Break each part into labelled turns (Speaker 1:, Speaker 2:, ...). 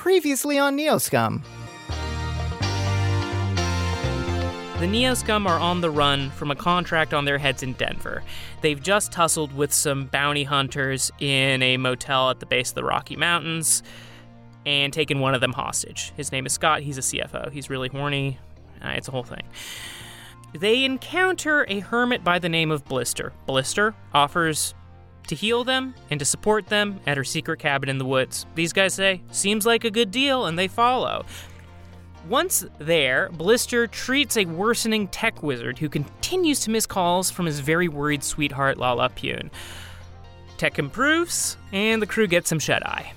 Speaker 1: Previously on Neoscum.
Speaker 2: The Neoscum are on the run from a contract on their heads in Denver. They've just hustled with some bounty hunters in a motel at the base of the Rocky Mountains and taken one of them hostage. His name is Scott. He's a CFO. He's really horny. Uh, it's a whole thing. They encounter a hermit by the name of Blister. Blister offers to heal them and to support them at her secret cabin in the woods. These guys say, seems like a good deal, and they follow. Once there, Blister treats a worsening tech wizard who continues to miss calls from his very worried sweetheart, Lala Pune. Tech improves, and the crew gets some shut eye.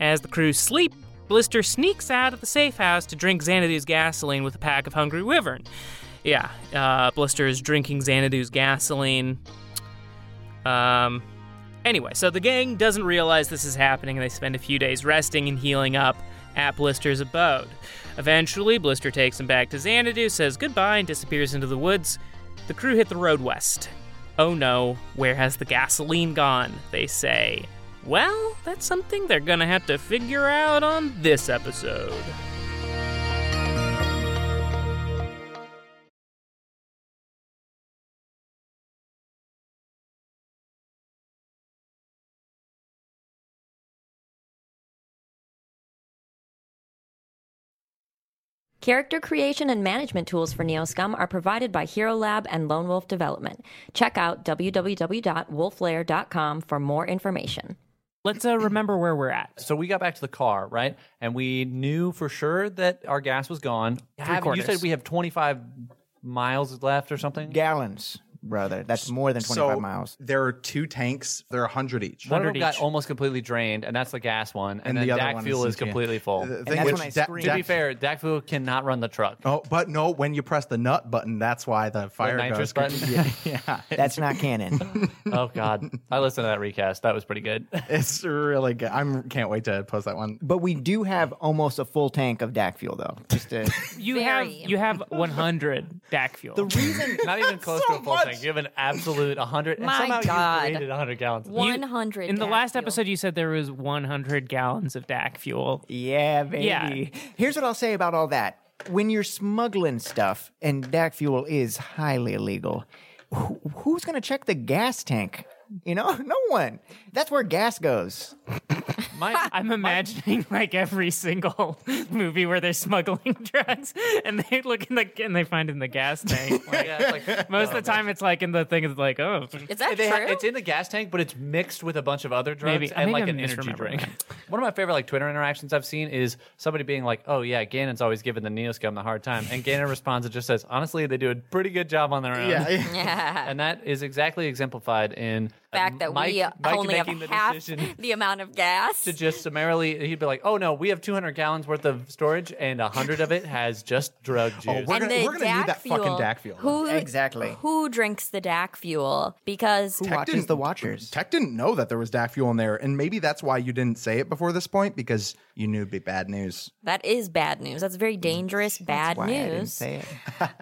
Speaker 2: As the crew sleep, Blister sneaks out of the safe house to drink Xanadu's gasoline with a pack of Hungry Wyvern. Yeah, uh, Blister is drinking Xanadu's gasoline. Um, anyway, so the gang doesn't realize this is happening, and they spend a few days resting and healing up at Blister's abode. Eventually, Blister takes him back to Xanadu, says goodbye, and disappears into the woods. The crew hit the road west. Oh no, where has the gasoline gone? They say. Well, that's something they're gonna have to figure out on this episode.
Speaker 3: Character creation and management tools for Neoscum are provided by Hero Lab and Lone Wolf Development. Check out www.wolflair.com for more information.
Speaker 2: Let's uh, remember where we're at.
Speaker 4: So we got back to the car, right? And we knew for sure that our gas was gone. Have- you
Speaker 2: quarters.
Speaker 4: said we have 25 miles left or something?
Speaker 1: Gallons, brother. That's more than 25
Speaker 5: so
Speaker 1: miles.
Speaker 5: There are two tanks. They're 100 each.
Speaker 4: One of them
Speaker 2: 100
Speaker 4: got
Speaker 2: each.
Speaker 4: almost completely drained, and that's the gas one. And,
Speaker 5: And
Speaker 4: then
Speaker 5: the other
Speaker 4: DAC
Speaker 5: one
Speaker 4: fuel
Speaker 5: is
Speaker 4: is
Speaker 5: CP.
Speaker 4: completely full.
Speaker 5: The
Speaker 4: to
Speaker 5: thing
Speaker 1: that's
Speaker 5: which
Speaker 1: when I
Speaker 5: da-
Speaker 1: screamed.
Speaker 5: da-
Speaker 4: be fair, DAC fuel cannot run the truck.
Speaker 5: Oh, but no, when you press the nut button, that's why the fire
Speaker 4: nitrous
Speaker 5: goes.
Speaker 4: button?
Speaker 5: Yeah, yeah.
Speaker 1: That's not canon.
Speaker 4: oh God, I listened to that recast. That was pretty good.
Speaker 5: It's really good. I can't wait to post that one.
Speaker 1: but we do have almost a full tank of DAC fuel, though. Just to,
Speaker 2: You
Speaker 3: Very.
Speaker 2: have you have 100 DAC fuel.
Speaker 1: the reason
Speaker 4: Not even close to a full tank. You have an absolute 100. and
Speaker 3: My
Speaker 4: somehow you
Speaker 3: God.
Speaker 4: created 100 gallons.
Speaker 2: You-
Speaker 3: 100
Speaker 2: In the
Speaker 3: DAC
Speaker 2: last
Speaker 3: fuel.
Speaker 2: episode, you said there was 100 gallons of DAC fuel.
Speaker 1: Yeah, baby. Here's what I'll say about all that. When you're smuggling stuff, and DAC fuel is highly illegal, wh- who's going to check the gas tank? You know, no one. That's where gas goes.
Speaker 4: My,
Speaker 2: I'm imagining like every single movie where they're smuggling drugs, and they look in the and they find it in the gas tank. Like,
Speaker 4: yeah, it's like-
Speaker 2: most of the time, it's like in the thing. It's like, oh,
Speaker 3: Is that
Speaker 4: They
Speaker 3: true?
Speaker 4: ha- it's in the gas tank, but it's mixed with a bunch of other drugs
Speaker 2: Maybe-
Speaker 4: and
Speaker 2: maybe
Speaker 4: like
Speaker 2: I'm
Speaker 4: an energy
Speaker 2: misremembering
Speaker 4: drink. One of my favorite like Twitter interactions I've seen is somebody being like, "Oh yeah, Ganon's always giving the Neoscum the hard time," and Ganon responds and just says, "Honestly, they do a pretty good job on their own."
Speaker 3: yeah.
Speaker 4: And that is exactly exemplified in
Speaker 3: the fact that
Speaker 4: Mike,
Speaker 3: we uh,
Speaker 4: Mike
Speaker 3: only have
Speaker 4: making the
Speaker 3: half
Speaker 4: decision
Speaker 3: the amount of gas.
Speaker 4: to just summarily, he'd be like, "Oh no, we have 200 gallons worth of storage, and 100 of it has just drug
Speaker 5: Oh,
Speaker 4: juice."
Speaker 5: we're
Speaker 3: and
Speaker 5: gonna,
Speaker 3: the
Speaker 5: we're gonna
Speaker 3: DAC
Speaker 5: need that
Speaker 3: fuel.
Speaker 5: fucking DAC fuel.
Speaker 3: Who
Speaker 1: Exactly.
Speaker 3: Who drinks the DAC fuel? Because
Speaker 1: Who watches
Speaker 5: didn't-
Speaker 1: the Watchers?
Speaker 5: Tech didn't know that there was DAC fuel in there, and maybe that's why you didn't say it before this point because you knew it'd be bad news.
Speaker 3: that is bad news. That's very dangerous. Bad
Speaker 1: Mm, Why I
Speaker 3: news.
Speaker 1: didn't say it.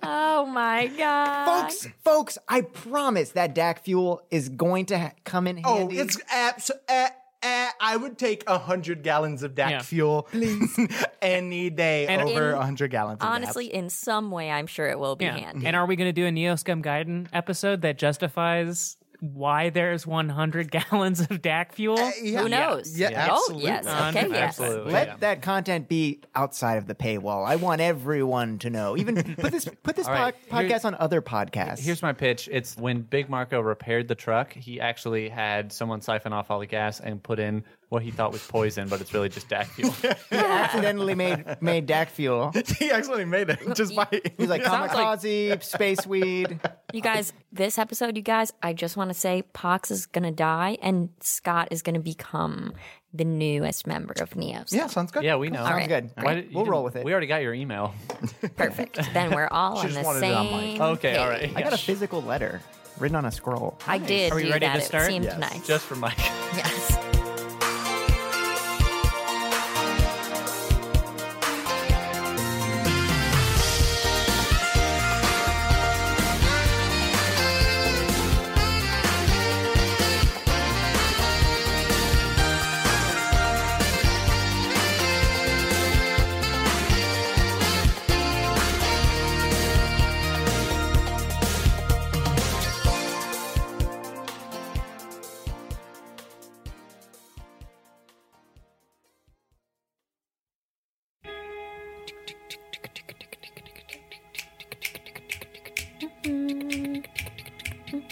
Speaker 3: Oh my god.
Speaker 1: Folks, folks, I promise that DAC fuel is going to ha- come in
Speaker 5: Oh,
Speaker 1: handy.
Speaker 5: it's abs. Uh, uh, I would take hundred gallons of DAC
Speaker 2: Yeah.
Speaker 5: fuel any day over
Speaker 3: in-
Speaker 5: hundred gallons. Of
Speaker 3: Honestly, in some way I'm sure it will be
Speaker 2: yeah.
Speaker 3: handy.
Speaker 2: And are we going to do a Neoscum Gaiden episode that justifies why there's 100 gallons of DAC fuel?
Speaker 5: Eh,
Speaker 3: Who knows?
Speaker 5: Yeah,
Speaker 3: Oh,
Speaker 5: absolutely.
Speaker 3: yes. Okay, yes.
Speaker 4: Absolutely.
Speaker 1: Let
Speaker 4: Yeah.
Speaker 1: that content be outside of the paywall. I want everyone to know. Even put this put this
Speaker 4: All right,
Speaker 1: pod-
Speaker 4: here-
Speaker 1: podcast on other podcasts.
Speaker 4: Here's my pitch. It's when Big Marco repaired the truck, he actually had someone siphon off all the gas and put in what he thought was poison, but it's really just DAC fuel.
Speaker 1: accidentally made made DAC fuel.
Speaker 5: he actually made it just by.
Speaker 1: He's like
Speaker 4: Sounds like-
Speaker 1: kamikaze, space weed.
Speaker 3: You guys, this episode, you guys, I just want to say Pox is going to die and Scott is going to become the newest member of Neos.
Speaker 5: yeah, sounds good.
Speaker 4: yeah, we know.
Speaker 1: Sounds
Speaker 3: right.
Speaker 1: good.
Speaker 4: Why did- you
Speaker 1: We'll roll
Speaker 4: didn't-
Speaker 1: with it.
Speaker 4: We already got your email.
Speaker 3: Perfect. then we're all on
Speaker 5: just
Speaker 3: the
Speaker 5: wanted it on mic.
Speaker 3: same.
Speaker 4: Okay, all
Speaker 3: page.
Speaker 4: right.
Speaker 1: I got a physical letter written on a scroll.
Speaker 3: I did
Speaker 2: Are we
Speaker 3: do
Speaker 2: ready
Speaker 3: that.
Speaker 2: to start?
Speaker 3: It seemed
Speaker 5: Yes.
Speaker 3: nice.
Speaker 4: Just for Mike.
Speaker 3: yes.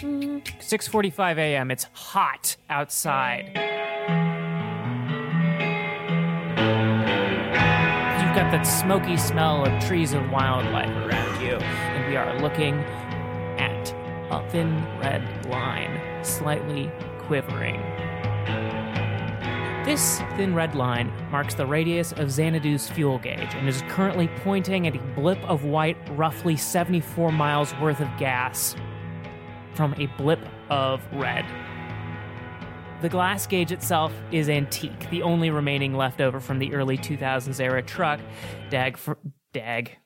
Speaker 2: 6:45 a.m. It's hot outside. You've got that smoky smell of trees and wildlife around you, and we are looking at a thin red line, slightly quivering. This thin red line marks the radius of Xanadu's fuel gauge and is currently pointing at a blip of white, roughly 74 miles worth of gas from a blip of red. The glass gauge itself is antique, the only remaining left over from the early 2000s era truck. Dag, fir- Dag,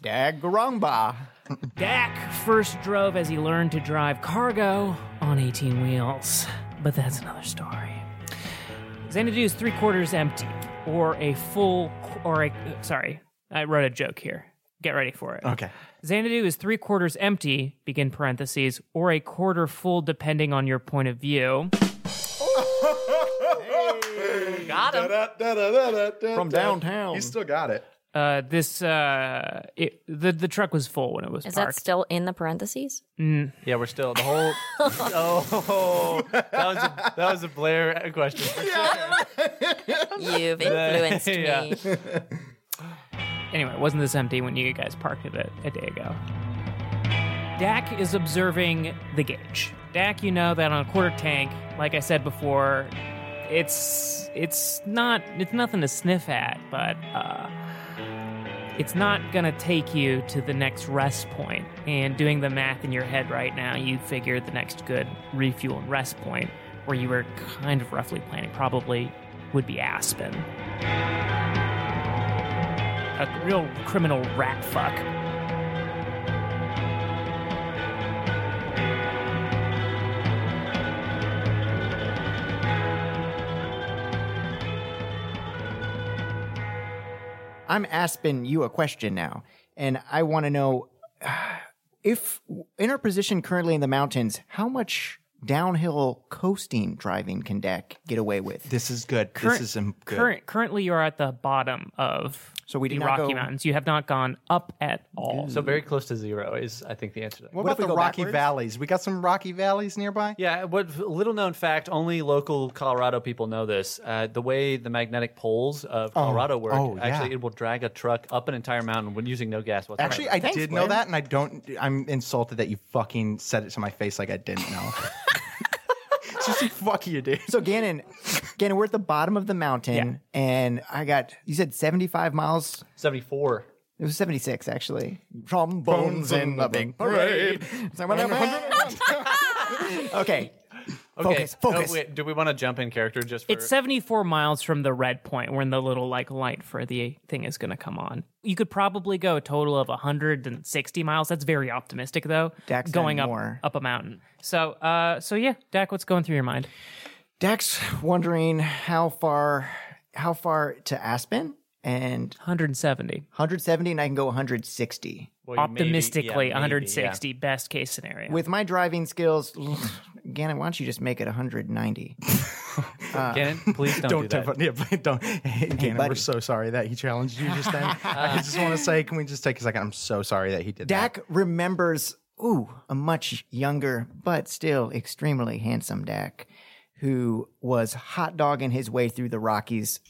Speaker 1: Daggerongba.
Speaker 2: Dak first drove as he learned to drive cargo on 18 wheels, but that's another story. Xanadu is three quarters empty, or a full, qu- or a, sorry, I wrote a joke here. Get ready for it.
Speaker 5: Okay.
Speaker 2: Xanadu is three quarters empty, begin parentheses, or a quarter full, depending on your point of view.
Speaker 4: Got him.
Speaker 1: From downtown.
Speaker 5: You still got it.
Speaker 2: Uh, this, uh, it, the, the truck was full when it was
Speaker 3: Is that
Speaker 2: parked.
Speaker 3: still in the parentheses?
Speaker 4: Yeah, we're still the whole. oh, that was a, that was a Blair question.
Speaker 3: You've influenced
Speaker 4: Yeah.
Speaker 3: me.
Speaker 2: anyway, wasn't this empty when you guys parked it a, a day ago? Dak is observing the gauge. Dak, you know that on a quarter tank, like I said before, it's it's not it's nothing to sniff at, but uh, it's not gonna take you to the next rest point. And doing the math in your head right now, you figure the next good refuel and rest point, where you were kind of roughly planning, probably would be Aspen a real criminal rat fuck.
Speaker 1: I'm asking you a question now, and I want to know uh, if, in our position currently in the mountains, how much downhill coasting driving can Dak get away with?
Speaker 5: This is good.
Speaker 2: Current-
Speaker 5: this is im- good.
Speaker 2: Current, currently, you're at the bottom of
Speaker 1: So we
Speaker 2: the
Speaker 1: did not
Speaker 2: Rocky
Speaker 1: go-
Speaker 2: Mountains. You have not gone up at all.
Speaker 4: So very close to zero is, I think, the answer. To that.
Speaker 5: What,
Speaker 1: What if
Speaker 5: about
Speaker 1: we
Speaker 5: the
Speaker 1: go
Speaker 5: Rocky
Speaker 1: backwards?
Speaker 5: Valleys? We got some Rocky Valleys nearby.
Speaker 4: Yeah, what little known fact, only local Colorado people know this. Uh, the way the magnetic poles of Colorado work,
Speaker 5: oh, yeah.
Speaker 4: actually, it will drag a truck up an entire mountain when using no gas whatsoever.
Speaker 5: Actually, I
Speaker 1: Thanks,
Speaker 5: did
Speaker 1: Blair.
Speaker 5: know that, and I don't. I'm insulted that you fucking said it to my face like I didn't know. It's Just fuck you, dude.
Speaker 1: So Gannon, Gannon, we're at the bottom of the mountain, and I got you said 75 miles
Speaker 4: 74.
Speaker 1: It was 76, actually. Trombones in the big parade. okay.
Speaker 4: Okay.
Speaker 1: Focus,
Speaker 4: no,
Speaker 1: focus.
Speaker 4: wait, do we want to jump in character just for
Speaker 2: It's 74 miles from the red point when the little like light for the thing is going to come on. You could probably go a total of 160 miles. That's very optimistic though.
Speaker 1: Dak's done
Speaker 2: going up
Speaker 1: more.
Speaker 2: up a mountain. So, uh, so yeah, Dak, what's going through your mind?
Speaker 1: Dax wondering how far how far to Aspen and
Speaker 2: 170.
Speaker 1: 170 and I can go 160.
Speaker 4: Well, you maybe- yeah,
Speaker 2: Optimistically,
Speaker 4: maybe, yeah.
Speaker 2: 160 best case scenario.
Speaker 1: With my driving skills, Gannon, why don't you just make it 190? Uh,
Speaker 4: Gannon, please don't, do
Speaker 5: Don't,
Speaker 4: that.
Speaker 5: tip- yeah, but don't. Hey, Gannon,
Speaker 1: buddy.
Speaker 5: we're so sorry that he challenged you just then. I just want to say, can we just take a second? I'm so sorry that he did that.
Speaker 1: Dak remembers, ooh, a much younger, but still extremely handsome Dak, who was hot dogging his way through the Rockies.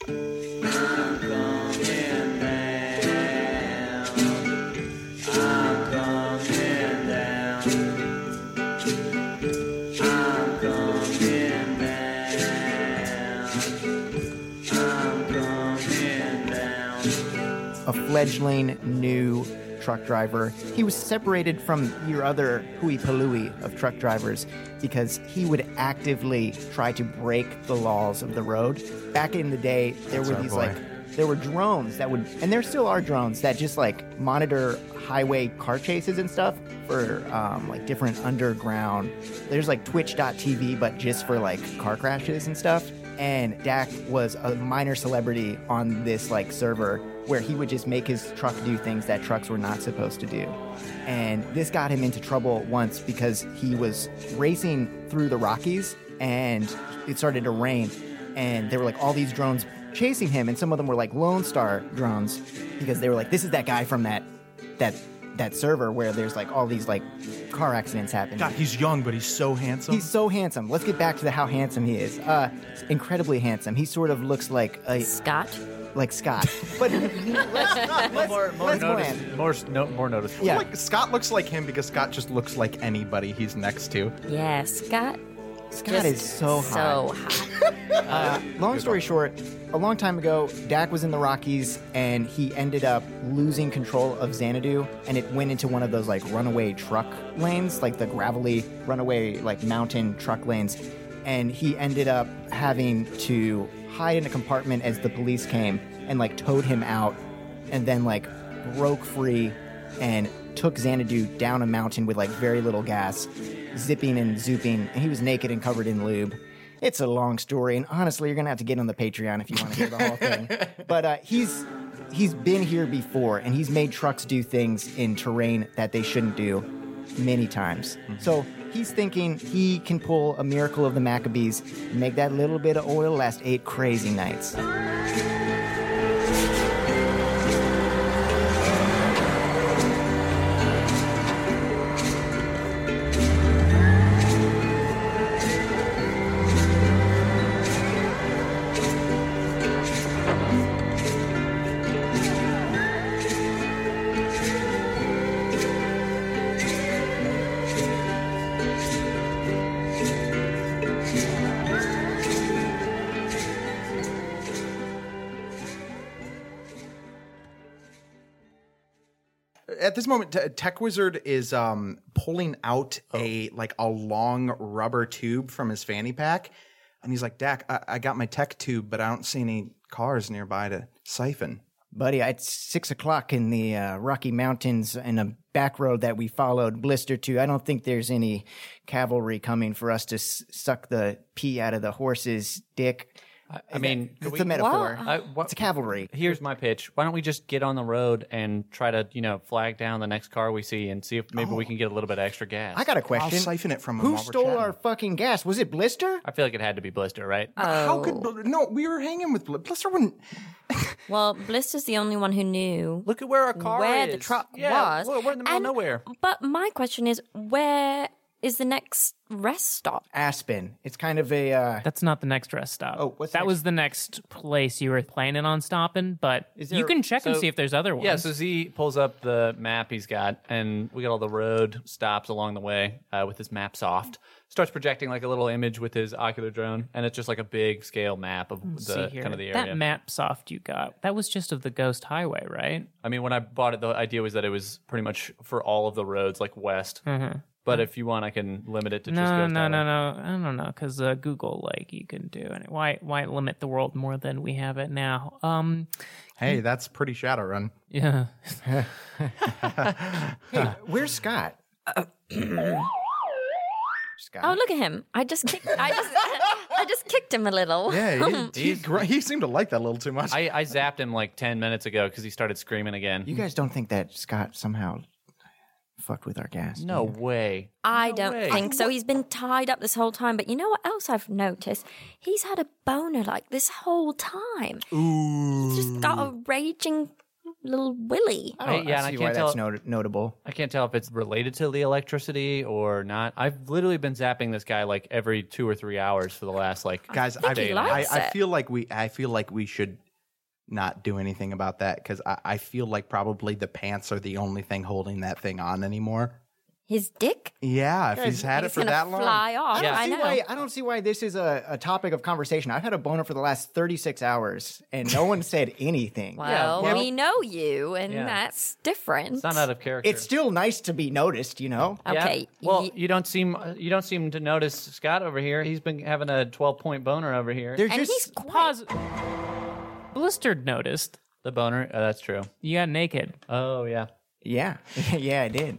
Speaker 1: A fledgling new truck driver. He was separated from your other hui palui of truck drivers because he would actively try to break the laws of the road. Back in the day, there were
Speaker 5: our
Speaker 1: these
Speaker 5: boy.
Speaker 1: like there were drones that would and there still are drones that just like monitor highway car chases and stuff for um, like different underground there's like twitch.tv but just for like car crashes and stuff and dak was a minor celebrity on this like server where he would just make his truck do things that trucks were not supposed to do and this got him into trouble once because he was racing through the rockies and it started to rain and there were like all these drones chasing him, and some of them were like Lone Star drones because they were like, "This is that guy from that that that server where there's like all these like car accidents happening."
Speaker 5: God, he's young, but he's so handsome.
Speaker 1: He's so handsome. Let's get back to the how handsome he is. Uh, incredibly handsome. He sort of looks like a
Speaker 3: Scott.
Speaker 1: like Scott, but let's,
Speaker 4: more, more
Speaker 1: let's
Speaker 4: notice,
Speaker 1: plan.
Speaker 4: more, s- no, more notice.
Speaker 1: Yeah.
Speaker 5: Like Scott looks like him because Scott just looks like anybody he's next to.
Speaker 3: Yeah, Scott.
Speaker 1: Scott
Speaker 3: just
Speaker 1: is so hot.
Speaker 3: So hot.
Speaker 1: Long story short, a long time ago, Dak was in the Rockies and he ended up losing control of Xanadu and it went into one of those like runaway truck lanes, like the gravelly runaway like mountain truck lanes. And he ended up having to hide in a compartment as the police came and like towed him out and then like broke free and took Xanadu down a mountain with like very little gas, zipping and zooping. And he was naked and covered in lube. It's a long story, and honestly, you're gonna have to get on the Patreon if you want to hear the whole thing. But uh, he's he's been here before, and he's made trucks do things in terrain that they shouldn't do many times. So he's thinking he can pull a miracle of the Maccabees, make that little bit of oil last eight crazy nights.
Speaker 5: At this moment, Te- Tech Wizard is um, pulling out a like a long rubber tube from his fanny pack, and he's like, "Dak, I, I got my tech tube, but I don't see any cars nearby to siphon."
Speaker 1: Buddy, it's six o'clock in the uh, Rocky Mountains in a back road that we followed Blister to. I don't think there's any cavalry coming for us to s- suck the pee out of the horse's dick.
Speaker 4: I mean,
Speaker 1: It's
Speaker 4: we-
Speaker 1: a metaphor.
Speaker 4: I- what-
Speaker 1: It's cavalry.
Speaker 4: here's my pitch. Why don't we just get on the road and try to, you know, flag down the next car we see and see if maybe we can get a little bit extra gas.
Speaker 1: Oh. I got a
Speaker 5: I'll
Speaker 1: question.
Speaker 5: siphon it from him
Speaker 1: Who
Speaker 5: while we're
Speaker 1: stole
Speaker 5: chatting.
Speaker 1: our fucking gas? Was it Blister?
Speaker 4: I feel like it had to be Blister, right?
Speaker 5: How could Bl- no? We were hanging with Bl- Blister wouldn't.
Speaker 3: Well, Blister's the only one who knew
Speaker 4: Look at where our car
Speaker 3: where
Speaker 4: is.
Speaker 3: the truck
Speaker 4: yeah,
Speaker 3: was.
Speaker 4: We're, we're in the middle
Speaker 3: And-
Speaker 4: of nowhere.
Speaker 3: But my question is, where is the next rest stop?
Speaker 1: Aspen. It's kind of a. Uh,
Speaker 6: That's not the next rest stop.
Speaker 1: Oh, what's
Speaker 6: that
Speaker 1: next?
Speaker 6: was the next place you were planning on stopping, but you
Speaker 1: there-
Speaker 6: can check and
Speaker 4: so-
Speaker 6: see if there's other ones.
Speaker 4: Yeah, so Z pulls up the map he's got, and we got all the road stops along the way uh, with his map soft. Starts projecting like a little image with his ocular drone, and it's just like a big scale map of the
Speaker 6: see here.
Speaker 4: kind of the area.
Speaker 6: that map soft you got. That was just of the Ghost Highway, right?
Speaker 4: I mean, when I bought it, the idea was that it was pretty much for all of the roads, like west. But if you want, I can limit it to just
Speaker 6: No,
Speaker 4: Ghost
Speaker 6: no,
Speaker 4: Highway.
Speaker 6: no, no. I don't know because uh, Google, like, you can do it. Why, why limit the world more than we have it now? Um,
Speaker 5: Hey, that's pretty Shadowrun.
Speaker 6: yeah.
Speaker 1: hey, where's Scott? Scott.
Speaker 3: Oh, look at him! I just kicked. I just, I just kicked him a little.
Speaker 5: Yeah, he, he, gr- he seemed to like that a little too much.
Speaker 4: I, I zapped him like ten minutes ago because he started screaming again.
Speaker 1: you guys don't think that Scott somehow fucked with our gas?
Speaker 4: no way.
Speaker 3: I
Speaker 4: No
Speaker 3: don't
Speaker 4: way.
Speaker 3: think so. He's been tied up this whole time. But you know what else I've noticed? He's had a boner like this whole time. He's just got a raging little willy.
Speaker 1: I don't
Speaker 4: I- yeah, and I
Speaker 1: see why
Speaker 4: can't
Speaker 1: that's
Speaker 4: tell-
Speaker 1: not- notable.
Speaker 4: I can't tell if it's related to the electricity or not. I've literally been zapping this guy like every two or three hours for the last like.
Speaker 5: guys, I,
Speaker 3: think he
Speaker 5: I,
Speaker 3: likes
Speaker 5: I
Speaker 3: it.
Speaker 5: feel like we I feel like we should not do anything about that because I, I feel like probably the pants are the only thing holding that thing on anymore.
Speaker 3: His dick.
Speaker 5: Yeah, if he's had it
Speaker 3: It's
Speaker 5: for
Speaker 3: gonna
Speaker 5: that long.
Speaker 3: fly off.
Speaker 4: Yeah.
Speaker 3: I
Speaker 1: see
Speaker 3: know.
Speaker 1: why I don't see why this is a, a topic of conversation. I've had a boner for the last 36 hours and no one said anything.
Speaker 3: Well,
Speaker 4: well-
Speaker 3: we know you, and
Speaker 4: Yeah.
Speaker 3: that's different.
Speaker 4: It's not out of character.
Speaker 1: It's still nice to be noticed, you know?
Speaker 4: Yeah.
Speaker 3: okay.
Speaker 4: Well,
Speaker 3: y-
Speaker 4: you don't seem you don't seem to notice Scott over here. He's been having a twelve point boner over here.
Speaker 1: They're
Speaker 3: and
Speaker 1: just
Speaker 3: he's quite.
Speaker 6: Pause. Blistered noticed
Speaker 4: the boner. Oh, that's true.
Speaker 6: you got naked.
Speaker 4: Oh yeah.
Speaker 1: Yeah. yeah, I did.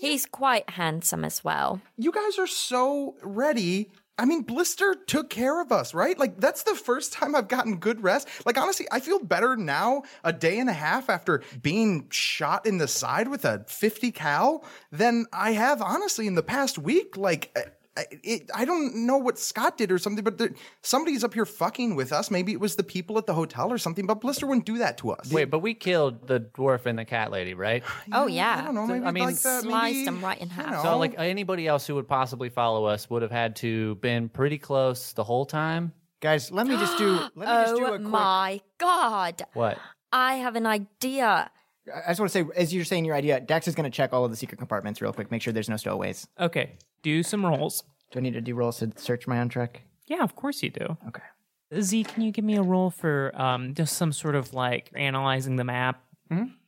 Speaker 3: He's quite handsome as well.
Speaker 5: You guys are so ready. I mean, Blister took care of us, right? Like, that's the first time I've gotten good rest. Like, honestly, I feel better now, a day and a half after being shot in the side with a 50 cal, than I have, honestly, in the past week. Like, I- I- It, I don't know what Scott did or something, but there, somebody's up here fucking with us. Maybe it was the people at the hotel or something, but Blister wouldn't do that to us.
Speaker 4: Wait, but we killed the dwarf and the cat lady, right?
Speaker 3: Oh
Speaker 5: I don't
Speaker 3: yeah.
Speaker 5: know. Maybe
Speaker 4: I mean,
Speaker 5: like that,
Speaker 3: Sliced
Speaker 5: maybe-
Speaker 3: them right in
Speaker 5: I
Speaker 3: half.
Speaker 5: don't
Speaker 4: So
Speaker 5: know.
Speaker 4: like anybody else who would possibly follow us would have had to been pretty close the whole time.
Speaker 1: Guys, let me just do. Let me just do
Speaker 3: Oh
Speaker 1: a quick.
Speaker 3: my god.
Speaker 4: What?
Speaker 3: I have an idea.
Speaker 1: I just want to say, as you're saying your idea, Dax is going to check all of the secret compartments real quick, make sure there's no stowaways.
Speaker 2: Okay, do some rolls.
Speaker 1: Do I need to do rolls to search my own truck?
Speaker 2: Yeah, of course you do.
Speaker 1: Okay.
Speaker 2: Z, can you give me a roll for um, just some sort of like analyzing the map?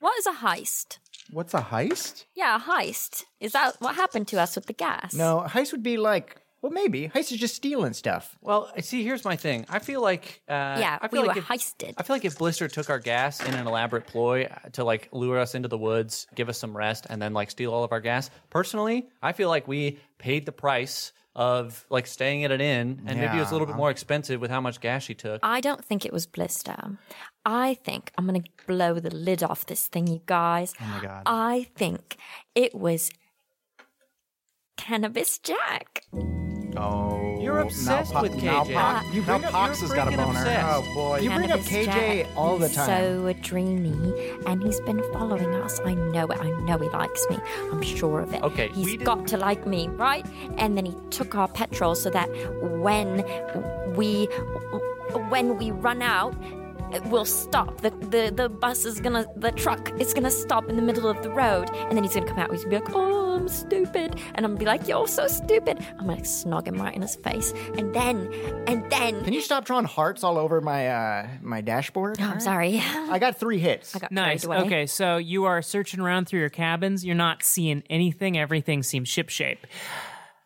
Speaker 3: What is a heist?
Speaker 5: what's a heist?
Speaker 3: Yeah, a heist. Is that what happened to us with the gas?
Speaker 1: No, heist would be like, well, maybe heist is just stealing stuff.
Speaker 4: Well, see, here's my thing. I feel like uh,
Speaker 3: Yeah,
Speaker 4: I feel
Speaker 3: we
Speaker 4: like
Speaker 3: were
Speaker 4: if,
Speaker 3: heisted.
Speaker 4: I feel like if Blister took our gas in an elaborate ploy uh, to like lure us into the woods, give us some rest, and then like steal all of our gas. Personally, I feel like we paid the price of like staying at an inn, and maybe it was a little bit more expensive with how much gas she took.
Speaker 3: I don't think it was blister. I think I'm going to blow the lid off this thing, you guys. Oh my god. I think it was Cannabis Jack.
Speaker 5: Oh,
Speaker 4: You're obsessed
Speaker 5: now, Po-
Speaker 4: with
Speaker 5: Now,
Speaker 4: KJ.
Speaker 5: Pox-
Speaker 1: You
Speaker 5: now
Speaker 1: bring up-
Speaker 5: Pox
Speaker 4: you're
Speaker 5: has got a
Speaker 4: freaking
Speaker 5: boner.
Speaker 4: obsessed.
Speaker 5: Oh boy,
Speaker 1: You bring up
Speaker 3: Cannabis
Speaker 1: KJ
Speaker 3: Jack.
Speaker 1: all the
Speaker 3: He's
Speaker 1: time.
Speaker 3: So dreamy, and he's been following us. I know it. I know he likes me. I'm sure of it.
Speaker 4: Okay, we
Speaker 3: he's
Speaker 4: didn't-
Speaker 3: got to like me, right? And then he took our petrol so that when we when we run out. We'll stop. The, the the bus is gonna, the truck is gonna stop in the middle of the road, and then he's gonna come out. He's gonna be like, "Oh, I'm stupid," and I'm gonna be like, "You're so stupid." I'm gonna snog him right in his face, and then, and then.
Speaker 1: Can you stop drawing hearts all over my uh, my dashboard?
Speaker 3: I'm sorry. I
Speaker 1: I got three hits.
Speaker 3: got
Speaker 2: Nice.
Speaker 3: carried away.
Speaker 2: Okay, so you are searching around through your cabins. You're not seeing anything. Everything seems shipshape.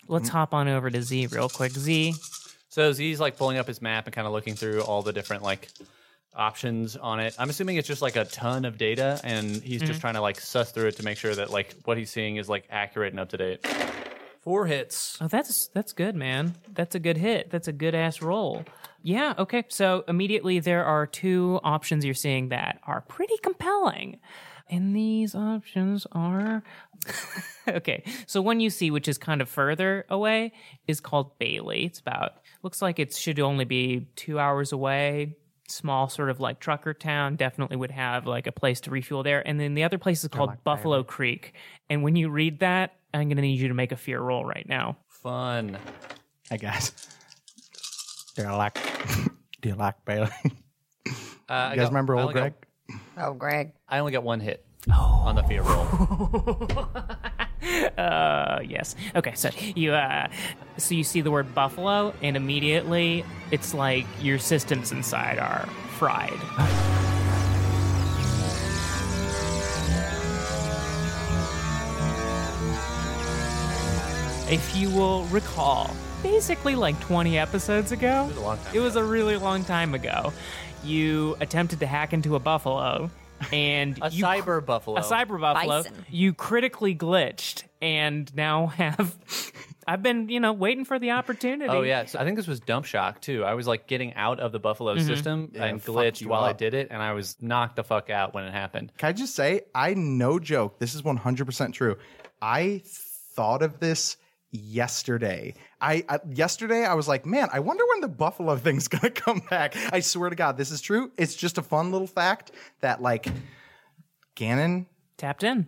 Speaker 2: Let's hop on over to Z real quick. Z,
Speaker 4: So Z's like pulling up his map and kind of looking through all the different like options on it. I'm assuming it's just like a ton of data, and he's
Speaker 3: Mm-hmm.
Speaker 4: just trying to like suss through it to make sure that like what he's seeing is like accurate and up to date. Four hits.
Speaker 2: Oh, that's that's good, man. That's a good hit. That's a good ass roll. Yeah, okay. So immediately there are two options you're seeing that are pretty compelling. And these options are Okay. So one you see which is kind of further away is called Bailey. It's about looks like it should only be 2 hours away. Small sort of like trucker town definitely would have like a place to refuel there. And then the other place is called Buffalo Creek. And when you read that, I'm going to need you to make a fear roll right now.
Speaker 4: Fun. Uh,
Speaker 5: I guess. Do you like, do you like Bailey? You
Speaker 4: Uh, I
Speaker 5: guys
Speaker 4: got-
Speaker 5: remember
Speaker 4: I
Speaker 5: old
Speaker 4: only got-
Speaker 5: Greg?
Speaker 1: Oh, Greg.
Speaker 4: I only got one hit
Speaker 2: Oh,
Speaker 4: on the fear roll.
Speaker 2: Uh, yes. Okay, so you uh, so you see the word buffalo, and immediately it's like your systems inside are fried. if you will recall, basically like 20 episodes ago, it was
Speaker 4: a long time
Speaker 2: a really long time ago. You attempted to hack into a buffalo, and
Speaker 4: A
Speaker 2: you
Speaker 4: cyber buffalo.
Speaker 2: a cyber buffalo.
Speaker 3: Bison.
Speaker 2: You critically glitched and now have. I've been, you know, waiting for the opportunity.
Speaker 4: Oh yeah, so I think this was dump shock too. I was like getting out of the buffalo
Speaker 2: Mm-hmm.
Speaker 4: system and
Speaker 5: fucked
Speaker 4: glitched
Speaker 5: you
Speaker 4: while I
Speaker 5: up.
Speaker 4: did it, and I was knocked the fuck out when it happened.
Speaker 5: Can I just say, I no joke, this is 100% true. I thought of this yesterday. I, I yesterday I was like, man, I wonder when the buffalo thing's going to come back. I swear to god this is true. It's just a fun little fact that like Gannon
Speaker 2: Tapped in.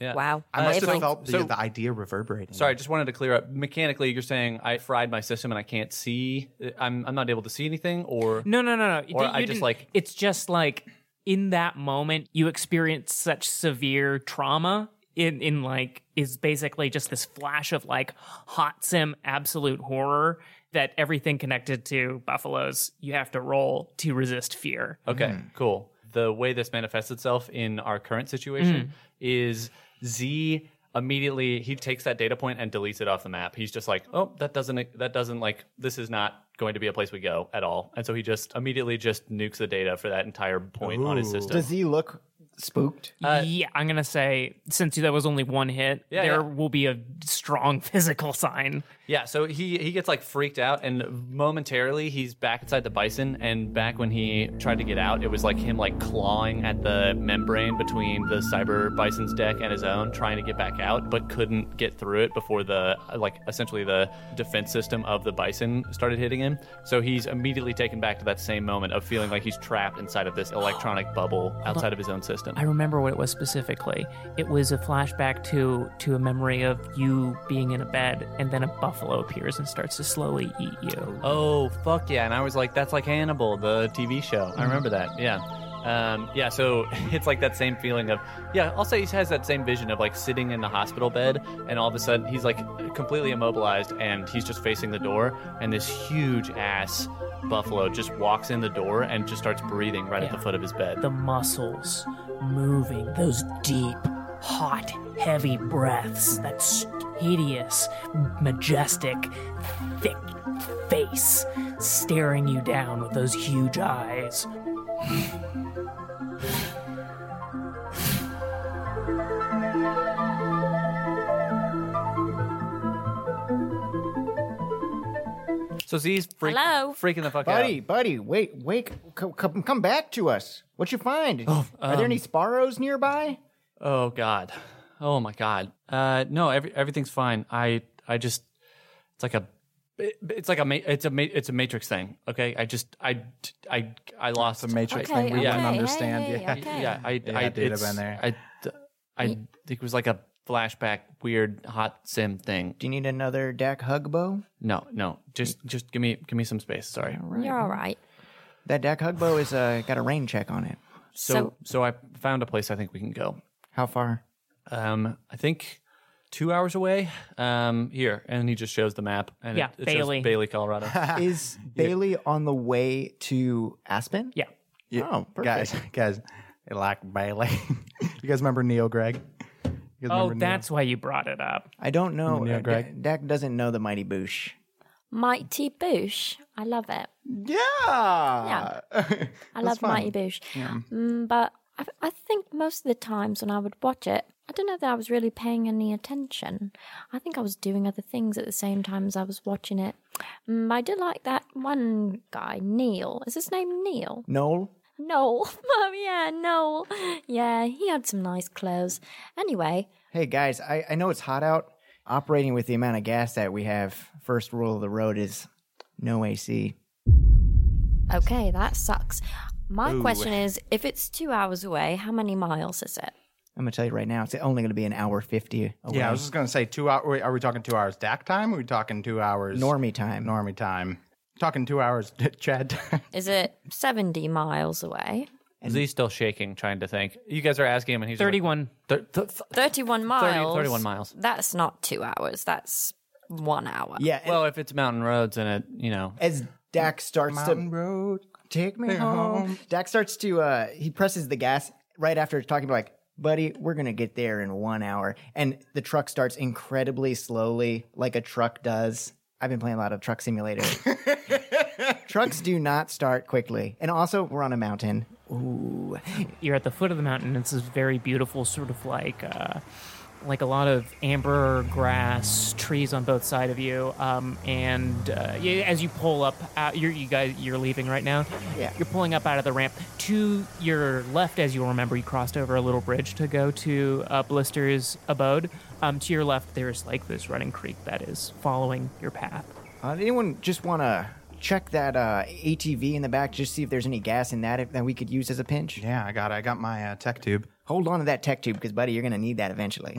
Speaker 4: Yeah.
Speaker 3: Wow.
Speaker 5: I must
Speaker 3: Wavelength.
Speaker 5: have felt the,
Speaker 4: so-
Speaker 5: the idea reverberating.
Speaker 4: Sorry, just wanted to clear up. Mechanically, you're saying I fried my system and I can't see. I'm I'm not able to see anything, or
Speaker 2: No, no, no, no.
Speaker 4: Or
Speaker 2: You-
Speaker 4: I
Speaker 2: you
Speaker 4: just,
Speaker 2: didn't-
Speaker 4: like-
Speaker 2: It's just like in that moment, you experience such severe trauma. In, in like is basically just this flash of like hot sim absolute horror that everything connected to buffaloes you have to roll to resist fear
Speaker 4: Okay, cool. The way this manifests itself in our current situation is Z immediately he takes that data point and deletes it off the map. He's just like, "Oh, that doesn't that doesn't like this is not going to be a place we go at all." And so he just immediately just nukes the data for that entire point on his system.
Speaker 1: Does he look spooked?
Speaker 2: yeah, I'm gonna say since that was only one hit,
Speaker 4: Uh, Yeah,
Speaker 2: there
Speaker 4: yeah.
Speaker 2: will be a strong physical sign.
Speaker 4: Yeah, so he he gets like freaked out, and momentarily he's back inside the bison. And back when he tried to get out, it was like him like clawing at the membrane between the cyber bison's deck and his own, trying to get back out, but couldn't get through it before the like essentially the defense system of the bison started hitting him. So he's immediately taken back to that same moment of feeling like he's trapped inside of this electronic bubble outside of his own system.
Speaker 2: I remember what it was specifically. It was a flashback to to a memory of you being in a bed, and then a buffalo appears and starts to slowly eat you.
Speaker 4: Oh fuck yeah! And I was like, that's like Hannibal, the TV show. I remember that. Yeah, um, yeah. So it's like that same feeling of yeah. I'll say he has that same vision of like sitting in the hospital bed, and all of a sudden he's like completely immobilized, and he's just facing the door, and this huge ass buffalo just walks in the door and just starts breathing right at the
Speaker 2: Yeah.
Speaker 4: foot of his bed.
Speaker 2: The muscles moving, those deep, hot, heavy breaths, that hideous, majestic, thick face staring you down with those huge eyes.
Speaker 4: so Z's freak,
Speaker 3: Hello?
Speaker 4: freaking the fuck
Speaker 1: Buddy,
Speaker 4: out.
Speaker 1: buddy, wait, wake, come, come, come back to us. What you find? Are there any sparrows nearby?
Speaker 4: Oh god. Oh my god. Uh, no, every, everything's fine. I I just it's like a it- it's like a ma- it's a ma- it's a matrix thing. Okay, I just I I I lost
Speaker 5: It's a matrix
Speaker 3: Okay,
Speaker 5: thing we
Speaker 3: okay,
Speaker 5: wouldn't
Speaker 3: hey,
Speaker 5: understand.
Speaker 3: hey,
Speaker 5: yeah.
Speaker 3: okay.
Speaker 4: Yeah, I
Speaker 5: Yeah,
Speaker 4: I
Speaker 5: it did
Speaker 4: it's-
Speaker 5: have been there.
Speaker 4: I I think it was like a flashback, weird hot sim thing.
Speaker 1: Do you need another Dak Hugbo?
Speaker 4: No, no, just just give me give me some space. Sorry.
Speaker 3: You're all right.
Speaker 1: That Dak Hugbo is uh, got a rain check on it.
Speaker 4: So so,
Speaker 3: So-
Speaker 4: I found a place I think we can go.
Speaker 1: How far?
Speaker 4: Um, I think. Two hours away, um, here, and he just shows the map. And
Speaker 2: Yeah,
Speaker 4: it, it shows
Speaker 2: Bailey.
Speaker 4: Bailey, Colorado.
Speaker 1: is Bailey on the way to Aspen?
Speaker 2: Yeah.
Speaker 5: Yeah.
Speaker 1: Oh, perfect.
Speaker 5: guys, guys, I like Bailey. you guys remember Neil Greg? You guys
Speaker 2: Oh,
Speaker 5: remember Neil?
Speaker 2: that's why you brought it up.
Speaker 1: I don't know.
Speaker 5: Yeah,
Speaker 1: Uh,
Speaker 5: Greg.
Speaker 1: Dak doesn't know the Mighty Boosh.
Speaker 3: Mighty Boosh. I love it.
Speaker 1: Yeah.
Speaker 3: Yeah. I love Mighty Boosh. Mm, but I, I think most of the times when I would watch it, I don't know that I was really paying any attention. I think I was doing other things at the same time as I was watching it. Mm, I did like that one guy, Neil. Is his name Neil?
Speaker 1: Noel?
Speaker 3: Noel. oh, yeah, Noel. Yeah, he had some nice clothes. Anyway,
Speaker 1: Hey, guys, I, I know it's hot out. Operating with the amount of gas that we have, first rule of the road is no AC.
Speaker 3: okay, that sucks. My question is if it's two hours away, how many miles is it?
Speaker 1: I'm going to tell you right now, it's only going to be an hour 50 away.
Speaker 5: Yeah, I was just gonna say two hours. Are we talking two hours DAC time? Or are we talking two hours
Speaker 1: Normie time.
Speaker 5: normie time? Talking two hours Chad time.
Speaker 3: Is it 70 miles away?
Speaker 4: Z's still shaking, trying to think. You guys are asking him, and he's like,
Speaker 2: 31.
Speaker 4: Thir- th- th-
Speaker 3: 31 miles.
Speaker 4: 31 miles.
Speaker 3: That's not two hours. That's one hour.
Speaker 1: Yeah. and
Speaker 4: well, if it's mountain roads and it, you know,
Speaker 1: as Dak starts to
Speaker 5: road.
Speaker 1: take me home. Dak starts to, uh, he presses the gas right after talking about, like, buddy, we're going to get there in one hour. And the truck starts incredibly slowly, like a truck does. I've been playing a lot of Truck Simulator. Trucks do not start quickly. And also, we're on a mountain. Ooh.
Speaker 2: You're at the foot of the mountain. It's this very beautiful, sort of like. Uh, like a lot of amber grass, trees on both side of you, um, and uh, you, as you pull up, out, you're, you guys, you're leaving right now.
Speaker 1: Yeah.
Speaker 2: You're pulling up out of the ramp to your left, as you'll remember. You crossed over a little bridge to go to uh, Blister's abode. Um, to your left, there's like this running creek that is following your path.
Speaker 1: Uh, did anyone just want to check that uh, ATV in the back, just see if there's any gas in that if, that we could use as a pinch?
Speaker 5: Yeah, I got. I got my uh, tech tube.
Speaker 1: Hold on to that tech tube, because buddy, you're gonna need that eventually.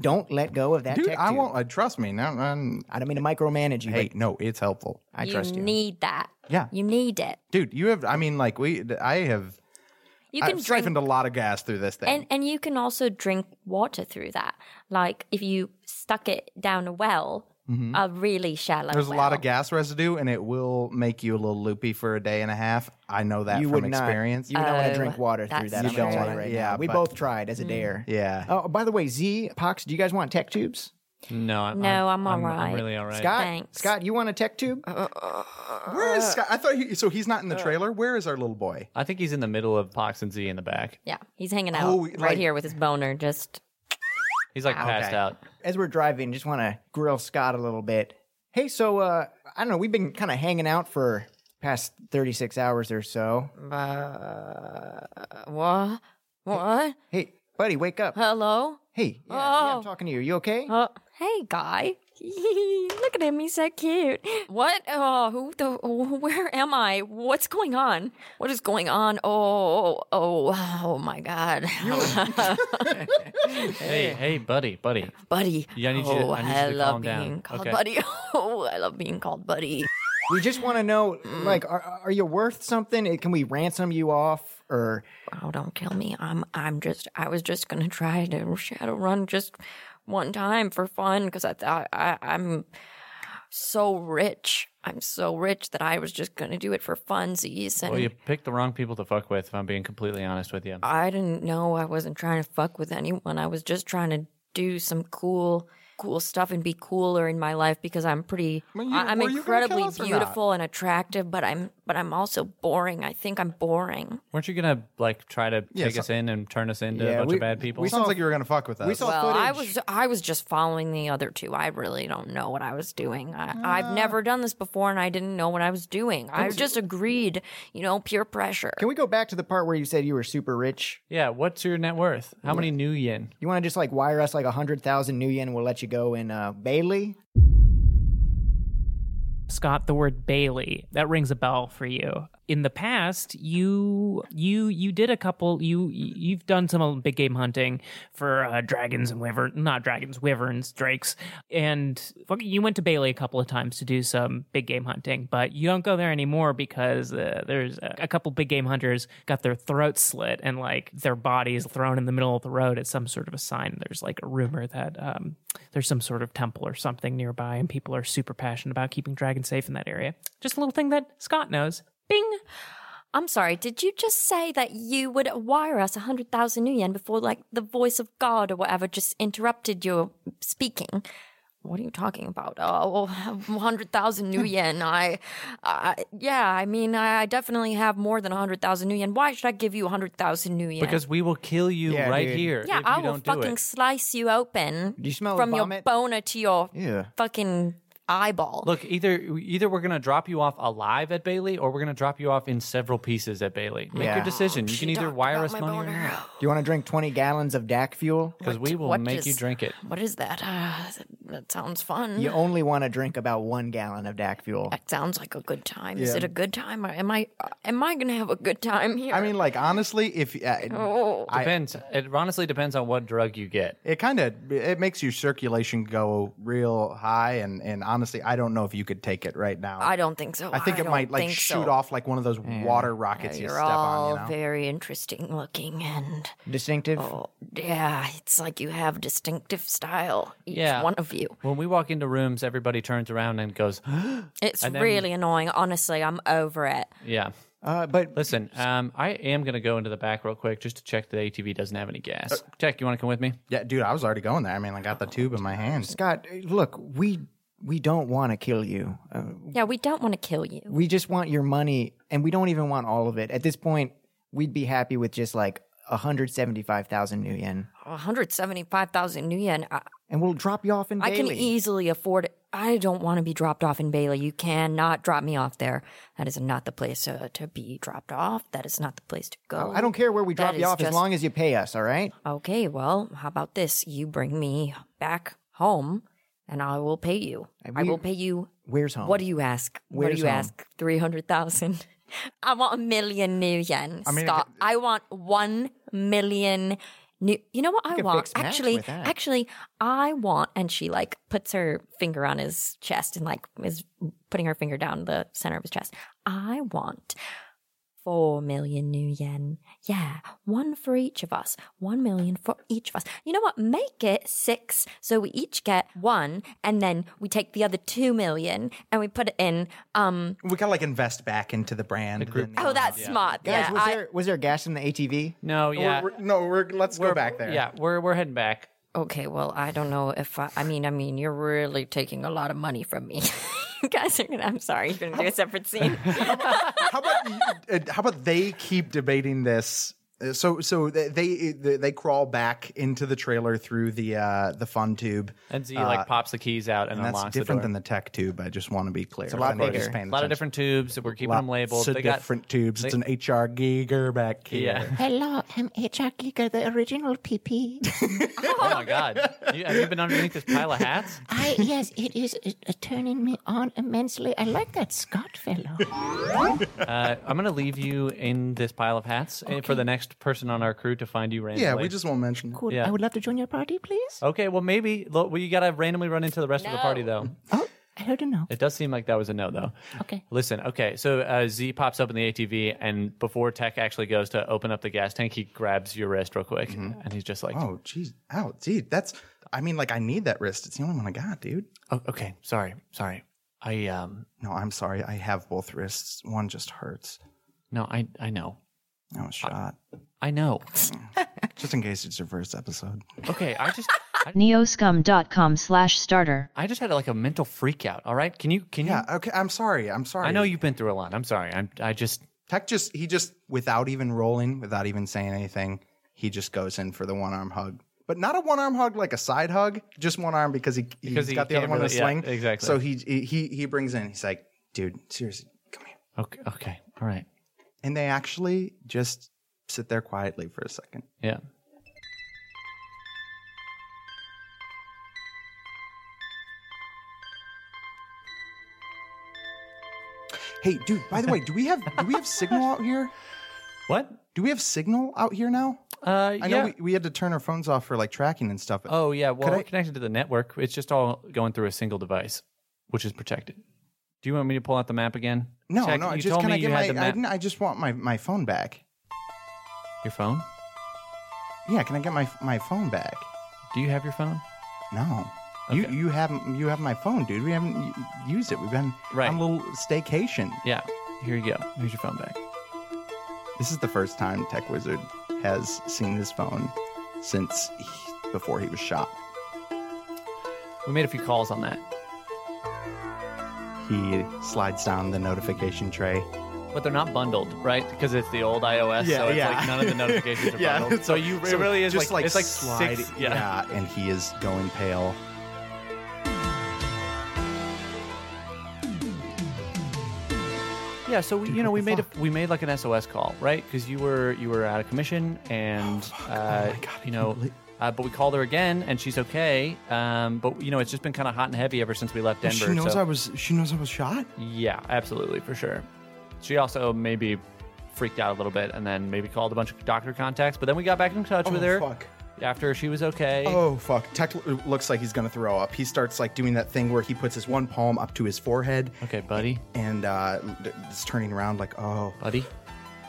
Speaker 1: don't let go of that
Speaker 5: Dude,
Speaker 1: tech
Speaker 5: I
Speaker 1: tube.
Speaker 5: won't. Uh, trust me. No, no,
Speaker 1: I don't mean to micromanage you,
Speaker 5: hey,
Speaker 1: but
Speaker 5: no, it's helpful.
Speaker 1: I
Speaker 3: you
Speaker 1: trust you.
Speaker 3: need that.
Speaker 5: Yeah.
Speaker 3: You need it.
Speaker 5: Dude, you have. I mean, like we. I have.
Speaker 3: You
Speaker 5: I've
Speaker 3: can drink.
Speaker 5: siphoned a lot of gas through this thing.
Speaker 3: And, and you can also drink water through that. Like if you stuck it down a well, a really shallow
Speaker 5: Mm-hmm. There's a lot
Speaker 3: well.
Speaker 5: of gas residue, and it will make you a little loopy for a day and a half. I know that
Speaker 1: you
Speaker 5: from
Speaker 1: would
Speaker 5: experience. Uh,
Speaker 1: not. You would not want
Speaker 3: Oh,
Speaker 1: to drink water through
Speaker 3: that's Mm.
Speaker 1: that.
Speaker 3: You
Speaker 1: I'm gonna
Speaker 5: don't
Speaker 1: tell
Speaker 5: wanna-
Speaker 1: you right
Speaker 5: yeah,
Speaker 1: now. We
Speaker 5: but-
Speaker 1: both tried as a dare.
Speaker 5: yeah.
Speaker 1: Oh, by the way, Z Pox, do you guys want tech tubes?
Speaker 4: No, I'm,
Speaker 3: No, I'm all
Speaker 4: I'm,
Speaker 3: right.
Speaker 4: really all right.
Speaker 1: Scott,
Speaker 3: Thanks.
Speaker 1: Scott, you want a tech tube?
Speaker 5: Uh-huh. Where is Scott? I thought he, so. He's not in the
Speaker 1: uh,
Speaker 5: trailer. Where is our little boy?
Speaker 4: I think he's in the middle of Pox and Z in the back.
Speaker 3: Yeah, he's hanging out
Speaker 5: Oh,
Speaker 3: right
Speaker 5: like-
Speaker 3: here with his boner. Just
Speaker 4: He's
Speaker 3: Ah,
Speaker 4: like passed
Speaker 5: Okay.
Speaker 4: out.
Speaker 1: As we're driving, just want to grill Scott a little bit. Hey, so uh, I don't know. We've been kind of hanging out for past thirty six hours or so.
Speaker 3: Mm. what? What?
Speaker 1: Hey, buddy, wake up.
Speaker 3: Hello?
Speaker 1: Hey, yeah, yeah,
Speaker 3: Oh.
Speaker 1: I'm talking to you. You okay?
Speaker 3: Uh, hey, guy. Look at him. He's so cute. What? Oh, who the? Where am I? What's going on? What is going on? Oh, oh, oh my God,
Speaker 4: Hey, hey, buddy, buddy.
Speaker 3: buddy.
Speaker 4: Yeah, I need you to-
Speaker 3: oh,
Speaker 4: I need you to
Speaker 3: love
Speaker 4: calm down.
Speaker 3: being called
Speaker 4: Okay.
Speaker 3: buddy. Oh, I love being called buddy.
Speaker 1: We just want to know, like, are, are you worth something? Eh, Can we ransom you off? Or
Speaker 3: Oh, don't kill me. I'm. I'm just. I was just gonna try to shadow run just one time for fun because I thought I, I'm so rich. I'm so rich that I was just gonna do it for funsies. And
Speaker 4: Well, you picked the wrong people to fuck with. If I'm being completely honest with
Speaker 1: Uh,
Speaker 4: you.
Speaker 3: I didn't know I wasn't trying to fuck with anyone. I was just trying to do some cool, cool stuff and be cooler in my life because I'm pretty, I
Speaker 5: mean, you-
Speaker 3: I'm
Speaker 5: were you gonna
Speaker 3: incredibly
Speaker 5: kill us or not?
Speaker 3: beautiful and attractive, but I'm, but I'm also boring. I think I'm boring.
Speaker 4: Weren't you gonna like try to
Speaker 5: Yeah,
Speaker 4: take
Speaker 5: so-
Speaker 4: us in and turn us into a
Speaker 1: Yeah,
Speaker 4: bunch
Speaker 1: we-
Speaker 4: of bad people?
Speaker 1: we
Speaker 5: Sounds
Speaker 1: saw-
Speaker 5: like you were gonna fuck with us.
Speaker 1: we saw
Speaker 3: Well,
Speaker 1: footage.
Speaker 3: I was, I was just following the other two. I really don't know what I was doing. I,
Speaker 5: Uh.
Speaker 3: I've never done this before, and I didn't know what I was doing. I just agreed, you know, peer pressure.
Speaker 1: Can we go back to the part where you said you were super rich?
Speaker 4: yeah. What's your net worth? How many new yen?
Speaker 1: You want to just like wire us like a hundred thousand new yen? We'll let you go in uh, Bailey.
Speaker 6: Scott, the word Bailey, that rings a bell for you. In the past, you you you did a couple you you've done some big game hunting for uh, dragons and wyvern not dragons, wyverns, drakes. And fuck, you went to Bailey a couple of times to do some big game hunting, but you don't go there anymore because uh, there's a, a couple big game hunters got their throats slit and like their bodies thrown in the middle of the road at some sort of a sign. There's like a rumor that um, there's some sort of temple or something nearby, and people are super passionate about keeping dragons safe in that area. Just a little thing that Scott knows. Bing.
Speaker 3: I'm sorry, did you just say that you would wire us 100,000 new yen before, like, the voice of God or whatever just interrupted your speaking? What are you talking about? Oh, 100,000 new yen. I, I, yeah, I mean, I, I definitely have more than 100,000 new yen. Why should I give you 100,000 new yen?
Speaker 4: Because we will kill you
Speaker 1: Yeah,
Speaker 4: right
Speaker 1: dude.
Speaker 4: here
Speaker 3: yeah,
Speaker 4: if you
Speaker 3: I will
Speaker 4: don't do
Speaker 3: fucking
Speaker 4: it.
Speaker 3: slice you open
Speaker 1: Do you smell
Speaker 3: from your
Speaker 1: vomit?
Speaker 3: boner to your
Speaker 1: Yeah.
Speaker 3: fucking eyeball.
Speaker 4: Look, either either we're gonna drop you off alive at Bailey, or we're gonna drop you off in several pieces at Bailey. Make
Speaker 1: Yeah.
Speaker 4: your decision. You can either wire us money or not,
Speaker 1: Do you want to drink twenty gallons of DAC fuel?
Speaker 4: because we will
Speaker 3: What
Speaker 4: make you
Speaker 3: is-
Speaker 4: drink it.
Speaker 3: What is that? Uh, that, that sounds fun.
Speaker 1: You only want to drink about one gallon of DAC fuel.
Speaker 3: That sounds like a good time. Is it a good time? Or am I uh, am I gonna have a good time here?
Speaker 5: I mean, like honestly, if uh,
Speaker 3: oh,
Speaker 4: Depends. it honestly depends on what drug you get.
Speaker 5: it kind of it makes your circulation go real high, and and honestly, I don't know if you could take it right now.
Speaker 3: I don't think so.
Speaker 5: I think it
Speaker 3: don't
Speaker 5: might like
Speaker 3: think
Speaker 5: shoot
Speaker 3: so.
Speaker 5: off like one of those water rockets you
Speaker 3: You're
Speaker 5: step
Speaker 3: all
Speaker 5: on. You know.
Speaker 3: very interesting looking, and
Speaker 1: Distinctive.
Speaker 3: oh, yeah, it's like you have distinctive style. Each
Speaker 4: Yeah.
Speaker 3: one of you.
Speaker 4: When we walk into rooms, everybody turns around and goes,
Speaker 3: It's really annoying. Honestly, I'm over it.
Speaker 4: "Yeah."
Speaker 1: Uh, but
Speaker 4: Listen, um, I am gonna go into the back real quick just to check that the ATV doesn't have any gas.
Speaker 5: Uh,
Speaker 4: Tech, you want to come with me?
Speaker 5: Yeah, dude, I was already going there. I mean, I got the tube in my hand.
Speaker 1: Scott, look, we we don't want to kill you. Uh,
Speaker 3: Yeah, we don't want to kill you.
Speaker 1: we just want your money, and we don't even want all of it. At this point, we'd be happy with just like hundred seventy-five thousand new yen,
Speaker 3: 175,000 new yen. I,
Speaker 1: and we'll drop you off in
Speaker 3: I
Speaker 1: Bailey.
Speaker 3: can easily afford it. I don't want to be dropped off in Bailey. You cannot drop me off there. That is not the place uh, to be dropped off. That is not the place to go.
Speaker 1: I don't care where we
Speaker 3: That
Speaker 1: drop you
Speaker 3: is
Speaker 1: off as
Speaker 3: just-
Speaker 1: long as you pay us, all right?
Speaker 3: Okay, well, how about this? You bring me back home and I will pay you. I will pay you.
Speaker 1: Where's home?
Speaker 3: What do you ask? what do
Speaker 1: Where's
Speaker 3: you
Speaker 1: home?
Speaker 3: ask? 300,000. I want a million new yen, Scott. I want 1 million new You know what I
Speaker 1: could
Speaker 3: want?
Speaker 1: fix Max
Speaker 3: Actually,
Speaker 1: with that.
Speaker 3: actually I want and she like puts her finger on his chest and like is putting her finger down the center of his chest. I want Four million new yen. Yeah, one for each of us. One million for each of us. You know what? Make it six so we each get one, and then we take the other two million and we put it in. Um,
Speaker 5: We gotta like invest back into the brand.
Speaker 4: group-
Speaker 5: then-
Speaker 3: oh, that's smart.
Speaker 1: Guys,
Speaker 3: yeah,
Speaker 1: was
Speaker 3: I-
Speaker 1: there was there gas in the ATV?
Speaker 4: No, yeah,
Speaker 5: We're- no, we're, let's go back there.
Speaker 4: yeah. We're we're heading back.
Speaker 3: okay, well, I don't know if I, I mean, I mean, you're really taking a lot of money from me. you guys are gonna, I'm sorry, you're gonna do a separate scene.
Speaker 5: how about you- uh, how about they keep debating this? Uh, So so they they they crawl back into the trailer through the uh, the fun tube.
Speaker 4: And Z like pops the keys out and,
Speaker 5: Uh, And that's
Speaker 4: unlocks
Speaker 5: different
Speaker 4: the door.
Speaker 5: than the tech tube. I just want to be clear. It's a
Speaker 1: lot bigger.
Speaker 5: A
Speaker 4: a lot of different tubes. We're keeping them labeled.
Speaker 5: Lots of
Speaker 4: They got-
Speaker 5: different tubes. it's an HR Giger back here.
Speaker 4: yeah.
Speaker 1: Hello, I'm HR Giger, the original PP.
Speaker 4: Oh my God! You, have you been underneath this pile of hats?
Speaker 1: I yes, it is uh, turning me on immensely. I like that Scott fellow.
Speaker 4: Uh, I'm gonna leave you in this pile of hats and for the next person on our crew to find you randomly.
Speaker 5: Yeah, we just won't mention. it.
Speaker 1: Cool.
Speaker 4: Yeah.
Speaker 1: I would love to join your party, please.
Speaker 4: Okay, well maybe lo- well, you gotta randomly run into the rest of the party though.
Speaker 1: Oh, I don't know.
Speaker 4: It does seem like that was a no though.
Speaker 1: Okay.
Speaker 4: Listen, okay, so uh, Z pops up in the ATV, and before Tech actually goes to open up the gas tank, he grabs your wrist real quick, and he's just like,
Speaker 5: Oh, geez. Ow, dude. That's. I mean, like, I need that wrist. It's the only one I got, dude.
Speaker 4: oh, "Okay, sorry, sorry. I um,
Speaker 5: No, I'm sorry. I have both wrists. One just hurts.
Speaker 4: no, I I know,
Speaker 5: I was shot.
Speaker 4: I know.
Speaker 5: Just in case it's your first episode.
Speaker 4: Okay, I just." I-
Speaker 7: neoscum.com slash starter.
Speaker 4: I just had like a mental freak out. All right, can you can you
Speaker 5: Yeah. Uh, Okay. I'm sorry. I'm sorry.
Speaker 4: I know you've been through a lot. I'm sorry. I'm, I just.
Speaker 5: Tech just he just without even rolling, without even saying anything, he just goes in for the one arm hug. But not a one arm hug like a side hug, just one arm because he he
Speaker 4: Because
Speaker 5: has
Speaker 4: he
Speaker 5: got the other
Speaker 4: can't
Speaker 5: one in a
Speaker 4: really- yeah,
Speaker 5: sling.
Speaker 4: exactly.
Speaker 5: So he he he brings in. He's like, dude, seriously, come here.
Speaker 4: Okay. Okay. All right.
Speaker 5: And they actually just sit there quietly for a second.
Speaker 4: Yeah.
Speaker 5: Hey, dude. By the way, do we have do we have signal out here?
Speaker 4: What?
Speaker 5: Do we have signal out here now?
Speaker 4: Uh,
Speaker 5: I
Speaker 4: yeah.
Speaker 5: know we, we had to turn our phones off for like tracking and stuff. but-
Speaker 4: oh, yeah. Well,
Speaker 5: Could
Speaker 4: we're
Speaker 5: I-
Speaker 4: connected to the network. It's just all going through a single device, which is protected. Do you want me to pull out the map again?
Speaker 5: no,
Speaker 4: Check-
Speaker 5: no.
Speaker 4: You
Speaker 5: Just
Speaker 4: told
Speaker 5: can
Speaker 4: me
Speaker 5: I get
Speaker 4: you
Speaker 5: my?
Speaker 4: had the
Speaker 5: I,
Speaker 4: map.
Speaker 5: didn't, I just want my my phone back.
Speaker 4: Your phone?
Speaker 5: Yeah, can I get my my phone back?
Speaker 4: Do you have your phone?
Speaker 5: No.
Speaker 4: Okay.
Speaker 5: You you haven't you have my phone, dude. We haven't y- used it. We've been
Speaker 4: Right.
Speaker 5: on a little staycation.
Speaker 4: Yeah. Here you go. Here's your phone back.
Speaker 5: This is the first time Tech Wizard has seen his phone since he, before he was shot.
Speaker 4: We made a few calls on that,
Speaker 5: He slides down the notification tray.
Speaker 4: but they're not bundled, right? Because it's the old iOS, so it's like none of the notifications are bundled. So you it really is
Speaker 5: just
Speaker 4: like, it's like
Speaker 5: slide-
Speaker 4: six.
Speaker 5: yeah, and he is going pale.
Speaker 4: Yeah, so we, you know we made a, we made like an SOS call, right? Because you were you were out of commission,
Speaker 5: Oh,
Speaker 4: and uh, you know, uh, but we called her again, and she's okay. Um, but you know, it's just been kind of hot and heavy ever since we left Denver.
Speaker 5: she knows
Speaker 4: so-
Speaker 5: I was she knows I was shot.
Speaker 4: yeah, absolutely for sure. She also maybe freaked out a little bit, and then maybe called a bunch of doctor contacts. But then we got back in touch with her
Speaker 5: Oh, fuck.
Speaker 4: after she was okay.
Speaker 5: Oh fuck! Tech lo- looks like he's gonna throw up. He starts like doing that thing where he puts his one palm up to his forehead
Speaker 4: Okay, buddy,
Speaker 5: and uh, is turning around like, oh
Speaker 4: buddy,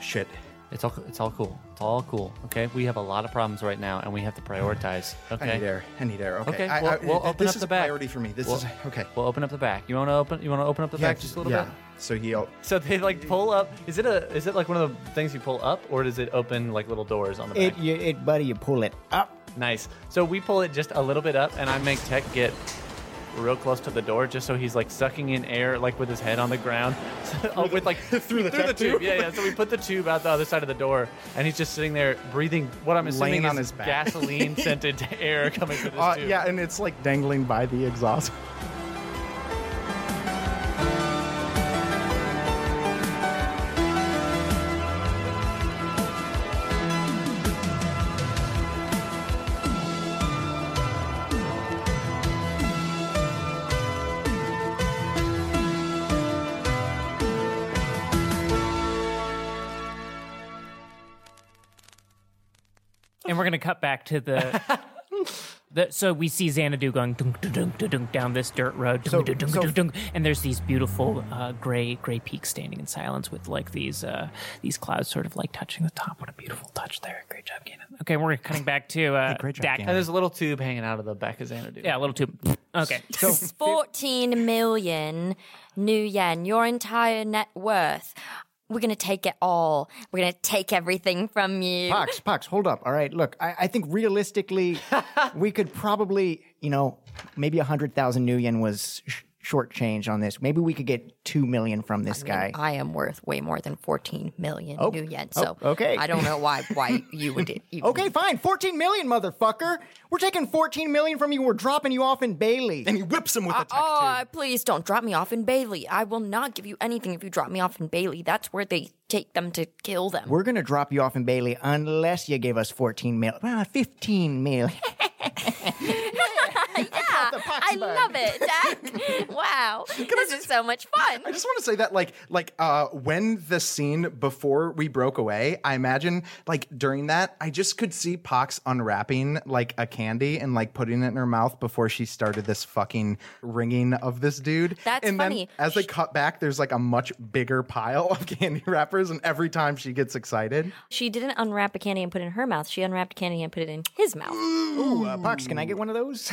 Speaker 5: shit.
Speaker 4: it's all it's all cool. It's all cool. Okay, we have a lot of problems right now, and we have to prioritize. Okay.
Speaker 5: I need air. I need air. Okay.
Speaker 4: Okay,
Speaker 5: I,
Speaker 4: we'll,
Speaker 5: I-
Speaker 4: we'll open
Speaker 5: this
Speaker 4: up
Speaker 5: is
Speaker 4: the back.
Speaker 5: priority for me. This
Speaker 4: We'll-
Speaker 5: is okay.
Speaker 4: We'll open up the back. You want to open? You want to open up the back just a little
Speaker 5: yeah.
Speaker 4: bit?
Speaker 5: So he. Oh,
Speaker 4: So they like pull up. Is it a? Is it like one of the things you pull up, or does it open like little doors on the
Speaker 1: It,
Speaker 4: back?
Speaker 1: you, it, buddy, you pull it up.
Speaker 4: nice. So we pull it just a little bit up, and I make Tech get real close to the door, just so he's like sucking in air, like with his head on the ground, So- oh, with like
Speaker 5: Through the tech
Speaker 4: tube.
Speaker 5: tube.
Speaker 4: Yeah, yeah. So we put the tube out the other side of the door, and he's just sitting there breathing. What I'm assuming
Speaker 5: Laying on his
Speaker 4: is
Speaker 5: back.
Speaker 4: gasoline scented air coming through this
Speaker 5: uh,
Speaker 4: tube.
Speaker 5: yeah, and it's like dangling by the exhaust.
Speaker 2: and we're gonna cut back to the. The, so we see Xanadu going dunk, dunk, dunk, dunk, dunk, down this dirt road, dunk, dunk, dunk, dunk, dunk, and there's these beautiful uh, gray gray peaks standing in silence with like these uh, these clouds sort of like touching the top. What a beautiful touch there! Great job, Gannon. Okay, we're cutting back to uh,
Speaker 5: great job,
Speaker 2: Dak-
Speaker 5: Gannon.
Speaker 4: And there's a little tube hanging out of the back of Xanadu.
Speaker 2: Yeah, a little too. Okay, so
Speaker 3: 14 million new yen, your entire net worth. We're gonna take it all. We're gonna take everything from you.
Speaker 1: Pox, Pox, hold up. All right, look, I, I think realistically, we could probably, you know, maybe a hundred thousand new yen was sh- short change on this. Maybe we could get two million from this guy.
Speaker 3: I am worth way more than 14 million new yen.
Speaker 1: oh,
Speaker 3: So
Speaker 1: okay.
Speaker 3: I don't know why why you would even
Speaker 1: Okay, fine. 14 million, motherfucker. We're taking 14 million from you. We're dropping you off in Bailey.
Speaker 5: And he whips him with a tech
Speaker 3: Oh,
Speaker 5: tube.
Speaker 3: uh, please don't drop me off in Bailey. I will not give you anything if you drop me off in Bailey. That's where they take them to kill them.
Speaker 1: We're going to drop you off in Bailey unless you give us 14 mil. Well, 15 mil.
Speaker 3: yeah,
Speaker 1: the pox
Speaker 3: I
Speaker 1: bug.
Speaker 3: love it, Jack. wow, this is so much fun.
Speaker 5: I just want to say that, like, like uh, when the scene before we broke away, I imagine, like, during that, I just could see Pox unwrapping like a candy and like putting it in her mouth before she started this fucking ringing of this dude.
Speaker 3: That's
Speaker 5: and
Speaker 3: funny.
Speaker 5: Then as they cut back, there's like a much bigger pile of candy wrappers, and every time she gets excited,
Speaker 3: She didn't unwrap a candy and put it in her mouth. She unwrapped a candy and put it in his mouth.
Speaker 1: Ooh, uh, Pox, can I get one of those?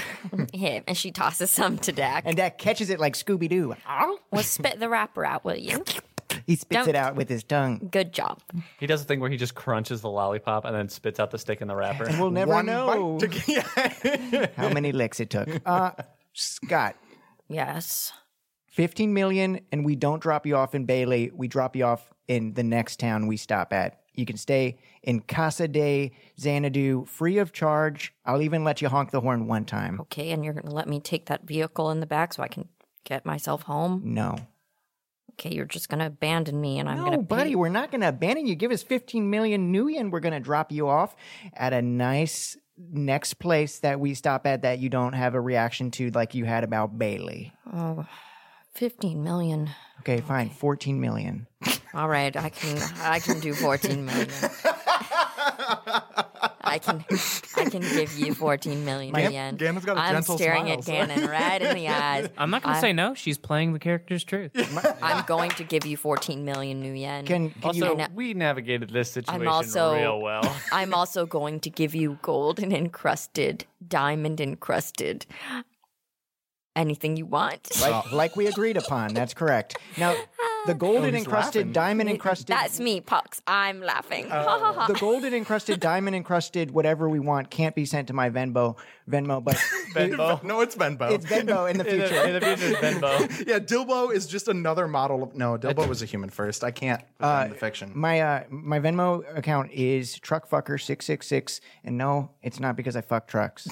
Speaker 3: Him, and she tosses some to Dak.
Speaker 1: And that catches it like Scooby Doo.
Speaker 3: well, spit the wrapper out, will you?
Speaker 1: He spits
Speaker 3: Don't-
Speaker 1: it out with his tongue.
Speaker 3: Good job.
Speaker 4: He does the thing where he just crunches the lollipop and then spits out the stick in the wrapper.
Speaker 1: We'll never
Speaker 5: one
Speaker 1: know
Speaker 5: bite to-
Speaker 1: how many licks it took. Uh, Scott,
Speaker 3: Yes.
Speaker 1: 15 million and we don't drop you off in Bailey. We drop you off in the next town we stop at. You can stay in Casa de Xanadu free of charge. I'll even let you honk the horn one time.
Speaker 3: Okay, and you're going to let me take that vehicle in the back so I can get myself home?
Speaker 1: No.
Speaker 3: Okay, you're just going to abandon me and I'm
Speaker 1: No,
Speaker 3: going to
Speaker 1: buddy, we're not going to abandon you. Give us 15 million new yen. We're going to drop you off at a nice next place that we stop at that you don't have a reaction to like you had about Bailey.
Speaker 3: 15 million.
Speaker 1: Okay, fine. 14 million.
Speaker 3: All right, I can I can do 14 million. I can I can give you 14 million yen.
Speaker 5: Gannon's got a
Speaker 3: I'm
Speaker 5: gentle
Speaker 3: staring
Speaker 5: smile,
Speaker 3: at
Speaker 5: so-
Speaker 3: Gannon right in the eyes.
Speaker 2: I'm not going to
Speaker 3: I-
Speaker 2: say no. She's playing the character's truth.
Speaker 3: I'm going to give you 14 million new yen.
Speaker 1: Can, can you
Speaker 4: also,
Speaker 3: know-
Speaker 4: we navigated this situation
Speaker 3: also-
Speaker 4: real well.
Speaker 3: I'm also going to give you gold and encrusted, diamond encrusted, anything you want.
Speaker 4: uh,
Speaker 1: like, like we agreed upon. That's correct. Now, the
Speaker 4: Oh,
Speaker 1: golden encrusted, diamond encrusted.
Speaker 3: That's me, Pox. I'm laughing.
Speaker 5: Oh.
Speaker 1: the golden encrusted, diamond encrusted, whatever we want can't be sent to my Venmo. Venmo, but
Speaker 4: Venmo.
Speaker 5: no, it's Benbow.
Speaker 1: it's Venmo in the
Speaker 4: In the, in
Speaker 1: future.
Speaker 4: the future, it's Venmo.
Speaker 5: yeah, Dilbo is just another model of no. Dilbo was a human first. I can't uh, the fiction.
Speaker 1: My uh, my Venmo account is truckfucker666, and no, it's not because I fuck trucks.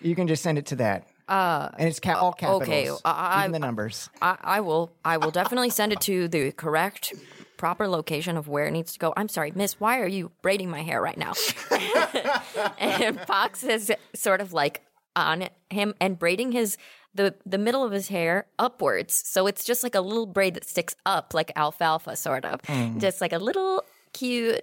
Speaker 1: you can just send it to that. Uh, and it's ca- all capitals,
Speaker 3: okay, I-
Speaker 1: even the numbers.
Speaker 3: I, I will. I will definitely send it to the correct, proper location of where it needs to go. I'm sorry, Miss. Why are you braiding my hair right now? and Fox is sort of like on him and braiding his the the middle of his hair upwards, so it's just like a little braid that sticks up, like alfalfa, sort of, just like a little cute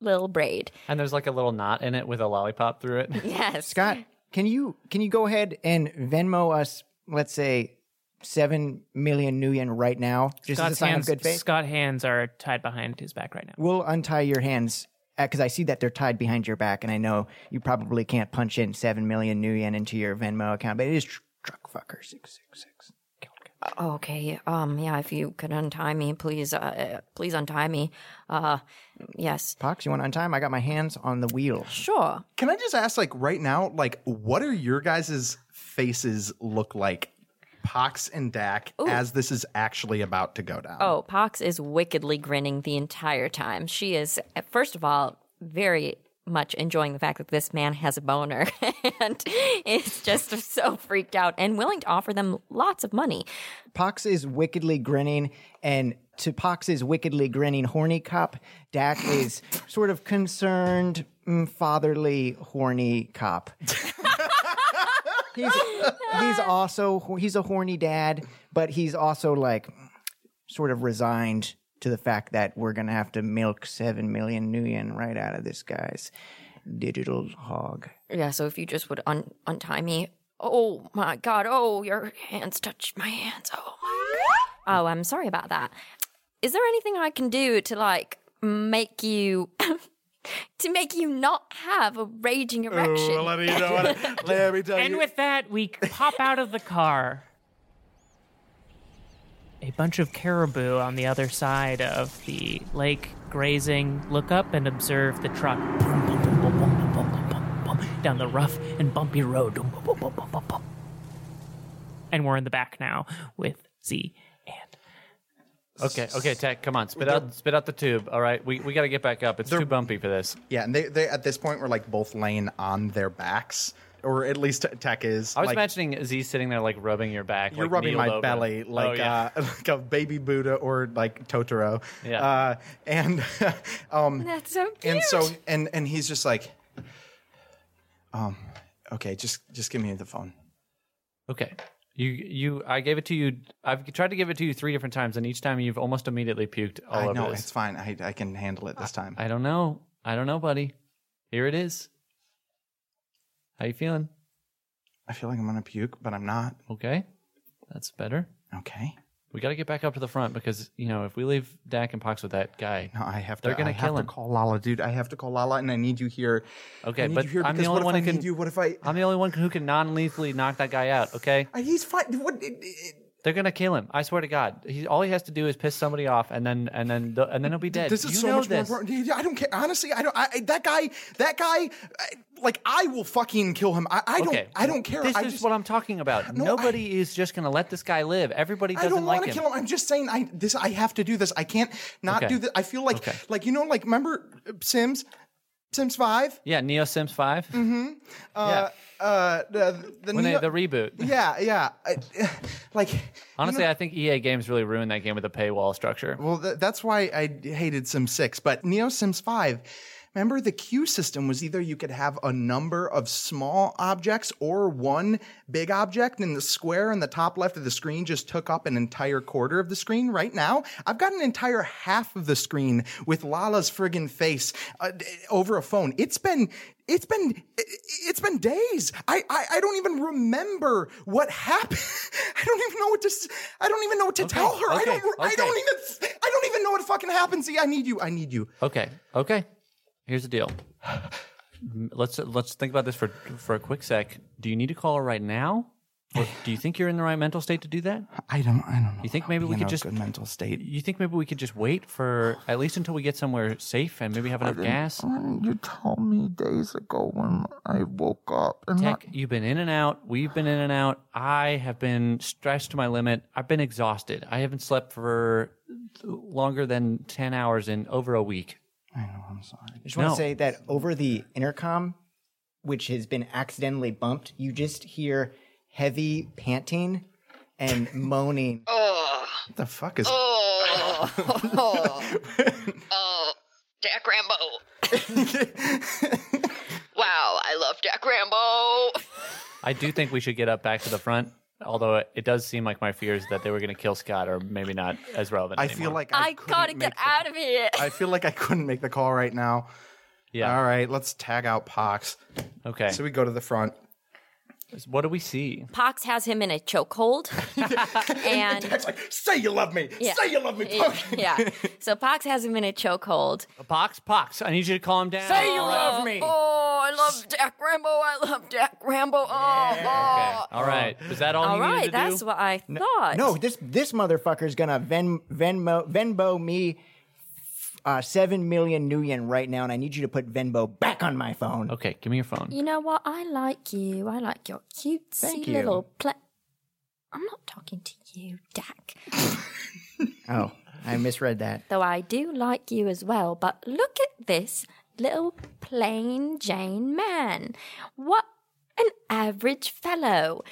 Speaker 3: little braid.
Speaker 4: And there's like a little knot in it with a lollipop through it.
Speaker 3: Yes,
Speaker 1: Scott, can you can you go ahead and Venmo us, let's say, seven million new yen right now, just as a
Speaker 2: Scott's
Speaker 1: sign
Speaker 2: hands,
Speaker 1: of good faith?
Speaker 2: Scott hands are tied behind his back right now.
Speaker 1: We'll untie your hands because I see that they're tied behind your back, and I know you probably can't punch in seven million new yen into your Venmo account, but it is tr- truck fucker six six six.
Speaker 3: Okay. Um. Yeah. If you could untie me, please. Uh. uh, Please untie me. Uh. Yes.
Speaker 1: Pox, you want to untie 'em? I got my hands on the wheel.
Speaker 3: Sure.
Speaker 5: Can I just ask, like, right now, like, what are your guys' faces look like? Pox and Dak, as this is actually about to go down.
Speaker 3: Oh, Pox is wickedly grinning the entire time. She is, first of all, very much enjoying the fact that this man has a boner and is just so freaked out and willing to offer them lots of money.
Speaker 1: Pox is wickedly grinning, and to Pox's wickedly grinning horny cop, Dak is sort of concerned, mm, fatherly, horny cop. he's, he's also he's a horny dad, but he's also like sort of resigned to the fact that we're gonna have to milk seven million new yen right out of this guy's digital hog.
Speaker 3: Yeah, so if you just would un- untie me. Oh my god. Oh, your hands touch my hands. Oh my god. Oh, I'm sorry about that. Is there anything I can do to like make you to make you not have a raging erection?
Speaker 5: me, you know what, let me tell
Speaker 2: And with that, we pop out of the car. a bunch of caribou on the other side of the lake grazing. Look up and observe the truck Boom, boom, boom, boom, boom, boom, boom, boom, boom, boom, down the rough and bumpy road. Boom, boom, boom, boom, boom, boom, boom. And we're in the back now with Z and
Speaker 4: Okay, okay, Tech, come on, spit out, spit out the tube. All right, we, we got to get back up. It's too bumpy for this.
Speaker 5: Yeah, and they, they at this point were like both laying on their backs, or at least Tech is.
Speaker 4: I was
Speaker 5: like,
Speaker 4: imagining Z sitting there like rubbing your back.
Speaker 5: You're
Speaker 4: like,
Speaker 5: rubbing
Speaker 4: kneeled
Speaker 5: my
Speaker 4: over.
Speaker 5: belly
Speaker 4: Oh,
Speaker 5: like
Speaker 4: yeah.
Speaker 5: uh, like a baby Buddha or like Totoro.
Speaker 4: Yeah.
Speaker 5: Uh, and um,
Speaker 3: That's so cute.
Speaker 5: and so and and he's just like, um, okay, just just give me the phone.
Speaker 4: Okay. You you I gave it to you I've tried to give it to you 3 different times and each time you've almost immediately puked all
Speaker 5: I
Speaker 4: over
Speaker 5: know
Speaker 4: this.
Speaker 5: it's fine. I I can handle it this time.
Speaker 4: I don't know. I don't know, buddy. Here it is. How you feeling?
Speaker 5: I feel like I'm gonna puke, but I'm not.
Speaker 4: Okay. That's better.
Speaker 5: Okay.
Speaker 4: We got to get back up to the front because, you know, if we leave Dak and Pox with that guy.
Speaker 5: No, I have to.
Speaker 4: They're gonna
Speaker 5: I
Speaker 4: kill
Speaker 5: have
Speaker 4: him.
Speaker 5: to call Lala, dude. I have to call Lala, and I need you here. I
Speaker 4: Okay,
Speaker 5: need
Speaker 4: but
Speaker 5: you here
Speaker 4: I'm the
Speaker 5: because
Speaker 4: only
Speaker 5: what
Speaker 4: one
Speaker 5: if
Speaker 4: who
Speaker 5: I
Speaker 4: can
Speaker 5: need you? What if I?
Speaker 4: I'm the only one who can non-lethally knock that guy out, okay?
Speaker 5: I he's fine. What? It, it,
Speaker 4: They're going to kill him. I swear to God. He all he has to do is piss somebody off and then and then the, and then he'll be dead.
Speaker 5: this is
Speaker 4: You
Speaker 5: so
Speaker 4: know
Speaker 5: much
Speaker 4: this.
Speaker 5: more important. I don't care. Honestly, I don't. I, I- that guy. That guy. I, like I will fucking kill him. I, I
Speaker 4: Okay.
Speaker 5: don't. I don't care.
Speaker 4: This
Speaker 5: I
Speaker 4: is
Speaker 5: just,
Speaker 4: what I'm talking about.
Speaker 5: No, I-
Speaker 4: Nobody is just going to let this guy live. Everybody
Speaker 5: I
Speaker 4: doesn't
Speaker 5: don't
Speaker 4: like
Speaker 5: want to
Speaker 4: him.
Speaker 5: kill him. I'm just saying I this I have to do this. I can't not
Speaker 4: Okay.
Speaker 5: do this. I feel like
Speaker 4: Okay.
Speaker 5: like you know like remember uh, Sims Sims 5
Speaker 4: Yeah, Neo Sims 5.
Speaker 5: uh uh the, the,
Speaker 4: When
Speaker 5: Neo-
Speaker 4: they, the reboot.
Speaker 5: Yeah, yeah. I, like
Speaker 4: Honestly, I think EA games really ruined that game with the paywall structure.
Speaker 5: well th- that's why I hated Sim 6, but Neo Sims 5 Remember the queue system was either you could have a number of small objects or one big object and the square in the top left of the screen just took up an entire quarter of the screen. Right now, I've got an entire half of the screen with Lala's friggin' face uh, d- over a phone. It's been it's been i- it's been days. I, I I don't even remember what happened. I don't even know what to s- I don't even know what to tell her. I
Speaker 4: okay,
Speaker 5: don't I
Speaker 4: okay.
Speaker 5: don't even I don't even know what fucking happened. See, I need you. I need you.
Speaker 4: Okay, okay. Here's the deal. Let's let's think about this for for a quick sec. Do you need to call her right now? Or do you think you're in the right mental state to do that?
Speaker 5: I don't I don't know.
Speaker 4: You think maybe we could just
Speaker 5: good mental state.
Speaker 4: you think maybe we could just wait for at least until we get somewhere safe and maybe have enough gas?
Speaker 5: You told me days ago when I woke up and
Speaker 4: Tech, you've been in and out. We've been in and out. I have been stretched to my limit. I've been exhausted. I haven't slept for longer than 10 hours in over a week.
Speaker 1: I just want
Speaker 4: No.
Speaker 1: to say that over the intercom, which has been accidentally bumped, you just hear heavy panting and moaning.
Speaker 5: what the fuck is
Speaker 8: Oh, oh, oh, Jack Rambo. wow, I love Jack Rambo.
Speaker 4: I do think we should get up back to the front, although it does seem like my fears that they were going to kill Scott are maybe not as relevant.
Speaker 5: I
Speaker 4: anymore.
Speaker 5: feel like I,
Speaker 3: I gotta
Speaker 5: couldn't
Speaker 3: get
Speaker 5: make the-
Speaker 3: out of here.
Speaker 5: I feel like I couldn't make the call right now.
Speaker 4: Yeah.
Speaker 5: All right, let's tag out Pox.
Speaker 4: Okay.
Speaker 5: So we go to the front.
Speaker 4: what do we see?
Speaker 3: Pox has him in a chokehold, and
Speaker 5: It's like, say you love me.
Speaker 3: Yeah.
Speaker 5: Say you love me, Pox.
Speaker 3: yeah, so Pox has him in a chokehold.
Speaker 4: Pox, Pox. I need you to calm down.
Speaker 3: Say you love me. Oh, I love Jack Rambo. I love Jack Rambo. Oh,
Speaker 4: Okay. All right. Was that all,
Speaker 3: oh. All
Speaker 4: you needed to
Speaker 3: right,
Speaker 4: do?
Speaker 3: that's what I thought.
Speaker 1: No, this this motherfucker's gonna Ven, Venmo Venmo me uh, seven million new yen right now, and I need you to put Venmo back on my phone.
Speaker 4: okay. Give me your phone.
Speaker 3: You know what? I like you. I like your cutesy
Speaker 1: Thank you.
Speaker 3: little pla I'm not talking to you, Dak.
Speaker 1: Oh, I misread that.
Speaker 3: Though I do like you as well, but look at this little plain Jane man. What an average fellow.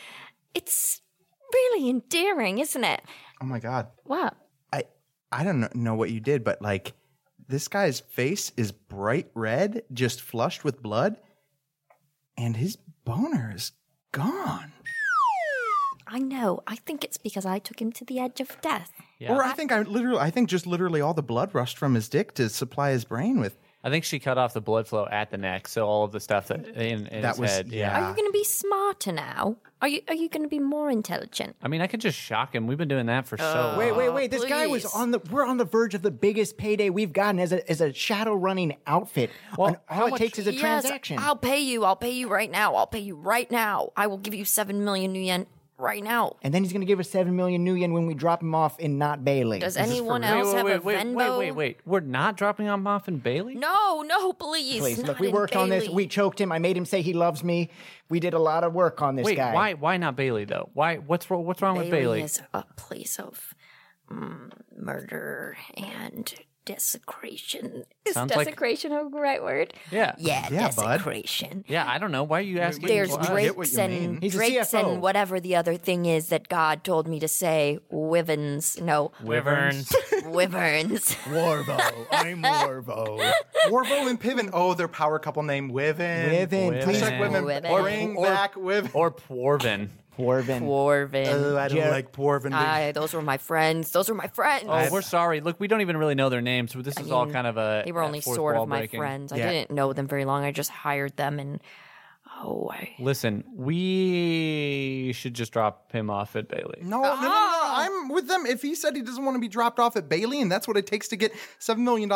Speaker 3: It's really endearing, isn't it?
Speaker 5: Oh my god.
Speaker 3: What?
Speaker 5: I I don't kn- know what you did, but like this guy's face is bright red, just flushed with blood, and his boner is gone.
Speaker 3: I know. I think it's because I took him to the edge of death.
Speaker 5: Or I think I literally I think just literally all the blood rushed from his dick to supply his brain with
Speaker 4: I think she cut off the blood flow at the neck, so all of the stuff that in, in
Speaker 5: That
Speaker 4: his
Speaker 5: was-
Speaker 4: head.
Speaker 5: yeah.
Speaker 3: Are you going to be smarter now? Are you are you going to be more intelligent?
Speaker 4: I mean, I could just shock him. We've been doing that for so
Speaker 3: Uh,
Speaker 4: long.
Speaker 1: Wait, wait, wait! This guy was
Speaker 3: please.
Speaker 1: on the. We're on the verge of the biggest payday we've gotten as a as a shadow running outfit. and all it takes is a transaction.
Speaker 3: I'll pay you. I'll pay you right now. I'll pay you right now. I will give you 7 million new yen right now.
Speaker 1: And then he's going to give us 7 million new yen when we drop him off in not Bailey.
Speaker 3: Does anyone
Speaker 4: Wait,
Speaker 3: else
Speaker 4: wait,
Speaker 3: have
Speaker 4: wait,
Speaker 3: a
Speaker 4: wait,
Speaker 3: Venmo?
Speaker 4: Wait, wait, wait. We're not dropping him off in Bailey?
Speaker 3: No, no, please.
Speaker 1: Please,
Speaker 3: not
Speaker 1: look, we
Speaker 3: in
Speaker 1: worked on this.
Speaker 3: Bailey.
Speaker 1: We choked him. I made him say he loves me. We did a lot of work on this
Speaker 4: Wait,
Speaker 1: guy.
Speaker 4: why why not Bailey though? Why what's wrong what's wrong
Speaker 3: Bailey,
Speaker 4: with Bailey?
Speaker 3: is a place of mm, murder and desecration. Is
Speaker 4: Sounds like-
Speaker 3: desecration a right word?
Speaker 4: yeah.
Speaker 3: Yeah,
Speaker 5: Yeah, bud.
Speaker 3: desecration.
Speaker 4: Yeah, I don't know. Why are you asking?
Speaker 3: There's
Speaker 4: for us?
Speaker 5: get what
Speaker 3: drakes
Speaker 5: you
Speaker 3: and
Speaker 5: mean.
Speaker 1: He's a
Speaker 3: drakes
Speaker 1: CFO.
Speaker 3: and whatever the other thing is that God told me to say. Wivens, no,
Speaker 6: Wyverns.
Speaker 3: wyverns.
Speaker 5: Warvo. I'm Warvo. Warvo and Piven. Oh, their power couple name Wiven.
Speaker 1: Wiven, please.
Speaker 5: Check Wiven.
Speaker 3: Wiven.
Speaker 5: Or bring
Speaker 4: Or-
Speaker 5: back Wiven.
Speaker 4: or Porvin.
Speaker 1: Dwarven.
Speaker 3: Dwarven.
Speaker 5: Oh, I don't like Dwarven.
Speaker 3: Aye, those were my friends. Those were my friends.
Speaker 4: Oh, we're sorry. Look, we don't even really know their names. This is all
Speaker 3: mean,
Speaker 4: kind of a
Speaker 3: they were
Speaker 4: a
Speaker 3: only
Speaker 4: fourth
Speaker 3: sort
Speaker 4: wall
Speaker 3: of my
Speaker 4: breaking.
Speaker 3: friends. I
Speaker 5: Yeah.
Speaker 3: didn't know them very long. I just hired them, and oh, I,
Speaker 4: Listen, we should just drop him off at Bailey.
Speaker 5: No, no, no, no, no. I'm with them. If he said he doesn't want to be dropped off at Bailey and that's what it takes to get $7 million,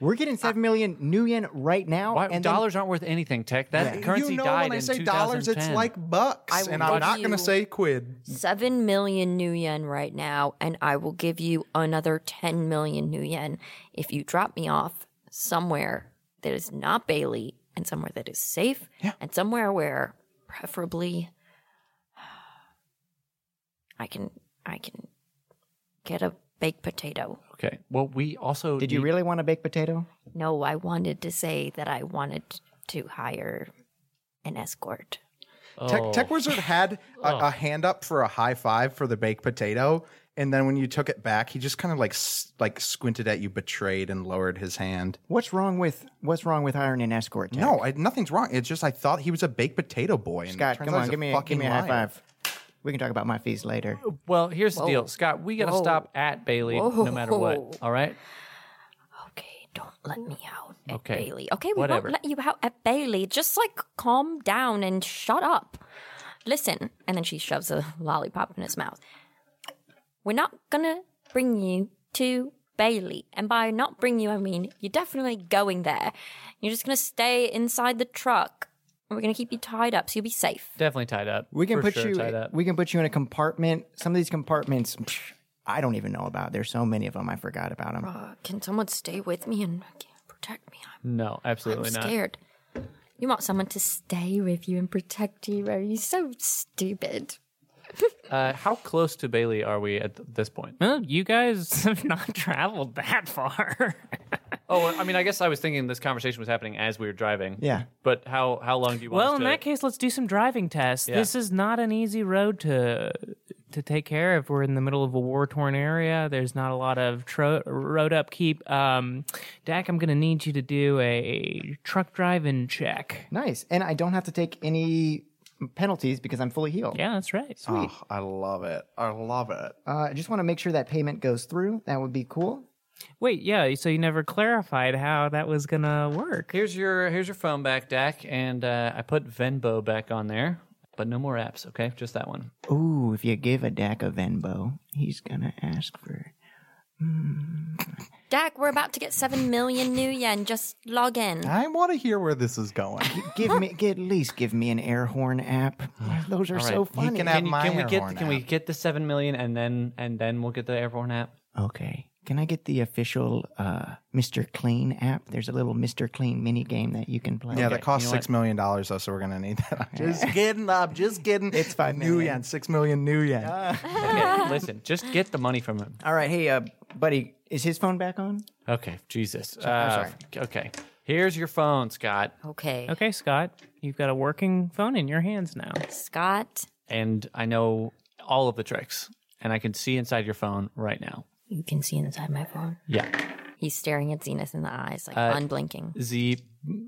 Speaker 1: We're getting 7 million new yen right now.
Speaker 4: Why,
Speaker 1: Oh, and then-
Speaker 4: dollars aren't worth anything, Tech. That currency
Speaker 5: you know
Speaker 4: died
Speaker 5: when I
Speaker 4: in
Speaker 5: say dollars, it's
Speaker 4: 2010.
Speaker 5: like bucks.
Speaker 3: I
Speaker 5: and
Speaker 3: will
Speaker 5: I'm not
Speaker 3: give
Speaker 5: going
Speaker 3: you-
Speaker 5: to say quid.
Speaker 3: seven million new yen right now, and I will give you another ten million new yen if you drop me off somewhere that is not Bailey and somewhere that is safe and somewhere where preferably I can I can get a baked potato.
Speaker 4: Okay. Well, we also
Speaker 1: Did you
Speaker 4: need-
Speaker 1: really want a baked potato?
Speaker 3: No, I wanted to say that I wanted to hire an escort.
Speaker 4: Oh.
Speaker 5: Tech, Tech Wizard had a, a hand up for a high five for the baked potato, and then when you took it back, he just kind of like s- like squinted at you, betrayed, and lowered his hand.
Speaker 1: What's wrong with what's wrong with hiring an escort? Tech?
Speaker 5: No, I, nothing's wrong. It's just I thought he was a baked potato boy. And
Speaker 1: Scott,
Speaker 5: turns
Speaker 1: come
Speaker 5: out
Speaker 1: on,
Speaker 5: he's
Speaker 1: give me a,
Speaker 5: fucking
Speaker 1: give me a high
Speaker 5: liar.
Speaker 1: five. We can talk about my fees later.
Speaker 4: Well, here's the deal, Scott. We got to stop at Bailey no matter what. All right.
Speaker 3: Okay, don't let me out at
Speaker 4: Okay,
Speaker 3: Bailey. Okay, we
Speaker 4: whatever.
Speaker 3: won't let you out at Bailey. Just like calm down and shut up. Listen, and then she shoves a lollipop in his mouth. We're not gonna bring you to Bailey. And by not bring you, I mean you're definitely going there. You're just gonna stay inside the truck. and We're gonna keep you tied up so you'll be safe.
Speaker 4: Definitely tied up.
Speaker 1: We can
Speaker 4: For
Speaker 1: put
Speaker 4: sure
Speaker 1: you.
Speaker 4: tied up.
Speaker 1: We can put you in a compartment. Some of these compartments, psh, I don't even know about. There's so many of them, I forgot about them.
Speaker 3: Uh, can someone stay with me and protect me? I'm
Speaker 4: no, absolutely
Speaker 3: I'm
Speaker 4: not.
Speaker 3: scared. You want someone to stay with you and protect you, are you so stupid?
Speaker 4: Uh, how close to Bailey are we at th- this point?
Speaker 2: Well, you guys have not traveled that far.
Speaker 4: Oh, I mean, I guess I was thinking this conversation was happening as we were driving.
Speaker 1: Yeah.
Speaker 4: But how how long do you want?
Speaker 2: well,
Speaker 4: us
Speaker 2: in
Speaker 4: to,
Speaker 2: that case, let's do some driving tests. This is not an easy road to to take care of. We're in the middle of a war torn area. There's not a lot of tro- road upkeep. Um, Dak, I'm going to need you to do a truck driving check.
Speaker 1: Nice, and I don't have to take any penalties because I'm fully healed.
Speaker 2: Yeah, that's right.
Speaker 5: Oh, I love it. I love it.
Speaker 1: Uh, I just want to make sure that payment goes through. That would be cool.
Speaker 2: Wait, yeah. So you never clarified how that was going to work.
Speaker 4: Here's your here's your phone back, Dak, and uh, I put Venbo back on there, but no more apps. Okay, just that one.
Speaker 1: Ooh, if you give a Dak a Venbo, he's gonna ask for.
Speaker 3: Dak, we're about to get 7 million new yen. Just log in.
Speaker 4: Ah.
Speaker 5: I want to hear where this is going.
Speaker 1: Give me, get, at least give me an air horn app. Those are so
Speaker 4: right.
Speaker 1: funny.
Speaker 5: He can have
Speaker 4: Can,
Speaker 5: my
Speaker 4: can we
Speaker 5: air
Speaker 4: get
Speaker 5: horn
Speaker 4: can we
Speaker 5: app.
Speaker 4: get the seven million and then and then we'll get the airborne app?
Speaker 1: Okay. Can I get the official uh, Mr. Clean app? There's a little Mr. Clean mini game that you can play.
Speaker 5: Yeah, that costs
Speaker 4: you know
Speaker 5: six million dollars though, so we're gonna need that. I'm just kidding, I'm just kidding. It's
Speaker 1: five
Speaker 5: new
Speaker 1: million.
Speaker 5: yen, six million new yen.
Speaker 4: Okay, listen, just get the money from him.
Speaker 1: All right. Hey, uh, buddy, is his phone back on?
Speaker 4: Okay, Jesus.
Speaker 1: I'm sorry.
Speaker 4: Uh, Okay, here's your phone, Scot,
Speaker 3: Okay.
Speaker 2: Okay, Scott, you've got a working phone in your hands now.
Speaker 3: Scott,
Speaker 4: and I know all of the tricks, and I can see inside your phone right now.
Speaker 3: you can see inside my phone.
Speaker 4: Yeah.
Speaker 3: He's staring at Zenith in the eyes, like
Speaker 4: Uh,
Speaker 3: unblinking.
Speaker 4: Z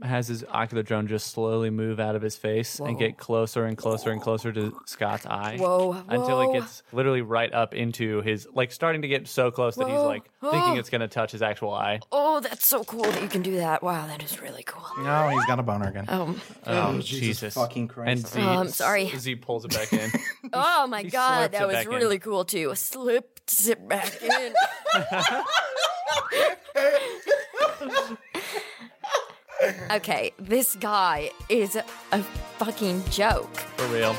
Speaker 4: has his ocular drone just slowly move out of his face and get closer and closer and closer to Scott's eye.
Speaker 3: Whoa,
Speaker 4: Until
Speaker 3: whoa.
Speaker 4: it gets literally right up into his, like starting to get so close that he's like thinking it's going to touch his actual eye.
Speaker 3: Oh, that's so cool that you can do that. Wow, that is really cool.
Speaker 5: No, he's got a boner again.
Speaker 3: Um,
Speaker 4: Oh, Jesus.
Speaker 5: fucking Christ.
Speaker 4: And Z,
Speaker 3: Oh, I'm sorry.
Speaker 4: Z pulls it back in.
Speaker 3: oh my
Speaker 4: slurps
Speaker 3: god,
Speaker 4: it
Speaker 3: that was
Speaker 4: back in.
Speaker 3: really cool too. Slip, zip back in. okay, this guy is a fucking joke.
Speaker 4: For real.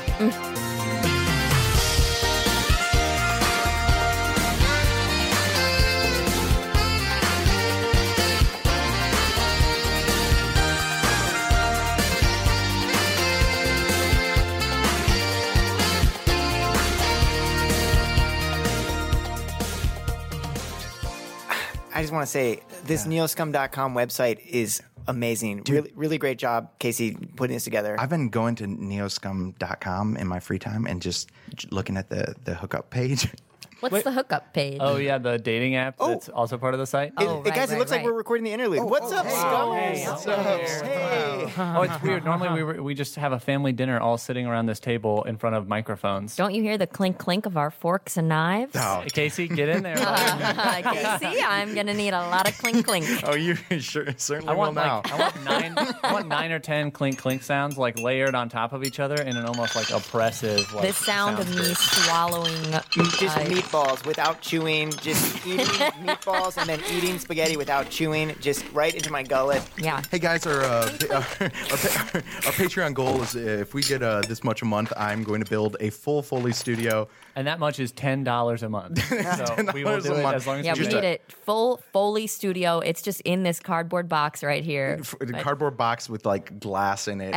Speaker 1: just want to say this neoscum.com website is amazing. Really, really great job, Casey, putting this together.
Speaker 5: I've been going to neoscum.com in my free time and just looking at the, the hookup page.
Speaker 3: What's the hookup page?
Speaker 4: Oh yeah, the dating app
Speaker 1: Oh.
Speaker 4: that's also part of the site.
Speaker 1: It-
Speaker 4: Oh,
Speaker 3: Oh,
Speaker 1: it-
Speaker 3: right,
Speaker 1: guys, it
Speaker 3: right,
Speaker 1: looks like
Speaker 3: right. Oh,
Speaker 1: we're recording the interlude. What's up, Scummers?
Speaker 5: What's up?
Speaker 1: Hey.
Speaker 4: oh, it's weird. Normally we were, we just have a family dinner all sitting around this table in front of microphones.
Speaker 3: Don't you hear the clink clink of our forks and knives?
Speaker 5: Oh.
Speaker 4: Casey, get in there.
Speaker 3: Uh-huh. Casey, I'm gonna need a lot of clink clink.
Speaker 5: Oh, you sure, certainly
Speaker 4: I want
Speaker 5: will now.
Speaker 4: like I want nine I want nine or ten clink clink sounds like layered on top of each other in an almost like oppressive like
Speaker 3: The sound of me swallowing.
Speaker 1: Just
Speaker 3: uh,
Speaker 1: meatballs without chewing, just eating meatballs and then eating spaghetti without chewing, just right into my gullet.
Speaker 3: yeah.
Speaker 5: Hey guys, our, uh, pa- our, our, pa- our Patreon goal is uh, if we get uh, this much a month, I'm going to build a full Foley studio.
Speaker 4: And that much is ten dollars a month. So we will
Speaker 5: $10
Speaker 4: do
Speaker 5: a
Speaker 4: it
Speaker 5: month.
Speaker 4: as long as
Speaker 3: Yeah,
Speaker 4: we
Speaker 3: we
Speaker 4: do
Speaker 3: need
Speaker 4: it.
Speaker 3: a full Foley studio. It's just in this cardboard box right here.
Speaker 5: F- The cardboard box with like glass in it. and-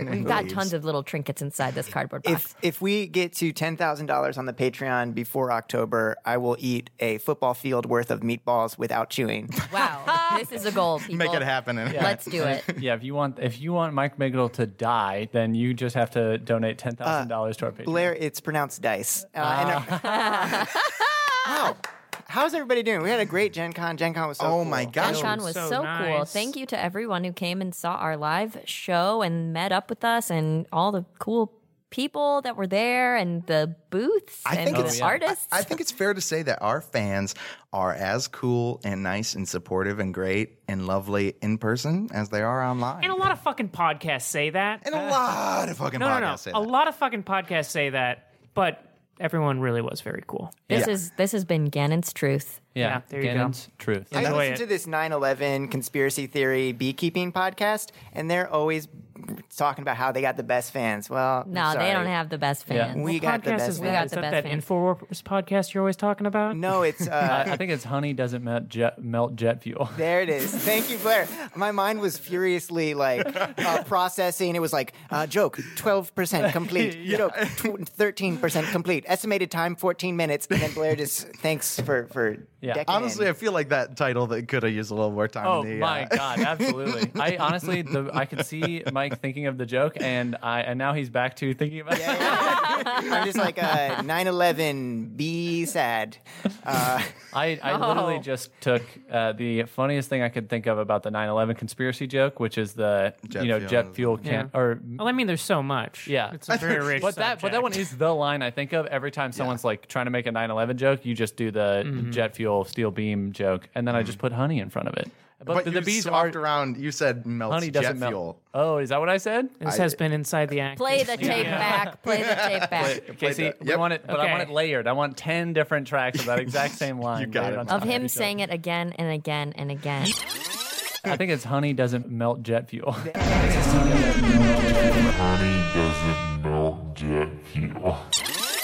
Speaker 5: and
Speaker 3: We've got
Speaker 5: leaves.
Speaker 3: tons of little trinkets inside this cardboard box.
Speaker 1: If if we get to ten thousand dollars on the Patreon before October, I will eat a football field worth of meatballs without chewing.
Speaker 3: wow. this is a goal, people.
Speaker 5: Make it happen. And
Speaker 3: Let's do it.
Speaker 4: Yeah, if you want if you want Mike Migdal to die, then you just have to donate ten thousand dollars to our Patreon.
Speaker 1: Blair, it's pronounced dice. Uh, and, uh, wow. How's everybody doing? We had a great Gen Con. Gen Con was so
Speaker 5: Oh
Speaker 1: cool.
Speaker 5: my gosh.
Speaker 3: Gen Con was
Speaker 2: so
Speaker 3: so, cool.
Speaker 2: nice.
Speaker 3: Thank you to everyone who came and saw our live show and met up with us and all the cool people that were there and the booths
Speaker 5: I think
Speaker 3: and
Speaker 5: it's
Speaker 3: the artists.
Speaker 5: I think it's fair to say that our fans are as cool and nice and supportive and great and lovely in person as they are online.
Speaker 2: And a lot of fucking podcasts say that.
Speaker 5: And a lot of fucking
Speaker 2: no, no,
Speaker 5: podcasts
Speaker 2: no.
Speaker 5: say
Speaker 2: A
Speaker 5: that.
Speaker 2: lot of fucking podcasts say that, but everyone really was very cool.
Speaker 3: this is this has been Gannon's truth.
Speaker 4: yeah,
Speaker 2: yeah, there you go.
Speaker 4: Gannon's truth.
Speaker 1: I
Speaker 2: Enjoy
Speaker 1: listened
Speaker 2: it.
Speaker 1: to this 9-11 conspiracy theory beekeeping podcast, and they're always talking about how they got the best fans. Well, I'm
Speaker 3: No, they
Speaker 1: sorry.
Speaker 3: don't have the best
Speaker 4: Yeah.
Speaker 3: fans.
Speaker 1: We got the
Speaker 2: Podcast
Speaker 1: best
Speaker 2: is
Speaker 1: fans.
Speaker 3: We got
Speaker 2: is
Speaker 3: the
Speaker 2: that
Speaker 3: best
Speaker 2: that
Speaker 3: fans.
Speaker 2: Infowars podcast you're always talking about?
Speaker 1: No, it's uh,
Speaker 4: I I think it's honey doesn't melt jet, melt jet fuel.
Speaker 1: There it is. Thank you, Blair. My mind was furiously like uh, processing. It was like uh, joke, twelve percent complete. Joke, thirteen percent complete. Estimated time, fourteen minutes. And then Blair just thanks for for.
Speaker 4: Yeah.
Speaker 1: decking
Speaker 5: Honestly,
Speaker 1: in.
Speaker 5: I feel like that title that could have used a little more time.
Speaker 4: Oh
Speaker 5: in the,
Speaker 4: my
Speaker 5: uh,
Speaker 4: god, absolutely. I honestly, the, I could see Mike thinking of the joke, and I and now he's back to thinking about. it.
Speaker 1: I'm just like uh, 9/11. Be sad. Uh,
Speaker 4: I, I literally just took uh, the funniest thing I could think of about the 9/11 conspiracy joke, which is the
Speaker 5: Jet
Speaker 4: you know
Speaker 5: fuel.
Speaker 4: jet fuel can or
Speaker 2: Well, I mean, there's so much.
Speaker 4: Yeah.
Speaker 2: It's a very rich
Speaker 4: but that but that one
Speaker 2: subject.
Speaker 4: is the line I think of every time someone's like trying to make a 9/11 joke. You just do the jet fuel steel beam joke, and then I just put honey in front of it.
Speaker 5: But
Speaker 4: But, the,
Speaker 5: you
Speaker 4: the bees are
Speaker 5: swapped around. You said melts
Speaker 4: honey
Speaker 5: jet
Speaker 4: doesn't melt.
Speaker 5: fuel.
Speaker 4: Oh, is that what I said?
Speaker 2: This has been inside the act.
Speaker 3: Play the tape back. Play the tape back.
Speaker 4: Casey,
Speaker 5: that.
Speaker 4: we
Speaker 5: Yep.
Speaker 4: want it, but I want
Speaker 2: Okay.
Speaker 4: it layered. I want ten different tracks of that exact same line.
Speaker 5: got
Speaker 4: layered
Speaker 5: it,
Speaker 4: on
Speaker 5: Mike.
Speaker 4: top
Speaker 3: Of him
Speaker 4: each
Speaker 3: saying it again and again and again.
Speaker 4: other. I think it's honey doesn't melt jet fuel.
Speaker 9: honey doesn't melt jet fuel.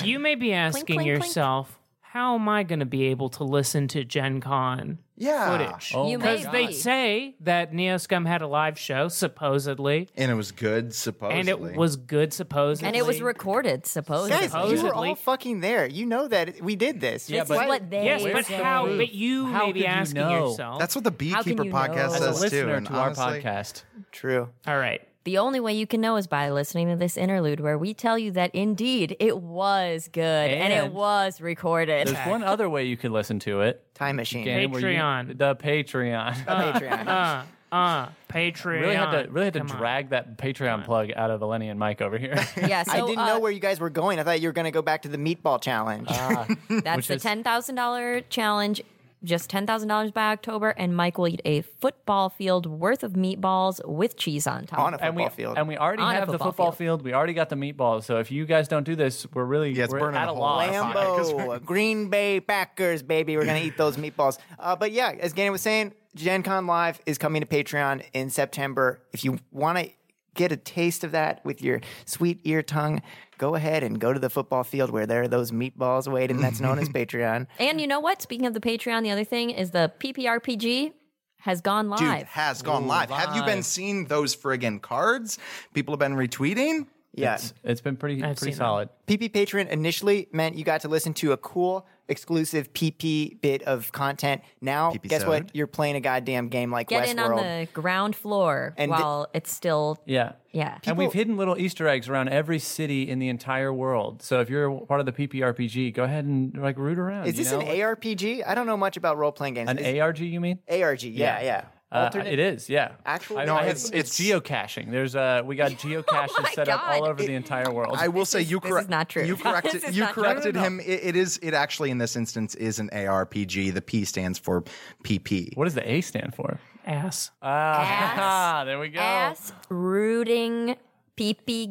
Speaker 2: You may be asking
Speaker 3: clink, clink.
Speaker 2: yourself, how am I going to be able to listen to Gen Con?
Speaker 5: Yeah.
Speaker 2: Footage.
Speaker 4: Oh
Speaker 3: You
Speaker 4: my
Speaker 3: may
Speaker 4: God.
Speaker 2: They say that Neoscum had a live show, supposedly,
Speaker 5: And it was good, supposedly.
Speaker 2: and it was good, supposedly.
Speaker 3: And it was recorded, supposedly.
Speaker 1: guys, you were all
Speaker 2: Supposedly.
Speaker 1: fucking there. You know that we did this.
Speaker 4: Yeah,
Speaker 1: It's
Speaker 4: but-
Speaker 1: like-
Speaker 3: what they
Speaker 2: Yes,
Speaker 3: say.
Speaker 2: but how? But you
Speaker 4: How
Speaker 2: may be
Speaker 4: could you
Speaker 2: asking
Speaker 4: know?
Speaker 2: yourself.
Speaker 5: That's what the
Speaker 3: can
Speaker 5: Beekeeper
Speaker 3: you
Speaker 5: podcast
Speaker 3: know?
Speaker 4: as a
Speaker 5: says too.
Speaker 4: listener
Speaker 5: and
Speaker 4: to our
Speaker 5: honestly-
Speaker 4: podcast.
Speaker 1: true.
Speaker 2: all right.
Speaker 3: The only way you can know is by listening to this interlude where we tell you that indeed it was good and, it
Speaker 4: And-
Speaker 3: was recorded.
Speaker 4: There's one other way you could listen to it.
Speaker 1: Time machine.
Speaker 4: Dan, where you-
Speaker 2: Patreon.
Speaker 4: the Patreon.
Speaker 1: Patreon.
Speaker 2: Uh, uh, Patreon.
Speaker 4: really had to really had to
Speaker 2: Come on.
Speaker 4: drag that Patreon plug out of Eleni and Mike over here.
Speaker 3: yeah, so
Speaker 1: I didn't
Speaker 3: uh,
Speaker 1: know where you guys were going. I thought you were going to go back to the meatball challenge.
Speaker 4: Uh,
Speaker 3: that's the $10,000 challenge. Just $10,000 by October, and Mike will eat a football field worth of meatballs with cheese on top.
Speaker 1: on a football
Speaker 4: and we
Speaker 1: field.
Speaker 4: and we already
Speaker 3: On a
Speaker 4: have the
Speaker 3: football
Speaker 4: football
Speaker 3: field.
Speaker 4: field. We already got the meatballs. So if you guys don't do this, we're really
Speaker 5: Yeah, it's
Speaker 4: we're
Speaker 5: burning
Speaker 4: at
Speaker 5: a
Speaker 4: a
Speaker 5: hole.
Speaker 4: loss.
Speaker 5: Lamb-
Speaker 1: Lambo, Green Bay Packers, baby. We're gonna eat those meatballs. Uh, but yeah, as Gannon was saying, Gen Con Live is coming to Patreon in September. If you want to get a taste of that with your sweet ear tongue, go ahead and go to the football field where there are those meatballs waiting. That's known as Patreon.
Speaker 3: And you know what? Speaking of the Patreon, the other thing is the PPRPG has gone live.
Speaker 5: Dude, has gone live. Have you been seeing those friggin' cards? People have been retweeting.
Speaker 1: Yeah.
Speaker 4: It's, it's been pretty
Speaker 2: I've
Speaker 4: pretty
Speaker 2: seen that.
Speaker 4: solid.
Speaker 1: PP patron initially meant you got to listen to a cool, exclusive PP bit of content. Now, guess
Speaker 5: PP-sode.
Speaker 1: what? You're playing a goddamn game like
Speaker 3: Get
Speaker 1: Westworld.
Speaker 3: in on the ground floor
Speaker 1: And thi-
Speaker 3: while it's still.
Speaker 4: Yeah.
Speaker 3: Yeah.
Speaker 5: Oh
Speaker 4: and we've hidden little Easter eggs around every city in the entire world. So if you're part of the PPRPG, go ahead and like root around.
Speaker 1: Is
Speaker 4: you
Speaker 1: this
Speaker 4: know?
Speaker 1: an ARPG? I don't know much about role playing games.
Speaker 4: An
Speaker 1: Is-
Speaker 4: ARG, you mean?
Speaker 1: ARG, yeah, yeah.
Speaker 4: Uh,
Speaker 1: Alternate-
Speaker 4: it is, yeah.
Speaker 1: Actual-
Speaker 4: I-
Speaker 1: No,
Speaker 4: I-
Speaker 5: it's-
Speaker 4: it's, it's
Speaker 5: it's-
Speaker 4: geocaching. There's uh, we got geocaches
Speaker 3: my
Speaker 4: set up all
Speaker 3: God.
Speaker 4: over the entire world.
Speaker 5: I will say you
Speaker 3: this
Speaker 5: correct.
Speaker 3: is not true.
Speaker 5: You corrected.
Speaker 3: This is
Speaker 5: you
Speaker 3: not true.
Speaker 5: corrected him. It, it is. It actually in this instance is an ARPG. The P stands for PP.
Speaker 4: what does the A stand for?
Speaker 2: Ass.
Speaker 4: Ah, there we go.
Speaker 3: Ass rooting PP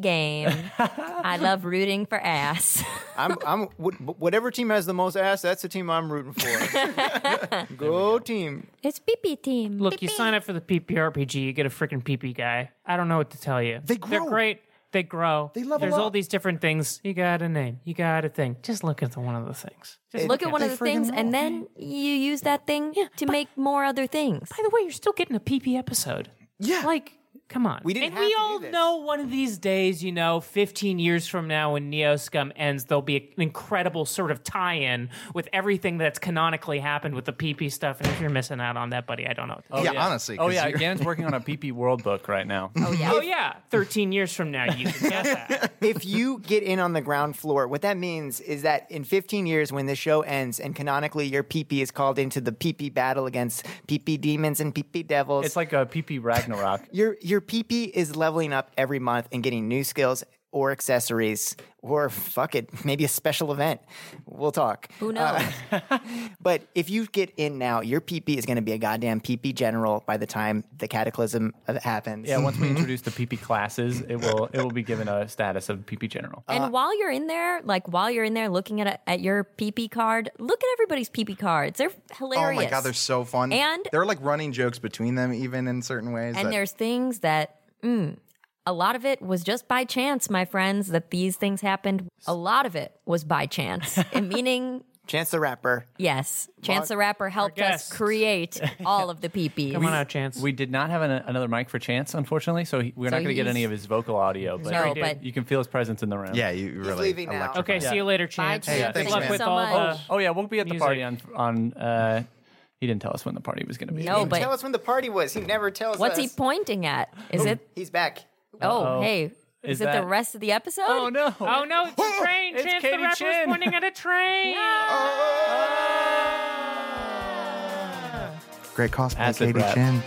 Speaker 3: game. I love rooting for ass.
Speaker 1: I'm, I'm wh- whatever team has the most ass. That's the team I'm rooting for. go team.
Speaker 3: it's PP team.
Speaker 2: Look, you sign up for the PPRPG, you get a freaking PP guy. I don't know what to tell you. They
Speaker 5: grow.
Speaker 2: They're great. They grow. They
Speaker 5: level
Speaker 2: There's all
Speaker 5: up.
Speaker 2: these different things. You got a name. You got a thing. Just look at the one of the things. Just
Speaker 3: Look at one of the
Speaker 5: They friggin'
Speaker 3: things,
Speaker 5: roll.
Speaker 3: and then you use that thing to make more other things.
Speaker 2: By the way, you're still getting a PP episode.
Speaker 5: Yeah.
Speaker 2: Like, come on.
Speaker 1: We didn't
Speaker 2: And
Speaker 1: have
Speaker 2: we
Speaker 1: to do
Speaker 2: all
Speaker 1: this.
Speaker 2: know one of these days, you know, 15 years from now when Neo Scum ends, there'll be an incredible sort of tie-in with everything that's canonically happened with the PP stuff. And if you're missing out on that, buddy, I don't know. Oh,
Speaker 5: yeah, honestly.
Speaker 4: Oh
Speaker 5: 'cause
Speaker 4: yeah,
Speaker 5: you're-
Speaker 4: Gan's working on a PP world book right now. Oh
Speaker 2: yeah. 13 years from now, you can get that.
Speaker 1: If you get in on the ground floor, what that means is that in 15 years, when the show ends and canonically your PP is called into the PP battle against PP demons and PP devils,
Speaker 4: It's like a PP Ragnarok.
Speaker 1: your your PP is leveling up every month and getting new skills or accessories or fuck it, maybe a special event. We'll talk.
Speaker 3: Who knows?
Speaker 5: Uh,
Speaker 1: But if you get in now, your PP is going to be a goddamn PP general by the time the cataclysm of- happens.
Speaker 4: Yeah, once we introduce the PP classes, it will it will be given a status of PP general.
Speaker 3: and
Speaker 5: uh,
Speaker 3: while you're in there, like while you're in there looking at a, at your PP card, look at everybody's PP cards. They're
Speaker 5: Oh
Speaker 3: hilarious.
Speaker 5: my god, they're so fun.
Speaker 3: And-
Speaker 5: they're like running jokes between them, even in certain ways.
Speaker 3: and
Speaker 5: that-
Speaker 3: there's things that mm, a lot of it was just by chance, my friends, that these things happened. A lot of it was by chance, And meaning.
Speaker 1: Chance the Rapper.
Speaker 3: Yes, Chance the Rapper helped us
Speaker 2: guest.
Speaker 3: create all of the PP.
Speaker 2: Come on out, Chance.
Speaker 4: We did not have an, another mic for Chance, unfortunately, so he, we're
Speaker 3: So
Speaker 4: not going to get
Speaker 3: he's-
Speaker 4: any of his vocal audio. But,
Speaker 3: No, but-
Speaker 4: you can feel his presence in the room.
Speaker 5: yeah, you really
Speaker 1: leaving now.
Speaker 5: electrified.
Speaker 2: okay, see you later, Chance.
Speaker 3: Chance.
Speaker 2: Good
Speaker 5: Thanks,
Speaker 2: luck
Speaker 5: man.
Speaker 2: with
Speaker 3: so
Speaker 2: all
Speaker 3: much.
Speaker 2: the...
Speaker 4: Oh yeah, we'll be at
Speaker 2: Music.
Speaker 4: the party on on. Uh, he didn't tell us when the party was going to be.
Speaker 3: No, but
Speaker 1: Tell us when the party was. He never tells
Speaker 3: What's
Speaker 1: us.
Speaker 3: he pointing at? Is it?
Speaker 1: He's back.
Speaker 3: Oh, hey. Is,
Speaker 4: Is
Speaker 3: it
Speaker 4: that-
Speaker 3: the rest of the episode?
Speaker 4: Oh no!
Speaker 2: Oh, no, it's a train.
Speaker 4: It's
Speaker 2: Chance
Speaker 4: Katie
Speaker 2: the Rapper's
Speaker 4: Chin.
Speaker 2: pointing at a train.
Speaker 3: Ah!
Speaker 5: Great cosplay,
Speaker 4: Acid
Speaker 5: Katie
Speaker 4: rap.
Speaker 5: Chen.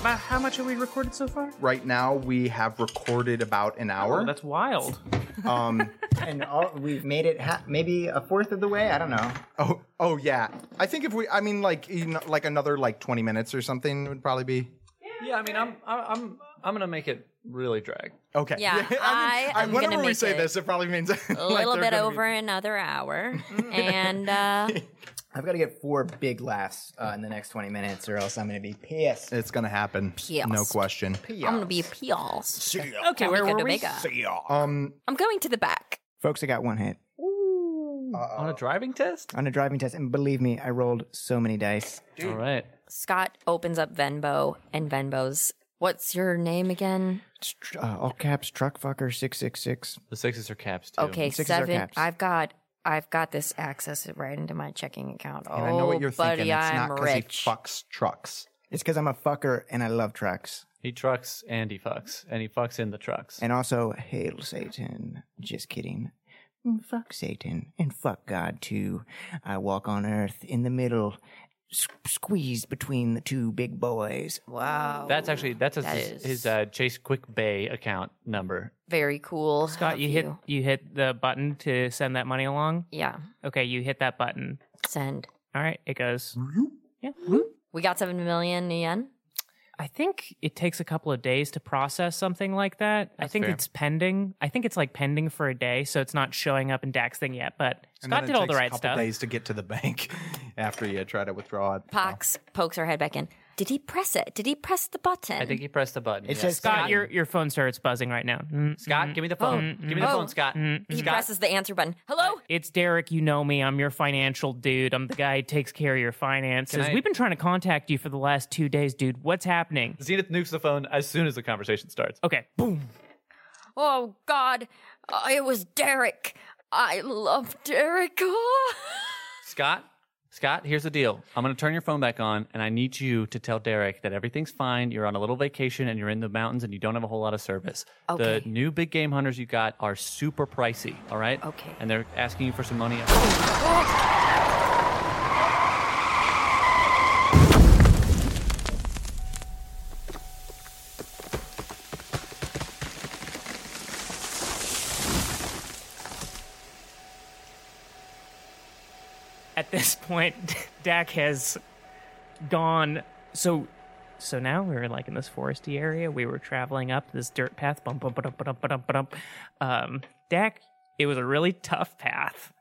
Speaker 2: About how much have we recorded so far?
Speaker 5: Right now, we have recorded about an hour.
Speaker 2: Oh, that's wild.
Speaker 1: And all, we've made it ha- maybe a fourth of the way. I don't know.
Speaker 5: oh, oh yeah. I think if we, I mean, like, you know, like another like twenty minutes or something would probably be
Speaker 4: Yeah, I mean, I'm I'm I'm, I'm going to make it really drag.
Speaker 5: okay.
Speaker 3: Yeah, I am
Speaker 5: whenever
Speaker 3: gonna
Speaker 5: we
Speaker 3: make
Speaker 5: say
Speaker 3: it
Speaker 5: this, it probably means
Speaker 3: A little bit over another hour. and uh,
Speaker 1: I've got to get four big laughs uh, in the next 20 minutes or else I'm going to be pissed.
Speaker 5: It's gonna happen. No
Speaker 3: Pissed.
Speaker 5: question.
Speaker 3: I'm going to be peels.
Speaker 2: Okay, where were we?
Speaker 5: Um,
Speaker 3: I'm going to the back.
Speaker 1: Folks, I got one hit
Speaker 4: On
Speaker 5: Oh.
Speaker 4: a driving test?
Speaker 1: on a driving test. And believe me, I rolled so many dice.
Speaker 4: All right.
Speaker 3: Scott opens up Venbo and Venbo's. What's your name again?
Speaker 1: Tr- Uh, all caps, truck fucker 666.
Speaker 4: The sixes are caps too.
Speaker 3: Okay,
Speaker 1: Sixes or
Speaker 3: seven.
Speaker 1: caps?
Speaker 3: I've got I've got this access right into my checking account.
Speaker 5: and
Speaker 3: oh,
Speaker 5: I know what you're
Speaker 3: buddy,
Speaker 5: thinking. It's
Speaker 3: I'm
Speaker 5: not because he
Speaker 3: rich.
Speaker 5: fucks trucks.
Speaker 1: It's because I'm a fucker and I love trucks.
Speaker 4: He trucks and he fucks and he fucks in the trucks.
Speaker 1: And also, hail Satan. Just kidding. Mm, Fuck Satan and fuck God too. I walk on earth in the middle, s- squeezed between the two big boys.
Speaker 3: wow,
Speaker 4: That's actually that's his,
Speaker 3: That
Speaker 4: his,
Speaker 3: is-
Speaker 4: uh, Chase Quick Bay account number.
Speaker 3: very cool.
Speaker 2: Scott,
Speaker 3: of
Speaker 2: you hit you hit the button to send that money along.
Speaker 3: Yeah,
Speaker 2: Okay, you hit that button.
Speaker 3: send.
Speaker 2: All right, it goes.
Speaker 5: Mm-hmm.
Speaker 2: Yeah.
Speaker 3: We got seven million yen.
Speaker 2: I think it takes a couple of days to process something like that. I think
Speaker 4: fair.
Speaker 2: it's pending. I think it's like pending for a day, so it's not showing up in Dax thing yet. But
Speaker 5: And then
Speaker 2: Scott
Speaker 5: it
Speaker 2: did all
Speaker 5: takes
Speaker 2: the
Speaker 5: a
Speaker 2: right
Speaker 5: couple
Speaker 2: stuff.
Speaker 5: Days to get to the bank after you try to withdraw it.
Speaker 3: Pox pokes her head back in. Did he press it? Did he press the button?
Speaker 4: I think he pressed the button.
Speaker 1: It
Speaker 4: yes.
Speaker 1: says
Speaker 2: Scott, your your phone starts buzzing right now. Mm,
Speaker 4: Scott, give me the phone. give me the
Speaker 3: Oh.
Speaker 4: phone, Scott.
Speaker 3: He
Speaker 4: Scott.
Speaker 3: presses the answer button. Hello?
Speaker 2: It's Derek. You know me. I'm your financial dude. I'm the guy who takes care of your finances.
Speaker 4: I-
Speaker 2: We've been trying to contact you for the last two days, dude. What's happening?
Speaker 4: Zenith nukes the phone as soon as the conversation starts.
Speaker 2: Okay. Boom.
Speaker 3: Oh God, uh, it was Derek. I love Derek. Oh.
Speaker 4: Scott, Scott, here's the deal. I'm going to turn your phone back on, and I need you to tell Derek that everything's fine. You're on a little vacation, and you're in the mountains, and you don't have a whole lot of service.
Speaker 3: Okay.
Speaker 4: The new big game hunters you got are super pricey. All right.
Speaker 3: Okay.
Speaker 4: And they're asking you for some money.
Speaker 2: At this point, Dak has gone. So, so now we're like in this foresty area. We were traveling up this dirt path. Bum bum ba-dum, ba-dum, ba-dum, ba-dum. Um, Dak, it was a really tough path.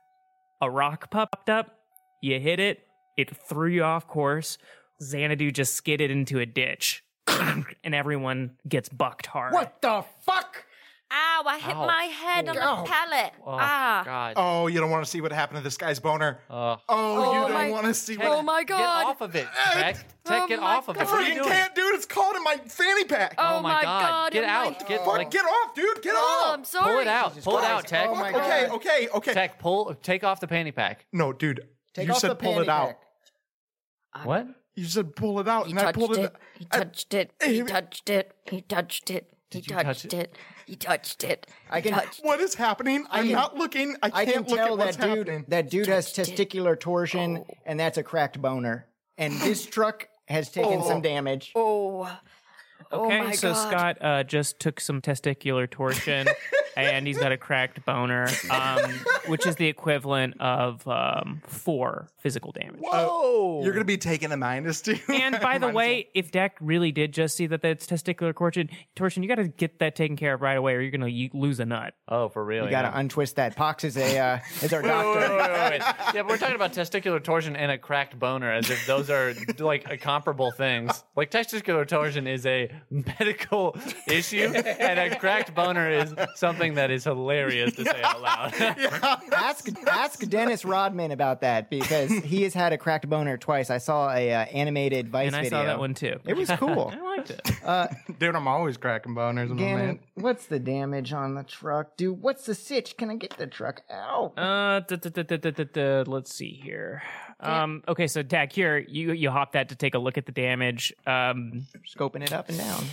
Speaker 2: A rock popped up. You hit it. It threw you off course. Xanadu just skidded into a ditch, and everyone gets bucked hard.
Speaker 1: What the fuck?
Speaker 3: Ow! I hit
Speaker 4: Ow.
Speaker 3: my head on
Speaker 1: Ow.
Speaker 3: the pallet.
Speaker 4: Oh,
Speaker 3: ah!
Speaker 4: God.
Speaker 5: Oh, you don't want to see what happened to this guy's boner.
Speaker 4: Uh,
Speaker 5: Oh, you don't
Speaker 3: my-
Speaker 5: want to see
Speaker 3: Oh
Speaker 5: what.
Speaker 3: my
Speaker 4: Get
Speaker 3: God!
Speaker 4: off of it, Tech. Tech,
Speaker 3: Oh
Speaker 4: get
Speaker 3: my
Speaker 4: off of
Speaker 5: I
Speaker 4: it. What are you
Speaker 5: freaking
Speaker 4: doing?
Speaker 5: can't, dude. It's caught in my fanny pack.
Speaker 3: Oh,
Speaker 4: Oh my God. Get
Speaker 3: am
Speaker 4: out.
Speaker 3: I-
Speaker 4: Get
Speaker 5: Fuck,
Speaker 4: like
Speaker 5: get off, dude. Get
Speaker 3: Oh,
Speaker 5: off.
Speaker 3: I'm sorry.
Speaker 4: pull it out. pull it out, Tech.
Speaker 1: Oh my God.
Speaker 5: okay, okay, okay.
Speaker 4: Tech, pull. Take off the panty pack.
Speaker 5: No, dude.
Speaker 1: Take
Speaker 5: you
Speaker 1: off
Speaker 5: said
Speaker 1: the
Speaker 5: pull
Speaker 1: panty
Speaker 5: it out.
Speaker 1: pack.
Speaker 4: What?
Speaker 5: You said pull it out,
Speaker 3: He
Speaker 5: and I pulled
Speaker 3: touched
Speaker 5: it.
Speaker 3: it. He touched it. He touched it. He touched it. He
Speaker 4: you touch
Speaker 3: touched
Speaker 4: it?
Speaker 3: it. He touched it.
Speaker 1: I can-
Speaker 3: Touched-
Speaker 5: What is happening? I'm
Speaker 1: can-
Speaker 5: not looking. I can't
Speaker 1: I can
Speaker 5: look
Speaker 1: tell
Speaker 5: at what's
Speaker 1: that dude
Speaker 5: happening. Oh.
Speaker 1: that dude has testicular torsion, and that's a cracked boner. And this truck has taken some damage.
Speaker 3: Oh.
Speaker 2: Okay,
Speaker 3: oh my
Speaker 2: so
Speaker 3: God.
Speaker 2: Scott uh, just took some testicular torsion, and he's got a cracked boner, um, which is the equivalent of um, four physical damage.
Speaker 5: Whoa! You're gonna be taking a minus two.
Speaker 2: And by the way, if Dak really did just see that that's testicular torsion, torsion, you got to get that taken care of right away, or you're gonna you lose a nut.
Speaker 4: Oh, for real?
Speaker 1: You gotta untwist that. Pox is a uh, is our doctor.
Speaker 4: yeah, but we're talking about testicular torsion and a cracked boner as if those are like comparable things. Like testicular torsion is a medical issue, and a cracked boner is something that is hilarious to say out loud.
Speaker 1: ask ask Dennis Rodman about that because he has had a cracked boner twice. I saw a uh, animated Vice
Speaker 2: And I
Speaker 1: video.
Speaker 2: saw that one too. Oh,
Speaker 1: It was cool.
Speaker 2: I liked it.
Speaker 5: dude, I'm always cracking boners, my
Speaker 1: Gannon,
Speaker 5: man.
Speaker 1: what's the damage on the truck, dude? What's the sitch? Can I get the truck? Ow!
Speaker 2: Uh, duh, duh, duh, duh, duh, duh, duh, let's see here. Um, okay, so Dak, here you you hop that to take a look at the damage. Um,
Speaker 1: Scoping it up and down.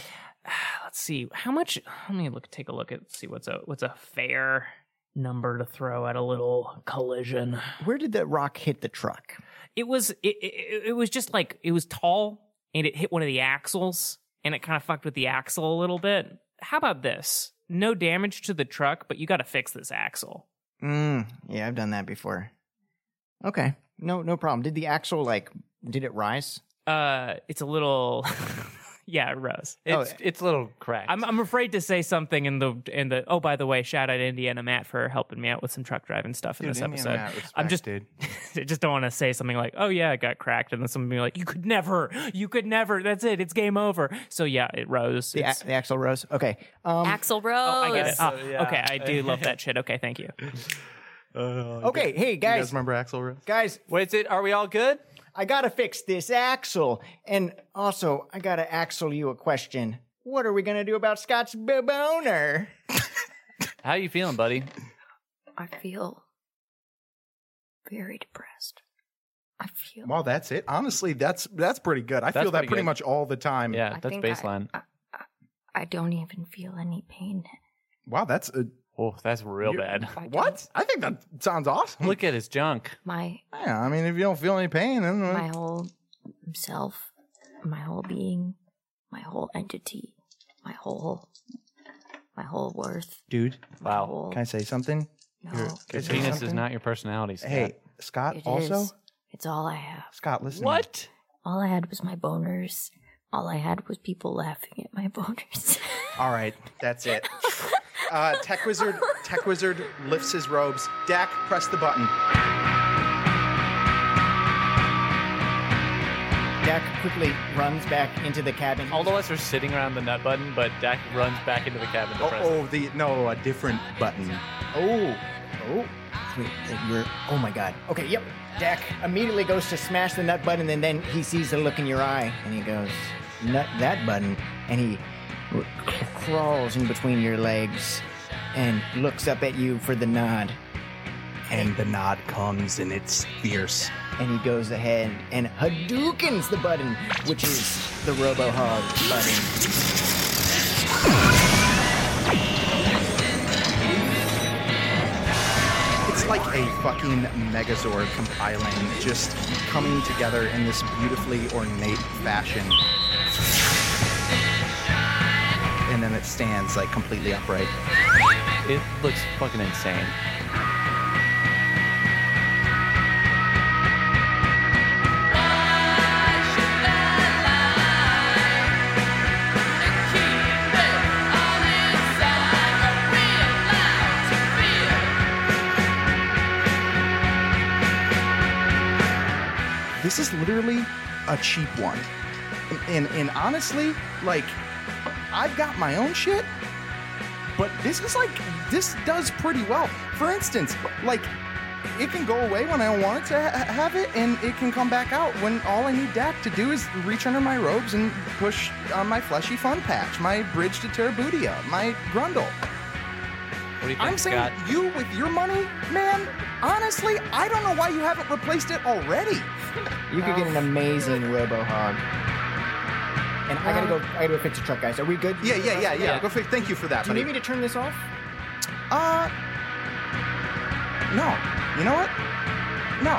Speaker 2: let's see how much let me look take a look at see what's a what's a fair number to throw at a little collision
Speaker 1: Where did the rock hit the truck?
Speaker 2: it was it, it, it was just like it was tall and it hit one of the axles and it kind of fucked with the axle a little bit how about this no damage to the truck but you got to fix this axle
Speaker 1: Mm, yeah, I've done that before. Okay, no, no problem. Did the axle like? Did it rise?
Speaker 2: uh it's a little yeah it rose
Speaker 4: It's it's a little cracked.
Speaker 2: I'm I'm afraid to say something in the in the oh by the way shout out Indiana Matt for helping me out with some truck driving stuff in
Speaker 5: Dude,
Speaker 2: this
Speaker 5: Indiana
Speaker 2: episode.
Speaker 5: Matt, respect,
Speaker 2: I'm just
Speaker 5: dude.
Speaker 2: I just don't want to say something like oh yeah I got cracked and then something be like you could never you could never that's it it's game over. So yeah it rose.
Speaker 1: The,
Speaker 2: It's-
Speaker 1: a- the axle rose. Okay. Um,
Speaker 3: Axel Rose.
Speaker 2: I get it. Ah,
Speaker 4: yeah.
Speaker 2: Okay I do love that shit. Okay thank you.
Speaker 1: okay. Hey
Speaker 5: Oh, You
Speaker 1: guys,
Speaker 5: guys remember Axel Rose?
Speaker 1: guys,
Speaker 4: Wait, is it, are we all good?
Speaker 1: I gotta fix this axle, and also I gotta axle you a question. What are we gonna do about Scott's b- boner?
Speaker 4: How you feeling, buddy?
Speaker 3: I feel very depressed. I feel.
Speaker 5: Well, that's it. Honestly, that's that's pretty good. I
Speaker 4: That's
Speaker 5: feel that
Speaker 4: pretty
Speaker 5: pretty
Speaker 4: good.
Speaker 5: much all the time.
Speaker 4: Yeah,
Speaker 3: I
Speaker 4: that's
Speaker 3: think I-
Speaker 4: baseline.
Speaker 3: I, I, I don't even feel any pain.
Speaker 5: Wow, that's a,
Speaker 4: oh, that's real bad.
Speaker 3: I
Speaker 5: what? I think that sounds awesome.
Speaker 4: Look at his junk.
Speaker 3: My
Speaker 5: Yeah, I mean, if you don't feel any pain, then uh,
Speaker 3: my whole self, my whole being, my whole entity, my whole my whole worth.
Speaker 5: dude,
Speaker 3: my
Speaker 4: Wow.
Speaker 3: whole-
Speaker 5: can I say something?
Speaker 3: no,
Speaker 5: Can I
Speaker 4: Your
Speaker 5: say
Speaker 4: penis is
Speaker 5: something?
Speaker 4: not your personality. Scott.
Speaker 5: Hey, Scott.
Speaker 3: it is.
Speaker 5: also,
Speaker 3: It's all I have.
Speaker 5: Scott, listen. to me.
Speaker 4: what?
Speaker 3: All I had was my boners. All I had was people laughing at my boners.
Speaker 5: All right, that's it. Uh, Tech Wizard, Tech Wizard lifts his robes. Dak, press the button.
Speaker 1: Dak quickly runs back into the cabin.
Speaker 4: All of us are sitting around the nut button, but Dak runs back into the cabin to
Speaker 5: Oh,
Speaker 4: press it.
Speaker 5: oh, the no, a different button.
Speaker 1: Oh, oh, wait, uh, you're. Oh my God. Okay, yep. Dak immediately goes to smash the nut button, and then he sees the look in your eye, and he goes, "Nut that button," and he r- c- crawls in between your legs and looks up at you for the nod,
Speaker 5: And the nod comes and it's fierce.
Speaker 1: and he goes ahead and Hadoukens the button, which is the Robo Hog button.
Speaker 5: It's like a fucking Megazord compiling, just coming together in this beautifully ornate fashion. And then it stands like completely upright.
Speaker 4: It looks fucking insane.
Speaker 5: This is literally a cheap one. And, and, and honestly, like, I've got my own shit, but this is like, this does pretty well. For instance, like, it can go away when I don't want it to ha- have it, and it can come back out when all I need Dak to do is reach under my robes and push on my fleshy fun patch, my bridge to Terrabudia, my Grundle.
Speaker 4: What do you think,
Speaker 5: I'm saying
Speaker 4: Scott?
Speaker 5: you with your money, man. Honestly, I don't know why you haven't replaced it already.
Speaker 1: You could get an amazing Robo Hog. And I gotta go. I gotta go fix the truck, guys. Are we good?
Speaker 5: Yeah, yeah, yeah, yeah.
Speaker 4: Yeah.
Speaker 5: Go fix. Thank you for that,
Speaker 1: Do you
Speaker 5: buddy.
Speaker 1: need me to turn this off?
Speaker 5: uh, no. You know what? No.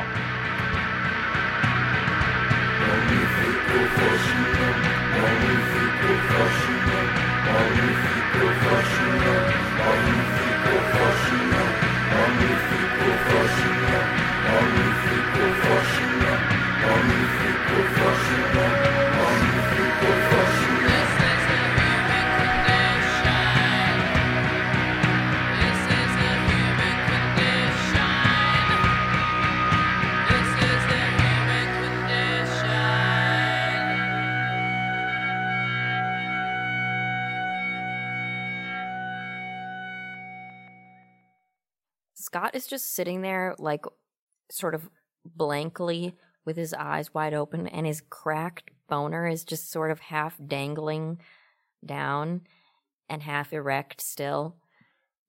Speaker 3: Scott is just sitting there, like, sort of blankly with his eyes wide open, and his cracked boner is just sort of half dangling down and half erect still.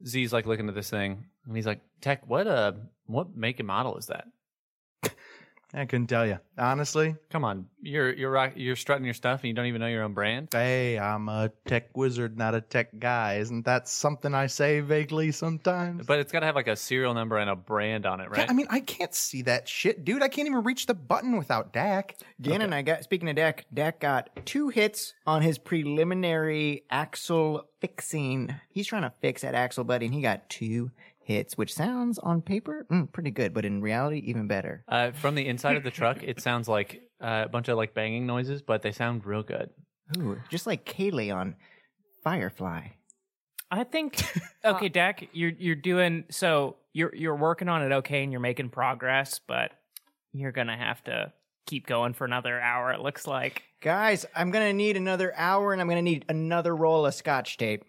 Speaker 4: Z's like looking at this thing, and he's like, "Tech, what uh, what make and model is that?
Speaker 5: I couldn't tell you honestly.
Speaker 4: Come on, you're you're rock, you're strutting your stuff, and you don't even know your own brand.
Speaker 5: Hey, I'm a tech wizard, not a tech guy. Isn't that something I say vaguely sometimes?
Speaker 4: But it's got to have like a serial number and a brand on it,
Speaker 5: Yeah,
Speaker 4: right?
Speaker 5: I mean, I can't see that shit, dude. I can't even reach the button without Dak.
Speaker 1: Gannon, I got speaking of Dak, Dak got two hits on his preliminary axle fixing. He's trying to fix that axle, buddy, and he got two hits, which sounds on paper mm, pretty good, but in reality, even better.
Speaker 4: uh, from the inside of the truck, it sounds like uh, a bunch of like banging noises, but they sound real good.
Speaker 1: Ooh, just like Kaylee on Firefly.
Speaker 2: I think okay, Dak, you're you're doing so you're you're working on it okay and you're making progress, but you're gonna have to keep going for another hour, it looks like.
Speaker 1: Guys, I'm gonna need another hour, and I'm gonna need another roll of Scotch tape.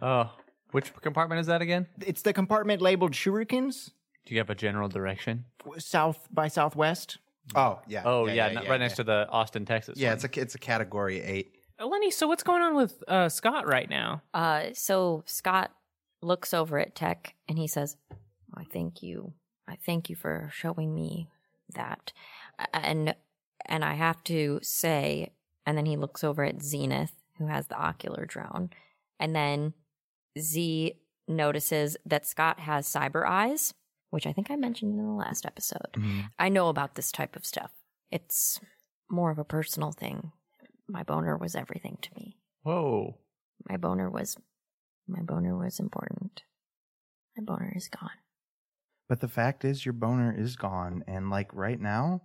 Speaker 4: Oh, which compartment is that again?
Speaker 1: It's the compartment labeled Shurikens,
Speaker 4: Do you have a general direction?
Speaker 1: South by Southwest.
Speaker 5: Oh yeah.
Speaker 4: Oh yeah, not- right next to the Austin, Texas.
Speaker 5: Yeah,
Speaker 4: one.
Speaker 5: it's a it's a category eight.
Speaker 2: Lenny, so what's going on with uh, Scott right now?
Speaker 3: Uh, so Scott looks over at Tech and he says, "I thank you. I thank you for showing me that." And and I have to say, and then he looks over at Zenith, who has the ocular drone, and then Z notices that Scott has cyber eyes, which I think I mentioned in the last episode.
Speaker 4: Mm-hmm.
Speaker 3: I know about this type of stuff. It's more of a personal thing. My boner was everything to me
Speaker 4: Whoa.
Speaker 3: my boner was my boner was important my boner is gone
Speaker 5: But the fact is, your boner is gone, and like right now,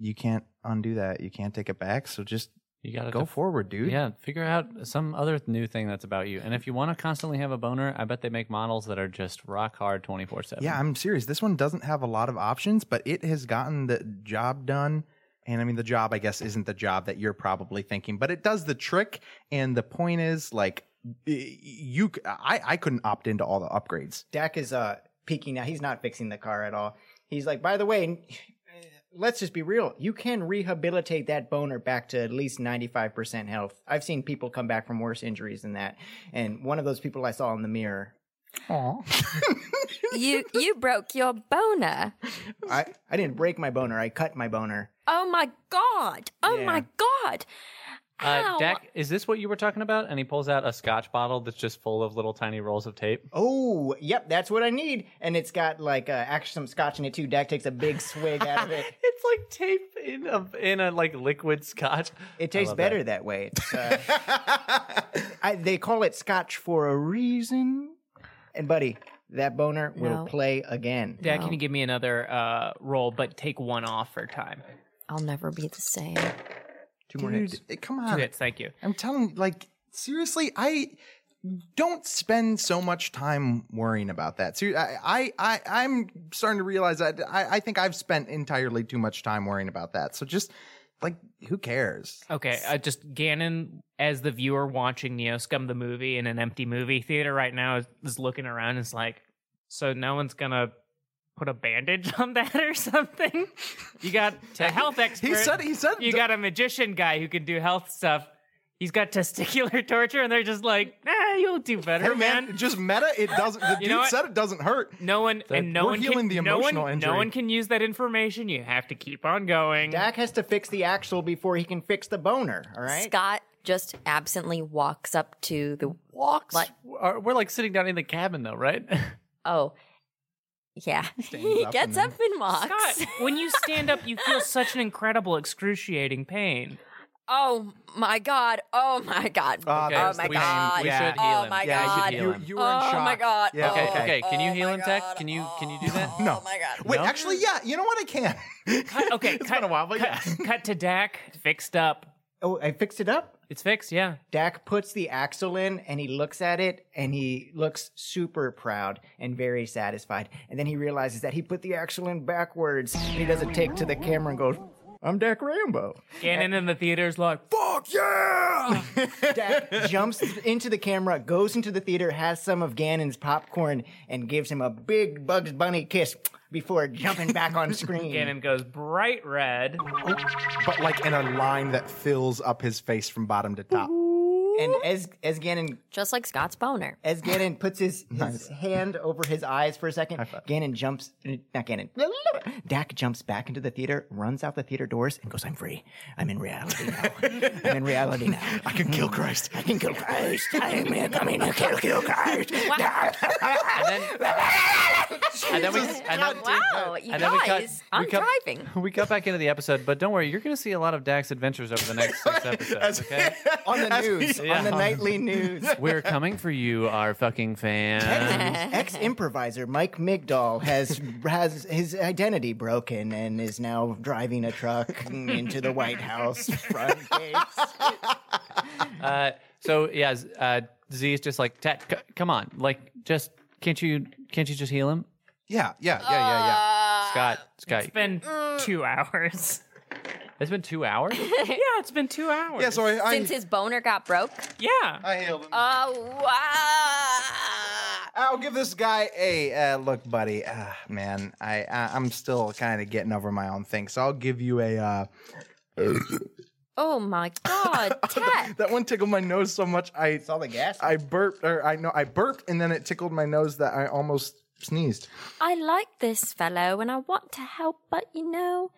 Speaker 5: you can't undo that. You can't take it back. So just
Speaker 4: You gotta
Speaker 5: go
Speaker 4: def-
Speaker 5: forward, dude.
Speaker 4: Yeah, figure out some other new thing that's about you. And if you want to constantly have a boner, I bet they make models that are just rock hard 24 7.
Speaker 5: Yeah, I'm serious. This one doesn't have a lot of options, but it has gotten the job done And I mean, the job, I guess, isn't the job that you're probably thinking, but it does the trick. And the point is, like, y- you, c- I, I couldn't opt into all the upgrades.
Speaker 1: Dak is uh peeking now. He's not fixing the car at all. He's like, by the way, let's just be real. You can rehabilitate that boner back to at least ninety five percent health. I've seen people come back from worse injuries than that. And one of those people I saw in the mirror.
Speaker 3: you you broke your boner.
Speaker 1: I, I didn't break my boner. I cut my boner.
Speaker 3: Oh my god. Oh
Speaker 1: Yeah.
Speaker 3: my god.
Speaker 4: Uh,
Speaker 3: Ow.
Speaker 4: Dak, is this what you were talking about? And he pulls out a scotch bottle that's just full of little tiny rolls of tape.
Speaker 1: Oh, yep, that's what I need. And it's got like uh, actually some scotch in it too. Dak takes a big swig out of it.
Speaker 4: It's like tape in a in a like liquid scotch.
Speaker 1: It tastes
Speaker 4: love
Speaker 1: better that, way. It's, uh, I, they call it scotch for a reason. And buddy, that boner will
Speaker 3: No.
Speaker 1: play again.
Speaker 2: Dad, can you give me another uh, roll, but take one off for time?
Speaker 3: I'll never be the same.
Speaker 2: Two more
Speaker 5: Dude,
Speaker 2: hits.
Speaker 5: eh, come
Speaker 2: Two
Speaker 5: on.
Speaker 2: hits, thank you.
Speaker 5: I'm telling, like, seriously, I don't spend so much time worrying about that. Ser- I, I, I, I'm starting to realize that I, I think I've spent entirely too much time worrying about that. So just, like, who cares?
Speaker 2: Okay, uh, just Gannon, as the viewer watching Neoscum the movie in an empty movie theater right now, is, is looking around and is like, so no one's gonna put a bandage on that or something? You got a health expert.
Speaker 5: said- he said-
Speaker 2: You got a magician guy who can do health stuff. He's got testicular torture, and they're just like, nah, you'll do better,
Speaker 5: Hey, man, just meta. It doesn't. The
Speaker 2: You
Speaker 5: dude
Speaker 2: know what?
Speaker 5: said it doesn't hurt.
Speaker 2: No one and no
Speaker 5: we're
Speaker 2: one can,
Speaker 5: healing the
Speaker 2: no
Speaker 5: emotional
Speaker 2: one,
Speaker 5: injury.
Speaker 2: No one can use that information. You have to keep on going.
Speaker 1: Dak has to fix the axle before he can fix the boner. All right.
Speaker 3: Scott just absently walks up to the
Speaker 4: Walks.
Speaker 3: Like-
Speaker 4: Are- we're like sitting down in the cabin though, right?
Speaker 3: Oh. Yeah. he
Speaker 5: up
Speaker 3: gets
Speaker 5: and
Speaker 3: up and walks.
Speaker 2: Scott, when you stand up, you feel such an incredible, excruciating pain.
Speaker 3: Oh my god. Oh my god.
Speaker 5: Ah,
Speaker 4: Okay,
Speaker 3: oh
Speaker 4: there's
Speaker 3: my
Speaker 4: the pain.
Speaker 3: god.
Speaker 4: We should
Speaker 3: oh
Speaker 4: heal him.
Speaker 3: my
Speaker 4: Yeah, you
Speaker 3: god.
Speaker 4: should heal him.
Speaker 5: You were in
Speaker 3: Oh
Speaker 5: shock.
Speaker 3: my god.
Speaker 5: Yeah,
Speaker 4: okay,
Speaker 3: Oh,
Speaker 4: okay. Can you
Speaker 3: oh
Speaker 4: heal
Speaker 3: my
Speaker 4: him, Tech?
Speaker 3: God.
Speaker 4: Can you can you do
Speaker 3: Oh,
Speaker 4: that?
Speaker 5: No.
Speaker 3: Oh my god.
Speaker 5: Wait,
Speaker 4: No?
Speaker 5: actually, yeah. You know what? I can.
Speaker 2: Cut- Okay, cut,
Speaker 5: been a while, but
Speaker 2: cut,
Speaker 5: yeah.
Speaker 2: cut to Dak, fixed up.
Speaker 1: Oh, I fixed it up.
Speaker 2: It's fixed, yeah.
Speaker 1: Dak puts the axle in and he looks at it and he looks super proud and very satisfied. And then he realizes that he put the axle in backwards. And he does a take to the camera and goes, I'm Dak Rambo.
Speaker 2: Gannon in the theater's like,
Speaker 5: Fuck yeah!
Speaker 1: Dak jumps into the camera, goes into the theater, has some of Gannon's popcorn, and gives him a big Bugs Bunny kiss before jumping back on screen.
Speaker 2: Gannon goes bright red.
Speaker 5: but like in a line that fills up his face from bottom to top.
Speaker 1: And as as Gannon
Speaker 3: Just like Scott's boner.
Speaker 1: as Gannon puts his, his hand over his eyes for a second, Gannon jumps not Gannon. Dak jumps back into the theater, runs out the theater doors, and goes, I'm free. I'm in reality now. I'm in reality now.
Speaker 5: I can kill Christ.
Speaker 1: I can kill Christ. I am coming to kill, kill Christ.
Speaker 4: And then, and then we and then,
Speaker 3: Wow, you
Speaker 4: and then we cut-
Speaker 3: guys. I'm
Speaker 4: we cut-
Speaker 3: driving.
Speaker 4: we cut back into the episode, but don't worry, you're going to see a lot of Dak's adventures over the next six episodes. Okay,
Speaker 1: on the news.
Speaker 4: Yeah.
Speaker 1: On the nightly news.
Speaker 4: we're coming for you, our fucking fans.
Speaker 1: Ex improviser Mike Migdal has has his identity broken and is now driving a truck into the White House front gates.
Speaker 4: Uh, so yeah, Z- uh, Z is just like, Dak, c- come on, like just can't you can't you just heal him,
Speaker 5: Yeah, yeah, yeah, yeah, yeah.
Speaker 3: Uh,
Speaker 4: Scott? Scott,
Speaker 2: It's been
Speaker 3: Mm.
Speaker 2: two hours.
Speaker 4: it's been two hours.
Speaker 2: yeah, it's been two hours.
Speaker 5: yeah, so I, I,
Speaker 3: Since his boner got broke.
Speaker 2: yeah.
Speaker 5: I hailed him.
Speaker 3: Oh wow.
Speaker 5: I'll give this guy a uh, look, buddy. Uh, man, I, I I'm still kind of getting over my own thing, so I'll give you a. Uh,
Speaker 3: Oh my god. Ted.
Speaker 5: that one tickled my nose so much I
Speaker 1: It's all the gas.
Speaker 5: I burped, or I know I burped, and then it tickled my nose that I almost sneezed.
Speaker 3: I like this fellow and I want to help, but you know,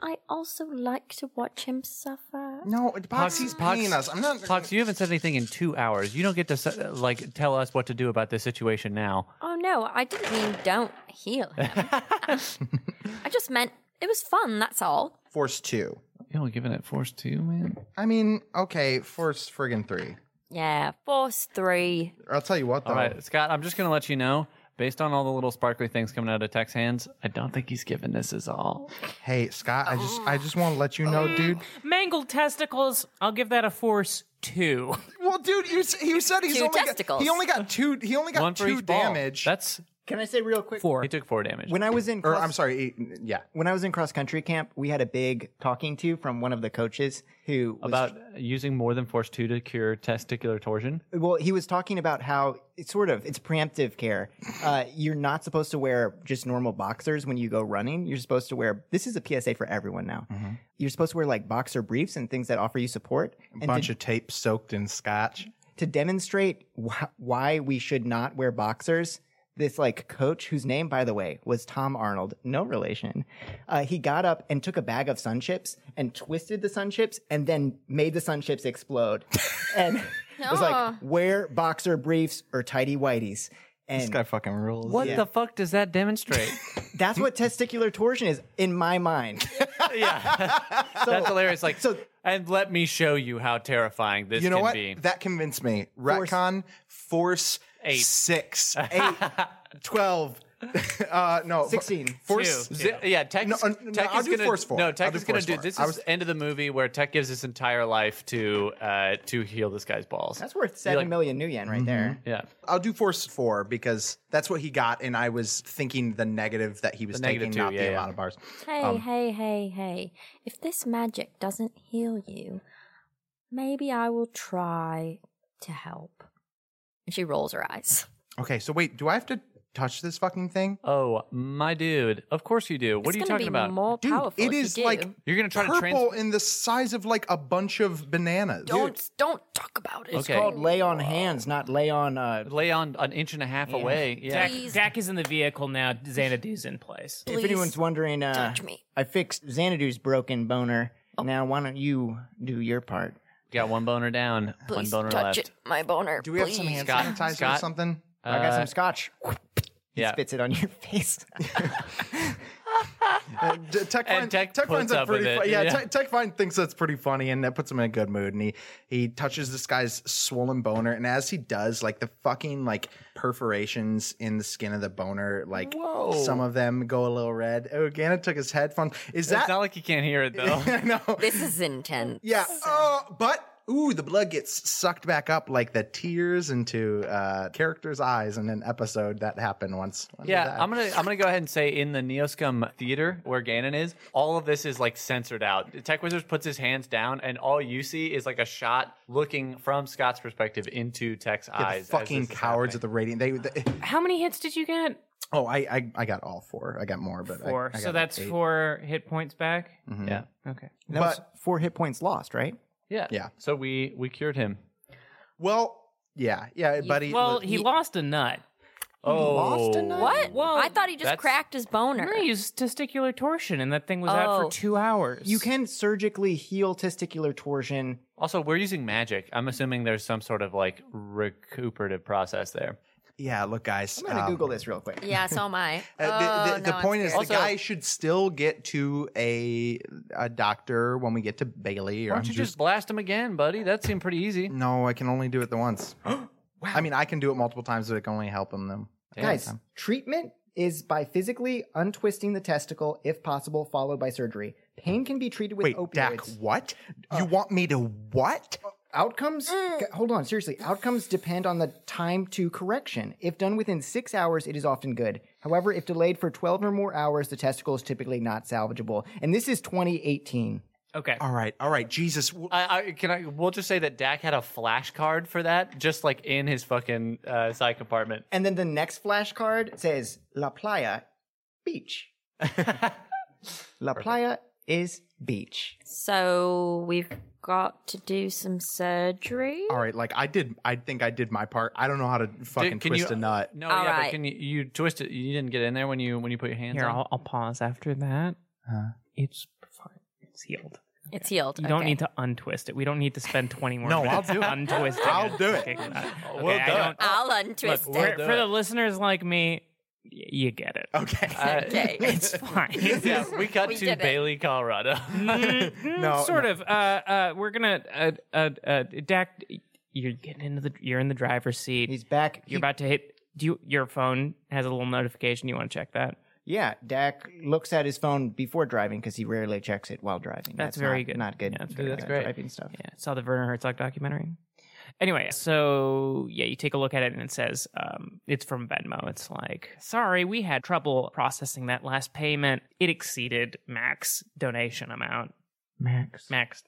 Speaker 3: I also like to watch him suffer.
Speaker 5: No, Pox, he's paying us. I'm not.
Speaker 4: Pox, you haven't said anything in two hours. You don't get to s- uh, like tell us what to do about this situation now.
Speaker 3: Oh no, I didn't mean don't heal him. I just meant it was fun, that's all.
Speaker 5: Force two.
Speaker 4: You only giving it force two, man.
Speaker 5: I mean, okay, force friggin' three.
Speaker 3: Yeah, force three.
Speaker 5: I'll tell you what, though.
Speaker 4: All right, Scott, I'm just going to let you know, based on all the little sparkly things coming out of Tech's hands, I don't think he's given this his all.
Speaker 5: Hey, Scott, I just I just want to let you know, dude.
Speaker 2: Mangled testicles. I'll give that a force two.
Speaker 5: Well, dude, you s- you said he's
Speaker 3: Two
Speaker 5: only got,
Speaker 3: testicles.
Speaker 5: he only got two he only got
Speaker 4: One for
Speaker 5: two
Speaker 4: each ball.
Speaker 5: damage.
Speaker 4: That's
Speaker 1: Can I say real quick?
Speaker 2: Four.
Speaker 4: He took four damage.
Speaker 1: When I was in,
Speaker 5: Or
Speaker 1: cross-
Speaker 5: I'm sorry, e- yeah.
Speaker 1: When I was in cross country camp, we had a big talking to from one of the coaches who was
Speaker 4: about using more than force two to cure testicular torsion.
Speaker 1: well he was talking about how it's sort of it's preemptive care uh, you're not supposed to wear just normal boxers when you go running you're supposed to wear this is a psa for everyone now
Speaker 5: Mm-hmm.
Speaker 1: you're supposed to wear like boxer briefs and things that offer you support and
Speaker 5: A bunch of tape soaked in scotch.
Speaker 1: to demonstrate wh- why we should not wear boxers this like coach whose name by the way was tom arnold no relation uh, he got up and took a bag of sun chips and twisted the sun chips and then made the sun chips explode and it was like wear boxer briefs or tidy whities
Speaker 5: This
Speaker 1: and
Speaker 5: guy fucking rules.
Speaker 4: What the fuck does that demonstrate?
Speaker 1: that's what testicular torsion is in my mind
Speaker 4: That's hilarious. Like, and let me show you how terrifying this
Speaker 5: You know
Speaker 4: can
Speaker 5: what?
Speaker 4: be.
Speaker 5: That convinced me. Retcon, force,
Speaker 4: Eight.
Speaker 5: six, eight, 12. uh, no. fo-
Speaker 1: 16.
Speaker 5: Force.
Speaker 6: Two.
Speaker 4: Z- yeah, Tech.
Speaker 5: No, uh, no,
Speaker 4: Tech
Speaker 5: I'll
Speaker 4: is
Speaker 5: do
Speaker 4: gonna,
Speaker 5: Force Four.
Speaker 4: No,
Speaker 5: I'll
Speaker 4: Tech
Speaker 5: do
Speaker 4: is going
Speaker 5: Force
Speaker 4: to do
Speaker 5: Four.
Speaker 4: this.
Speaker 5: I
Speaker 4: Is
Speaker 5: was-
Speaker 4: end of the movie where Tech gives his entire life to uh, to heal this guy's balls.
Speaker 1: that's worth seven
Speaker 4: like- mm-hmm.
Speaker 1: million new yen right there
Speaker 4: yeah.
Speaker 5: I'll do force four because that's what he got, and I was thinking the negative that he was
Speaker 4: The negative
Speaker 5: taking,
Speaker 4: two,
Speaker 5: not
Speaker 4: yeah,
Speaker 5: the
Speaker 4: yeah.
Speaker 5: amount of bars.
Speaker 3: Hey,
Speaker 4: Um,
Speaker 3: hey, hey, hey. If this magic doesn't heal you, maybe I will try to help.
Speaker 10: And she rolls her eyes.
Speaker 5: Okay, so wait, do I have to touch this fucking thing?
Speaker 4: Oh my dude! Of course you do. What
Speaker 10: it's
Speaker 4: are you
Speaker 10: gonna
Speaker 4: talking
Speaker 10: be
Speaker 4: about?
Speaker 10: More
Speaker 5: Dude,
Speaker 10: powerful.
Speaker 5: it
Speaker 10: if you
Speaker 5: is
Speaker 10: do.
Speaker 5: like
Speaker 4: You're gonna try to
Speaker 5: purple
Speaker 4: trans-
Speaker 5: in the size of like a bunch of bananas.
Speaker 10: don't don't talk about it.
Speaker 4: It's Okay. called
Speaker 1: lay on hands not lay on uh,
Speaker 4: lay on an inch and a half away. Yeah.
Speaker 2: Dak,
Speaker 10: Please.
Speaker 2: Dak is in the vehicle now. Xanadu's in place.
Speaker 1: if anyone's wondering, uh,
Speaker 10: touch me. Oh.
Speaker 1: I fixed Xanadu's broken boner. Now, why don't you do your part?
Speaker 4: Got one boner down, one
Speaker 10: Please
Speaker 4: boner
Speaker 10: touch
Speaker 4: left.
Speaker 10: it, my boner.
Speaker 5: Do we have some
Speaker 10: please.
Speaker 5: hand
Speaker 4: Scott,
Speaker 5: sanitizer
Speaker 4: Scott.
Speaker 5: or something?
Speaker 1: I got some scotch. He
Speaker 4: yeah.
Speaker 1: spits it on your face.
Speaker 5: Uh, d- tech
Speaker 4: And
Speaker 5: Vine-
Speaker 4: Tech puts
Speaker 5: Vine's a
Speaker 4: up
Speaker 5: pretty
Speaker 4: with it,
Speaker 5: fu- yeah,
Speaker 4: yeah.
Speaker 5: Tech, Tech Vine thinks that's pretty funny, and that puts him in a good mood. And he he touches this guy's swollen boner, and as he does, like the fucking like perforations in the skin of the boner, like some of them go a little red. Oh, Gannon took his headphones. Is
Speaker 4: It's
Speaker 5: that
Speaker 4: not like you can't hear it though.
Speaker 5: no?
Speaker 10: This is intense.
Speaker 5: Yeah. Oh, but ooh, the blood gets sucked back up like the tears into uh characters' eyes in an episode that happened once. When did that
Speaker 4: Yeah,
Speaker 5: happen?
Speaker 4: I'm gonna I'm gonna go ahead and say in the Neoscum theater where Ganon is, all of this is like censored out. Tech Wizards puts his hands down, and all you see is like a shot looking from Scott's perspective into Tech's
Speaker 5: Yeah,
Speaker 4: eyes.
Speaker 5: the fucking cowards at the rating. They, they
Speaker 2: How many hits did you get?
Speaker 5: Oh, I, I I got all four. I got more, but I-
Speaker 2: Four.
Speaker 5: I,
Speaker 2: so
Speaker 5: got
Speaker 2: that's
Speaker 5: eight.
Speaker 2: four hit points back.
Speaker 5: Mhm.
Speaker 4: Yeah.
Speaker 2: Okay.
Speaker 1: That was four hit points lost, right?
Speaker 4: Yeah,
Speaker 5: Yeah.
Speaker 4: So we we cured him.
Speaker 5: Well, yeah, yeah, buddy.
Speaker 2: well,
Speaker 5: look,
Speaker 2: he, lost a nut.
Speaker 4: Oh,
Speaker 1: lost a nut?
Speaker 10: What? Whoa! I thought he just
Speaker 4: that's-
Speaker 10: cracked his boner.
Speaker 2: No, he used testicular torsion, and that thing was out
Speaker 10: Oh.
Speaker 2: for two hours.
Speaker 1: You can surgically heal testicular torsion.
Speaker 4: Also, we're using magic. I'm assuming there's some sort of like recuperative process there.
Speaker 5: yeah, look, guys.
Speaker 1: I'm going to
Speaker 5: um,
Speaker 1: Google this real quick.
Speaker 10: Yeah, so am I.
Speaker 5: uh, the
Speaker 10: Oh,
Speaker 5: the, the
Speaker 10: no, I'm
Speaker 5: point is,
Speaker 10: scared.
Speaker 5: the guy should still get to a a doctor when we get to Bailey. Or
Speaker 4: Why
Speaker 5: I'm Mm.
Speaker 4: don't you just blast him again, buddy? That seemed pretty easy.
Speaker 5: No, I can only do it the once. wow. I mean, I can do it multiple times, but it can only help him them.
Speaker 1: Guys, treatment is by physically untwisting the testicle, if possible, followed by surgery. Pain can be treated with
Speaker 5: Wait, Dak,
Speaker 1: opioids.
Speaker 5: what? you want me to what?
Speaker 1: Outcomes? G- Hold on, seriously. Outcomes depend on the time to correction. If done within six hours, it is often good. However, if delayed for 12 or more hours, the testicle is typically not salvageable. And this is 2018.
Speaker 2: okay.
Speaker 5: All right, all right, Jesus. w-
Speaker 4: I, I can I we'll just say that Dak had a flashcard for that, just like in his fucking uh, side compartment.
Speaker 1: And then the next flashcard says La Playa, beach. La Playa is beach.
Speaker 3: So we've got to do some surgery.
Speaker 5: All right, like I did. I think I did my part. I don't know how to fucking
Speaker 4: Dude, can
Speaker 5: twist
Speaker 4: you-
Speaker 5: a nut.
Speaker 4: No,
Speaker 10: All
Speaker 4: yeah, but
Speaker 10: right.
Speaker 4: can you, you twist it? You didn't get in there when you when you put your hands
Speaker 2: Here,
Speaker 4: on.
Speaker 2: I'll, I'll pause after that. It's fine. It's healed.
Speaker 10: It's healed.
Speaker 2: You don't
Speaker 10: okay.
Speaker 2: need to untwist it. We don't need to spend 20 more
Speaker 5: No, I'll
Speaker 2: minutes
Speaker 5: do it.
Speaker 2: untwisting
Speaker 5: I'll do it.
Speaker 2: Okay, good. Okay,
Speaker 4: well
Speaker 2: I
Speaker 4: done.
Speaker 2: don't-
Speaker 10: I'll untwist
Speaker 4: Look, we're-
Speaker 10: it.
Speaker 2: for, for the listeners like me, y- you get it.
Speaker 5: Okay.
Speaker 10: Okay.
Speaker 2: It's fine.
Speaker 4: yeah, we cut
Speaker 10: We
Speaker 4: to
Speaker 10: did it.
Speaker 4: Bailey, Colorado.
Speaker 2: Mm, sort of. Uh, uh, we're gonna uh, uh, uh, Dak. You're getting into the. You're in the driver's seat.
Speaker 1: He's back.
Speaker 2: you're about to hit. Do you, your phone has a little notification? You want to check that?
Speaker 1: Yeah, Dak looks at his phone before driving because he rarely checks it while driving.
Speaker 2: That's very
Speaker 1: not-
Speaker 2: good.
Speaker 1: Not good.
Speaker 2: Yeah, that's
Speaker 1: for
Speaker 2: good.
Speaker 1: uh,
Speaker 4: That's great.
Speaker 1: Driving stuff.
Speaker 2: Yeah, I saw the Werner Herzog documentary. Anyway, so yeah, you take a look at it and it says um, it's from Venmo. It's like, sorry, we had trouble processing that last payment. It exceeded max donation amount.
Speaker 1: Max.
Speaker 2: Max.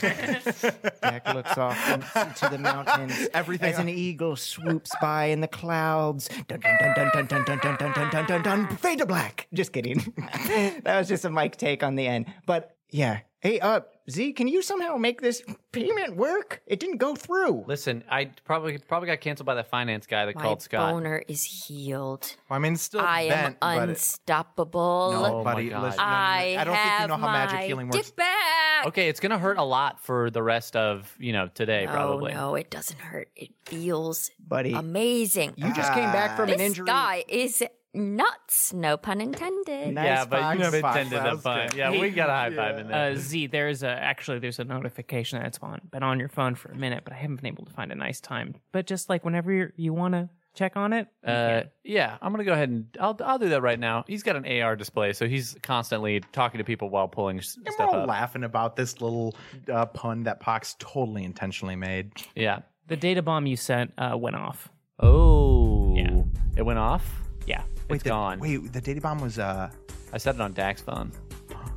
Speaker 1: Jack looks off in- to the mountains.
Speaker 5: Everything-
Speaker 1: as an eagle swoops by in the clouds. Dun dun dun dun dun dun dun dun dun dun dun dun. dun. Fade to black. Just kidding. that was just a mic take on the end. But yeah. Hey, uh, Z, can you somehow make this payment work? It didn't go through.
Speaker 4: Listen, I probably probably got canceled by that finance guy that
Speaker 3: My
Speaker 4: called Scott.
Speaker 3: boner is healed.
Speaker 5: Well, I mean, it's still
Speaker 3: I
Speaker 5: bent,
Speaker 3: am
Speaker 5: but it-
Speaker 3: unstoppable.
Speaker 5: no,
Speaker 4: Oh my
Speaker 5: buddy.
Speaker 4: God.
Speaker 5: listen, no, no, no.
Speaker 3: I,
Speaker 5: I don't
Speaker 3: have
Speaker 5: think you know how
Speaker 3: my
Speaker 5: magic healing works.
Speaker 3: Dick back.
Speaker 4: Okay, it's gonna hurt a lot for the rest of you know today probably.
Speaker 3: Oh no, it doesn't hurt. It feels
Speaker 1: Buddy,
Speaker 3: Um, amazing.
Speaker 1: you just came back from an
Speaker 3: this
Speaker 1: injury.
Speaker 3: guy is nuts. No pun intended.
Speaker 1: Nice
Speaker 4: Yeah, but you
Speaker 1: fox.
Speaker 4: have
Speaker 1: Fox.
Speaker 4: intended
Speaker 1: That
Speaker 4: a
Speaker 1: was
Speaker 4: fun.
Speaker 1: good.
Speaker 4: Yeah, we got a high five in there.
Speaker 2: Uh, Z, there's a actually there's a notification that's on been on your phone for a minute, but I haven't been able to find a nice time. But just like whenever you're, you want to check on it, you
Speaker 4: Uh,
Speaker 2: can.
Speaker 4: yeah, I'm gonna go ahead and I'll I'll do that right now. He's got an AR display, so he's constantly talking to people while pulling s-
Speaker 5: And we're
Speaker 4: stuff
Speaker 5: all
Speaker 4: up.
Speaker 5: laughing about this little uh, pun that Pox totally intentionally made.
Speaker 4: Yeah.
Speaker 2: the data bomb you sent uh, went off.
Speaker 4: Oh.
Speaker 2: Yeah.
Speaker 4: It went off.
Speaker 2: Yeah,
Speaker 4: it's gone.
Speaker 5: Wait, the data bomb was uh.
Speaker 4: I set it on Dax phone.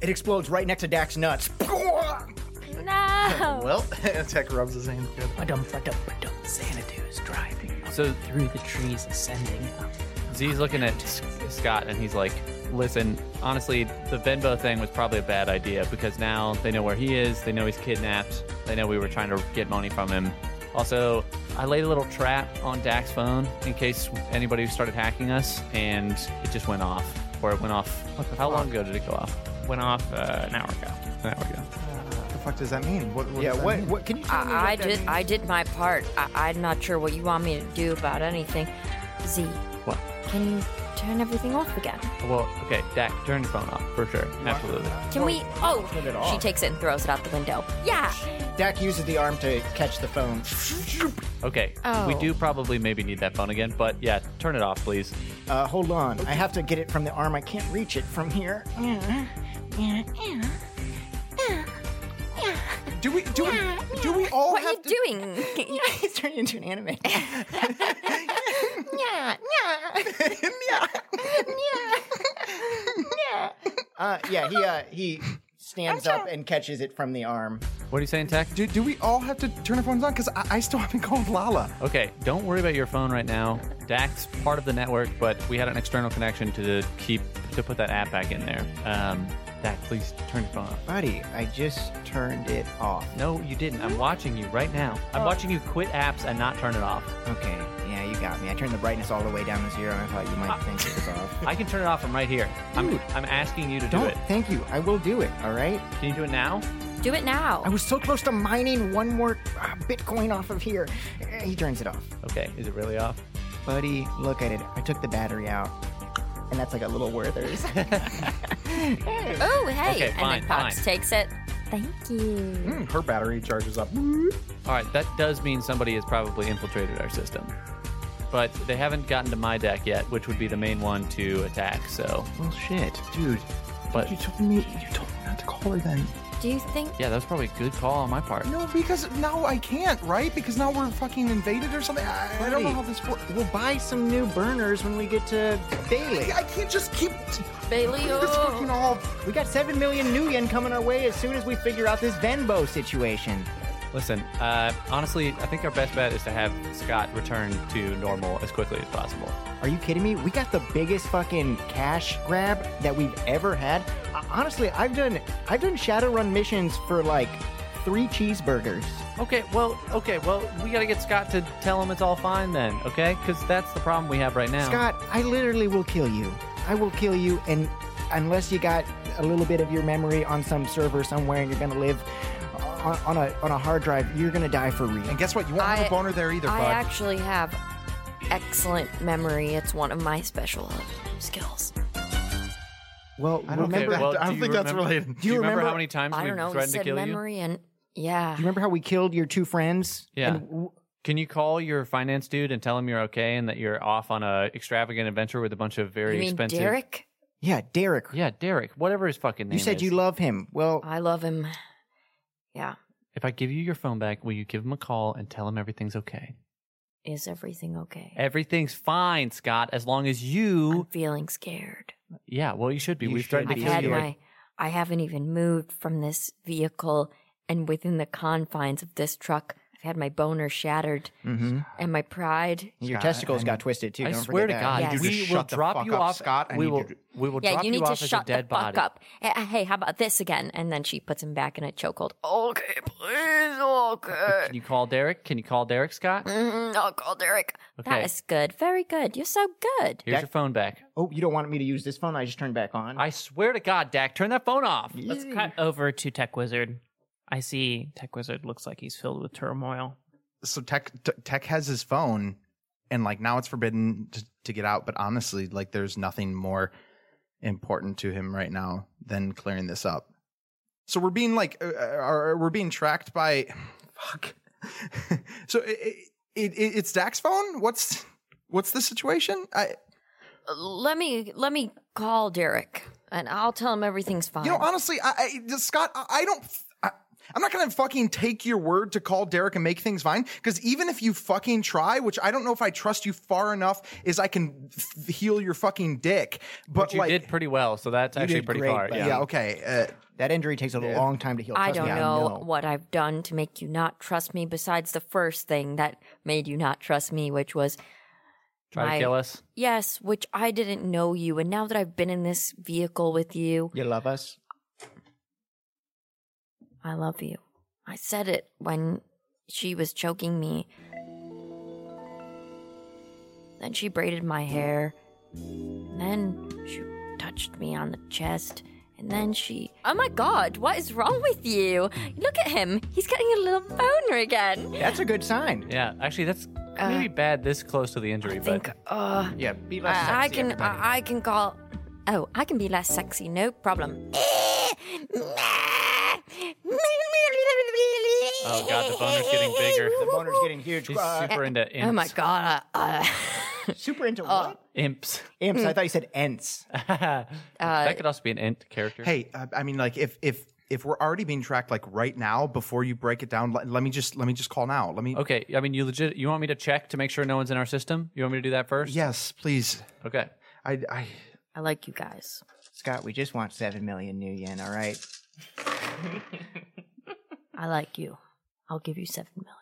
Speaker 1: It explodes right next to Dak's nuts.
Speaker 3: No.
Speaker 5: Well, Tech Oh, rubs his hands together.
Speaker 2: Ba-dum, ba-dum, ba-dum. Xanadu is driving up
Speaker 4: So
Speaker 2: through the trees, ascending up.
Speaker 4: Z's looking at S- Scott and he's like, "Listen, honestly, the Venbo thing was probably a bad idea because now they know where he is. They know he's kidnapped. They know we were trying to get money from him. Also, I laid a little trap on Dak's phone in case anybody started hacking us, and it just went off. Or it went off. How long ago did it go off?
Speaker 2: Went off uh, an hour ago.
Speaker 4: An hour ago.
Speaker 5: What the fuck does that mean? What, what
Speaker 1: Yeah,
Speaker 5: does that
Speaker 1: what,
Speaker 5: mean?
Speaker 1: what can you tell me? what
Speaker 3: I, I
Speaker 1: that
Speaker 3: did.
Speaker 1: means?
Speaker 3: I did my part. I, I'm not sure what you want me to do about anything. Z.
Speaker 4: What?
Speaker 3: Can you turn everything off again?
Speaker 4: Well, okay, Dak, turn your phone off for sure. Absolutely.
Speaker 3: Can we? Oh,
Speaker 1: turn it
Speaker 3: she
Speaker 1: off.
Speaker 3: takes it and throws it out the window. Yeah.
Speaker 1: Dak uses the arm to catch the phone.
Speaker 4: Okay,
Speaker 3: Oh.
Speaker 4: we do probably maybe need that phone again, but yeah, turn it off, please.
Speaker 1: Uh, hold on. I have to get it from the arm. I can't reach it from here.
Speaker 5: do we do we do we all
Speaker 3: What are
Speaker 5: have
Speaker 3: you
Speaker 5: to?
Speaker 3: doing?
Speaker 1: It's turning into an anime. Uh, yeah, he uh, he stands up and catches it from the arm.
Speaker 4: What are you saying, Tech?
Speaker 5: Do, do we all have to turn our phones on? Because I, I still haven't called Lala.
Speaker 4: Okay, don't worry about your phone right now. DAC's part of the network, but we had an external connection to keep to put that app back in there. Um, Dak, please turn your phone off.
Speaker 1: Buddy, I just turned it off.
Speaker 4: No, you didn't. I'm watching you right now. I'm watching you quit apps and not turn it off.
Speaker 1: Oh. Okay, yeah, you got me. I turned the brightness all the way down to zero, and I thought you might think it was off.
Speaker 4: I can turn it off from right here. I'm, I'm asking you to do
Speaker 1: Don't.
Speaker 4: it.
Speaker 1: Thank you. I will do it. All right.
Speaker 4: Can you do it now?
Speaker 3: Do it now.
Speaker 1: I was so close to mining one more uh, Bitcoin off of here. Eh, He turns it off.
Speaker 4: Okay, is it really off?
Speaker 1: Buddy, look at it. I took the battery out. And that's like a little Werther's.
Speaker 3: Oh, hey.
Speaker 4: Okay,
Speaker 3: and
Speaker 4: fine,
Speaker 3: then Fox
Speaker 4: fine.
Speaker 3: takes it. Thank you.
Speaker 5: Hmm, Her battery charges up.
Speaker 4: All right, that does mean somebody has probably infiltrated our system. But they haven't gotten to my deck yet, which would be the main one to attack, so.
Speaker 1: well, shit.
Speaker 5: Dude,
Speaker 4: But
Speaker 5: you told me you told me not to call her then.
Speaker 3: Do you think?
Speaker 4: yeah, that was probably a good call on my part.
Speaker 5: No, because now I can't, right? Because now we're fucking invaded or something. I, I don't know how this works.
Speaker 1: We'll buy some new burners when we get to Bailey.
Speaker 5: I can't just keep oh.
Speaker 3: Bailey,
Speaker 5: this fucking all.
Speaker 1: We got 7 million new yen coming our way as soon as we figure out this Venbo situation.
Speaker 4: Listen, uh, honestly, I think our best bet is to have Scott return to normal as quickly as possible.
Speaker 1: Are you kidding me? We got the biggest fucking cash grab that we've ever had. Uh, honestly, I've done I've done Shadowrun missions for like 3 cheeseburgers.
Speaker 4: Okay, well, okay, well, we gotta get Scott to tell him it's all fine then, okay? Because that's the problem we have right now.
Speaker 1: Scott, I literally will kill you. I will kill you, and unless you got a little bit of your memory on some server somewhere, and you're gonna live on, on a on a hard drive, you're gonna die for real.
Speaker 5: And guess what? You won't have
Speaker 3: I-
Speaker 5: a boner there either,
Speaker 3: I
Speaker 5: bud.
Speaker 3: actually have excellent memory. It's one of my special skills.
Speaker 1: Well,
Speaker 5: I don't
Speaker 1: remember,
Speaker 5: think, that,
Speaker 4: well,
Speaker 5: I don't
Speaker 4: do you
Speaker 5: think that's
Speaker 4: remember-
Speaker 5: related.
Speaker 4: Do you, remember,
Speaker 1: remember-
Speaker 4: how many times
Speaker 3: I
Speaker 4: we
Speaker 3: don't know. He
Speaker 4: threatened to
Speaker 3: said
Speaker 4: kill you?
Speaker 3: memory and yeah.
Speaker 1: you remember how we killed your two friends?
Speaker 4: Yeah.
Speaker 1: And w-
Speaker 4: Can you call your finance dude and tell him you're okay and that you're off on a extravagant adventure with a bunch of very
Speaker 3: you mean
Speaker 4: expensive?
Speaker 3: Derek?
Speaker 1: yeah, Derek.
Speaker 4: Yeah, Derek, whatever his fucking name Uh,
Speaker 1: you said
Speaker 4: is.
Speaker 1: you love him. Well,
Speaker 3: I love him. Yeah.
Speaker 4: If I give you your phone back, will you give him a call and tell him everything's okay?
Speaker 3: Is everything okay?
Speaker 4: Everything's fine, Scott, as long as you.
Speaker 3: I'm feeling scared.
Speaker 4: Yeah, well, you should be.
Speaker 5: You
Speaker 4: We've
Speaker 5: should
Speaker 4: tried to
Speaker 5: be.
Speaker 3: I've
Speaker 5: feel
Speaker 3: had
Speaker 5: you, like-
Speaker 3: my. I haven't even moved from this vehicle, and within the confines of this truck, I've had my boner shattered
Speaker 1: Mm-hmm.
Speaker 3: and my pride.
Speaker 1: Your
Speaker 5: Scott,
Speaker 1: testicles
Speaker 5: I'm-
Speaker 1: got twisted too.
Speaker 4: I
Speaker 1: Don't
Speaker 4: swear to
Speaker 1: forget
Speaker 4: God,
Speaker 3: Yes.
Speaker 1: that.
Speaker 5: You
Speaker 4: we
Speaker 5: just
Speaker 4: will
Speaker 5: shut the
Speaker 4: drop
Speaker 5: fuck
Speaker 4: you
Speaker 5: up,
Speaker 4: off.
Speaker 5: Scott. I
Speaker 4: we
Speaker 5: need
Speaker 4: will.
Speaker 5: you to-
Speaker 4: We will
Speaker 3: Yeah,
Speaker 4: drop
Speaker 3: you need to
Speaker 4: off as a
Speaker 3: shut the
Speaker 4: dead
Speaker 3: fuck
Speaker 4: body.
Speaker 3: up. Eh, Hey, how about this again? And then she puts him back in a chokehold.
Speaker 8: Okay, please, okay.
Speaker 4: Can you call Derek? Can you call Derek, Scott?
Speaker 3: Mm-hmm,
Speaker 8: Mm, I'll call Derek.
Speaker 4: Okay.
Speaker 3: That is good. Very good. You're so good.
Speaker 4: Here's
Speaker 1: Dak-
Speaker 4: your phone back.
Speaker 1: Oh, you don't want me to use this phone? I just turned back on.
Speaker 4: I swear to God, Dak, turn that phone off.
Speaker 2: Let's cut over to Tech Wizard. I see Tech Wizard looks like he's filled with turmoil.
Speaker 5: so tech t- tech has his phone and like now it's forbidden to, to get out but honestly like there's nothing more important to him right now than clearing this up so we're being like uh, uh, uh, we're being tracked by fuck so it, it, it, it's Dak's phone what's what's the situation I
Speaker 3: Let me let me call Derek, and I'll tell him everything's fine.
Speaker 5: you know honestly I, I just- Scott I, I don't f- I, I'm not gonna fucking take your word to call Derek and make things fine because even if you fucking try, which I don't know if I trust you far enough, is I can f- heal your fucking dick. But
Speaker 4: You
Speaker 5: like,
Speaker 4: did pretty well, so that's actually
Speaker 1: did
Speaker 4: pretty
Speaker 1: great,
Speaker 4: far.
Speaker 1: buddy.
Speaker 5: yeah,
Speaker 4: Yeah.
Speaker 5: okay. Uh,
Speaker 1: that injury takes a long time to heal.
Speaker 3: I
Speaker 1: Trust
Speaker 3: don't
Speaker 1: me,
Speaker 3: know, what I've done to make you not trust me. Besides the first thing that made you not trust me, which was
Speaker 4: Try
Speaker 3: my-
Speaker 4: to kill us.
Speaker 3: yes, which I didn't know you, and now that I've been in this vehicle with you,
Speaker 1: You love us.
Speaker 3: I love you. I said it when she was choking me. Then she braided my hair. And then she touched me on the chest. And then she. Oh my god, what is wrong with you? Look at him. He's getting a little boner again.
Speaker 1: That's a good sign.
Speaker 4: Yeah, actually, that's maybe bad this close to the injury,
Speaker 3: Uh, I think,
Speaker 4: but
Speaker 3: uh.
Speaker 1: Yeah, be less sexy,
Speaker 3: I, I can
Speaker 1: everybody.
Speaker 3: I, I can call. Oh, I can be less sexy, no problem.
Speaker 4: Oh,
Speaker 3: Oh
Speaker 4: God, the boner's getting bigger.
Speaker 1: the boner's getting huge.
Speaker 4: she's
Speaker 1: Uh,
Speaker 4: super into imps.
Speaker 3: Oh my god! Uh, uh, mm.
Speaker 1: super into what?
Speaker 4: Imps.
Speaker 1: Imps. I thought you said ents.
Speaker 3: uh,
Speaker 4: that could also be an int character.
Speaker 5: hey, I, I mean, like, if if if we're already being tracked, like right now, before you break it down, let, let me just let me just call now. Let me.
Speaker 4: Okay, I mean, you legit. You want me to check to make sure no one's in our system? You want me to do that first?
Speaker 5: Yes, please.
Speaker 4: Okay.
Speaker 5: I I
Speaker 3: I like you guys.
Speaker 1: Scott, we just want seven million new yen. All right.
Speaker 3: I like you. I'll give you seven million.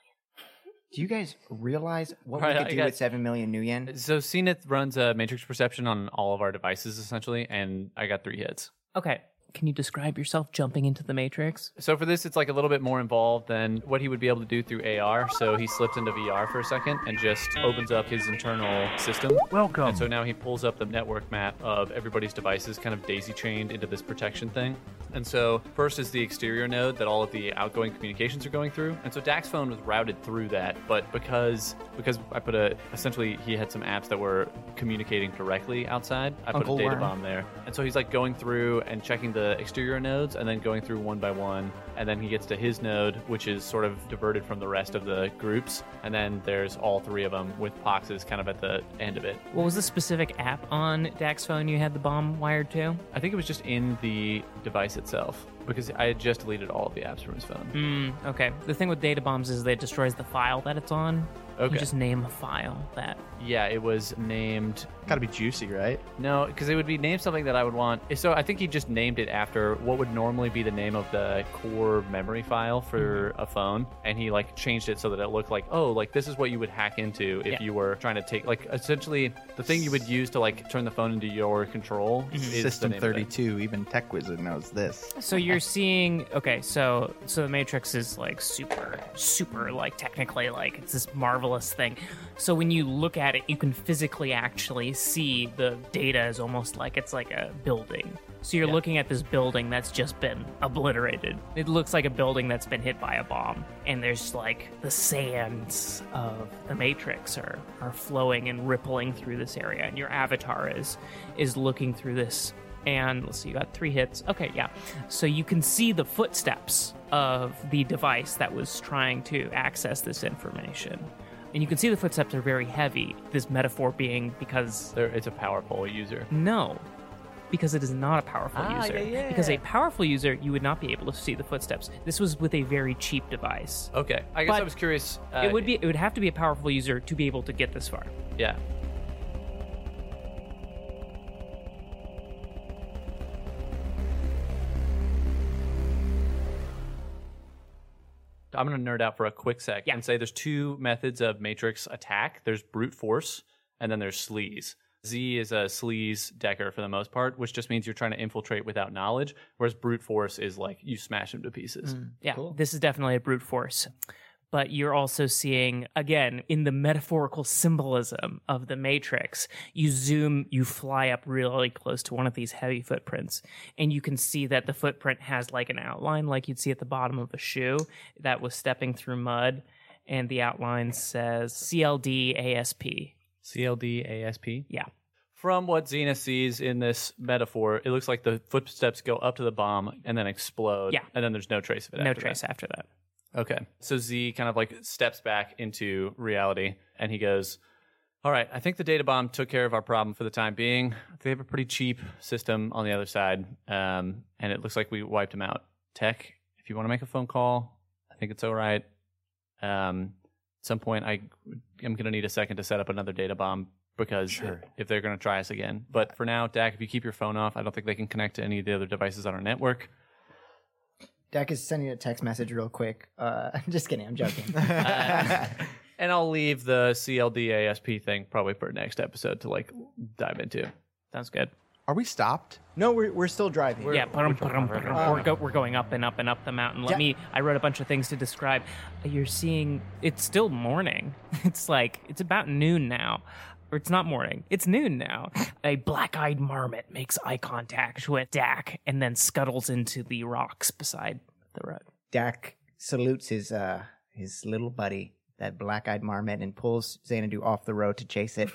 Speaker 1: Do you guys realize what
Speaker 4: All
Speaker 1: we
Speaker 4: right,
Speaker 1: could
Speaker 4: I
Speaker 1: do
Speaker 4: got-
Speaker 1: with seven million new yen?
Speaker 4: So Cenith runs a matrix perception on all of our devices essentially, and I got three hits.
Speaker 2: Okay. Can you describe yourself jumping into the Matrix?
Speaker 4: So for this, it's like a little bit more involved than what he would be able to do through AR. So he slips into VR for a second and just opens up his internal system.
Speaker 11: Welcome.
Speaker 4: And so now he pulls up the network map of everybody's devices, kind of daisy chained into this protection thing. And so first is the exterior node that all of the outgoing communications are going through. And so Dax phone was routed through that, but because because I put a essentially he had some apps that were communicating directly outside, I put
Speaker 1: Uncle
Speaker 4: a data
Speaker 1: Worm.
Speaker 4: bomb bomb there. And so he's like going through and checking the exterior nodes and then going through one by one. And then he gets to his node, which is sort of diverted from the rest of the groups. And then there's all three of them with Pox's kind of at the end of it.
Speaker 2: What was the specific app on Dax phone you had the bomb wired to?
Speaker 4: I think it was just in the device itself because I had just deleted all of the apps from his phone.
Speaker 5: Hmm.
Speaker 2: Mm, okay. The thing with data bombs is that it destroys the file that it's on.
Speaker 4: Okay.
Speaker 2: You just name a file that.
Speaker 4: Yeah, it was named.
Speaker 5: gotta be juicy, right?
Speaker 4: No, because it would be named something that I would want. So I think he just named it after what would normally be the name of the core memory file for
Speaker 5: Hmm.
Speaker 4: a phone, and he like changed it so that it looked like, oh, like this is what you would hack into if
Speaker 2: Yeah.
Speaker 4: you were trying to take like essentially the thing you would use to like turn the phone into your control. is the
Speaker 5: Mm-hmm. System
Speaker 4: name of it.
Speaker 5: thirty two. Even Tech Wizard knows this.
Speaker 2: So you're seeing okay, so so the Matrix is like super super like technically like it's this marvelous thing. So when you look at it, you can physically actually see the data is almost like it's like a building. So you're looking at this building that's just been obliterated. It looks like a building that's been hit by a bomb and there's like the sands of the Matrix are are flowing and rippling through this area and your avatar is is looking through this and let's see, you got three hits. Okay, yeah. So you can see the footsteps of the device that was trying to access this information. And you can see the footsteps are very heavy, this metaphor being because
Speaker 5: Hmm.
Speaker 4: There, it's a power pole user.
Speaker 2: no. because it is not a powerful
Speaker 6: Ah,
Speaker 2: user.
Speaker 6: yeah, yeah.
Speaker 2: Because a powerful user, you would not be able to see the footsteps. This was with a very cheap device.
Speaker 4: Okay. I guess
Speaker 2: But
Speaker 4: I was curious. Uh,
Speaker 2: it would be it would have to be a powerful user to be able to get this far.
Speaker 4: Yeah. I'm going to nerd out for a quick sec
Speaker 2: Yeah.
Speaker 4: and say there's two methods of matrix attack. There's brute force and then there's sleaze. Z is a sleaze decker for the most part, which just means you're trying to infiltrate without knowledge, whereas brute force is like you smash him to pieces.
Speaker 2: Yeah, this is definitely a brute force. But you're also seeing, again, in the metaphorical symbolism of the Matrix, you zoom, you fly up really close to one of these heavy footprints, and you can see that the footprint has like an outline, like you'd see at the bottom of a shoe that was stepping through mud, and the outline says CLD ASP.
Speaker 4: CLD ASP?
Speaker 2: Yeah.
Speaker 4: From what Xena sees in this metaphor, it looks like the footsteps go up to the bomb and then explode.
Speaker 2: Yeah.
Speaker 4: And then there's no trace of it.
Speaker 2: No
Speaker 4: after
Speaker 2: trace after that.
Speaker 4: That. Okay. So Z kind of like steps back into reality and he goes, All right, I think the data bomb took care of our problem for the time being. They have a pretty cheap system on the other side. Um, and it looks like we wiped them out. Tech, if you want to make a phone call, I think it's all right. Um, at some point, I am going to need a second to set up another data bomb because if they're going to try us again. But for now, Dak, if you keep your phone off, I don't think they can connect to any of the other devices on our network.
Speaker 1: Dak is sending a text message real quick. Uh, just kidding. I'm joking.
Speaker 4: And I'll leave the CLD ASP thing probably for next episode to like dive into.
Speaker 2: Sounds good.
Speaker 5: Are we stopped?
Speaker 1: no, we're, we're still driving.
Speaker 2: yeah, ba-dum, ba-dum, ba-dum. we're, go, we're going up and up and up the mountain. Let
Speaker 1: Yeah.
Speaker 2: me. I wrote a bunch of things to describe. You're seeing. It's still morning. It's like it's about noon now. Or it's not morning. It's noon now. A black-eyed marmot makes eye contact with Dak and then scuttles into the rocks beside the road.
Speaker 1: Dak salutes his uh his little buddy, that black eyed marmot, and pulls Xanadu off the road to chase it.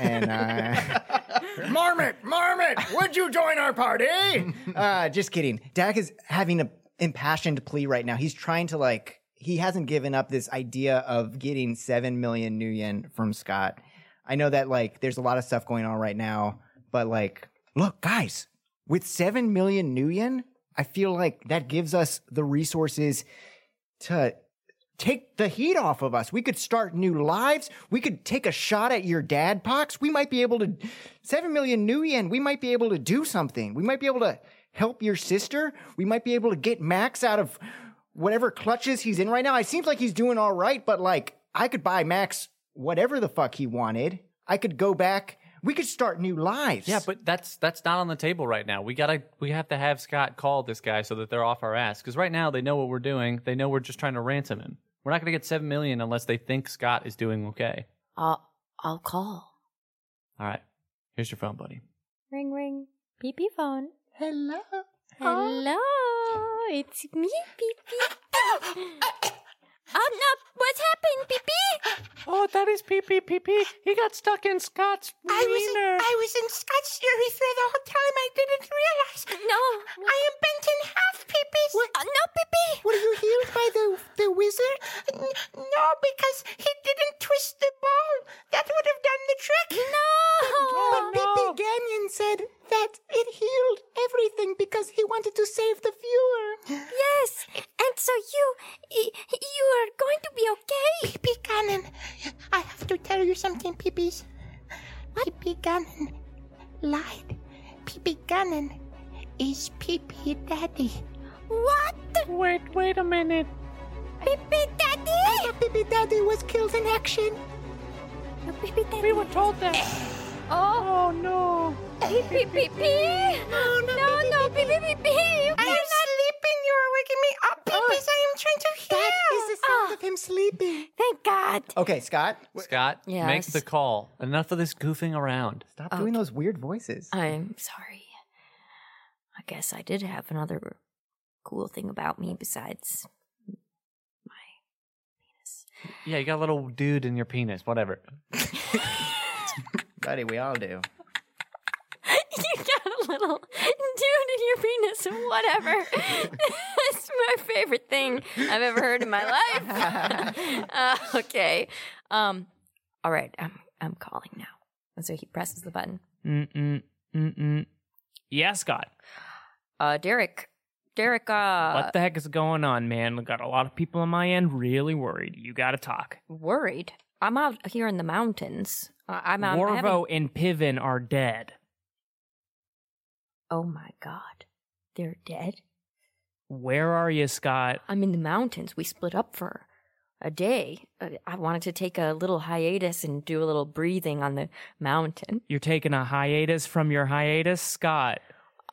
Speaker 1: and uh Marmot, Marmot, would you join our party? uh just kidding. Dak is having a impassioned plea right now. He's trying to like he hasn't given up this idea of getting seven million new yen from Scott. I know that like there's a lot of stuff going on right now, but like look, guys, with 7 million new yen, I feel like that gives us the resources to take the heat off of us. We could start new lives. We could take a shot at your dad pox. We might be able to 7 million new yen, we might be able to do something. We might be able to help your sister. We might be able to get Max out of whatever clutches he's in right now. It seems like he's doing all right, but like I could buy Max whatever the fuck he wanted. I could go back. We could start new lives.
Speaker 4: Yeah, but that's that's not on the table right now. We gotta we have to have Scott call this guy so that they're off our ass. Because right now they know what we're doing. They know we're just trying to ransom him. We're not gonna get seven million unless they think Scott is doing okay.
Speaker 3: I'll, I'll call.
Speaker 4: All right. Here's your phone, buddy.
Speaker 10: Ring ring. Beep beep phone.
Speaker 1: hello.
Speaker 10: Hello, it's me, beep beep.
Speaker 3: Uh,
Speaker 10: I'm not. What's happened, beep beep?
Speaker 4: Oh, that is pee pee pee pee. He got stuck in Scott's wiener.
Speaker 8: I was in Scott's jury for the whole time. I didn't realize.
Speaker 10: No.
Speaker 8: I am bent in half, peepees.
Speaker 10: Uh, no, beep beep.
Speaker 1: Were you healed by the the wizard?
Speaker 8: N- No, because he didn't twist the ball. That would have done the trick.
Speaker 10: No.
Speaker 1: But Pippi Ganyan said that it healed everything because he wanted to save the viewer.
Speaker 10: Yes. And so you, y- you are going to be okay.
Speaker 8: Pee Gannon, I have to tell you something, peepees. Pee Gannon lied. Pee Gannon is Pee Pee Daddy.
Speaker 10: What?
Speaker 2: Wait, wait a minute.
Speaker 10: Beep beep, daddy.
Speaker 1: Pippi Daddy was killed in action.
Speaker 10: No, beep beep, daddy. We were told that. Oh. no. Beep beep beep beep. No no no beep beep beep beep.
Speaker 8: I am sleeping. You are waking me up, peepees. I am trying to hear.
Speaker 1: sound of him sleeping.
Speaker 10: Thank God.
Speaker 1: Okay, Scott,
Speaker 4: Scott, make
Speaker 10: Yes.
Speaker 4: the call. Enough of this goofing around.
Speaker 1: stop doing those weird voices.
Speaker 3: I'm sorry. I guess I did have another cool thing about me besides
Speaker 4: Yeah, you got a little dude in your penis, whatever.
Speaker 1: Buddy, we all do.
Speaker 10: you got a little dude in your penis and whatever. That's my favorite thing I've ever heard in my life. uh, okay. Um, all right. I'm, I'm calling now. And so he presses the button.
Speaker 2: Mm mm mm mm. Yeah, Scott.
Speaker 3: Uh, Derek. Derek, uh,
Speaker 2: what the heck is going on, man? We got a lot of people on my end really worried. You got to talk.
Speaker 3: worried. I'm out here in the mountains. Uh, I'm out. I haven't-
Speaker 2: Warvo and Piven are dead.
Speaker 3: Oh my god, they're dead.
Speaker 2: Where are you, Scott?
Speaker 3: I'm in the mountains. We split up for a day. Uh, I wanted to take a little hiatus and do a little breathing on the mountain.
Speaker 2: You're taking a hiatus from your hiatus, Scott.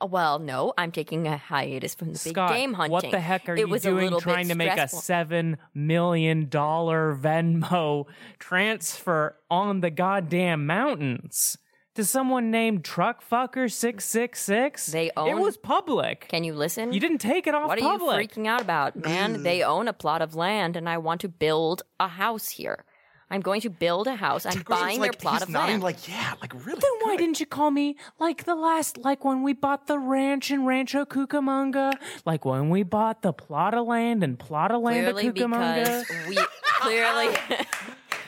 Speaker 3: Uh, Well, no, I'm taking a hiatus from the big
Speaker 2: Scott,
Speaker 3: game hunting.
Speaker 2: what the heck are
Speaker 3: it
Speaker 2: you
Speaker 3: was a
Speaker 2: doing
Speaker 3: little
Speaker 2: trying
Speaker 3: bit
Speaker 2: to make a
Speaker 3: stressful.
Speaker 2: seven million dollar Venmo transfer on the goddamn mountains to someone named Truckfucker six six six?
Speaker 3: They
Speaker 2: it
Speaker 3: own-
Speaker 2: was public.
Speaker 3: Can you listen?
Speaker 2: You didn't take it off
Speaker 3: What are
Speaker 2: public.
Speaker 3: you freaking out about, man? they
Speaker 4: Mm.
Speaker 3: own a plot of land, and I want to build a house here. I'm going to build a house. I'm
Speaker 5: Gray's
Speaker 3: buying
Speaker 5: like,
Speaker 3: their plot
Speaker 5: he's
Speaker 3: of
Speaker 5: nodding
Speaker 3: land.
Speaker 5: like, yeah, like really.
Speaker 2: Then why didn't you call me like the last, like when we bought the ranch in Rancho Cucamonga, like when we bought the plot of land and plot of land
Speaker 3: clearly,
Speaker 2: of Cucamonga?
Speaker 3: because we clearly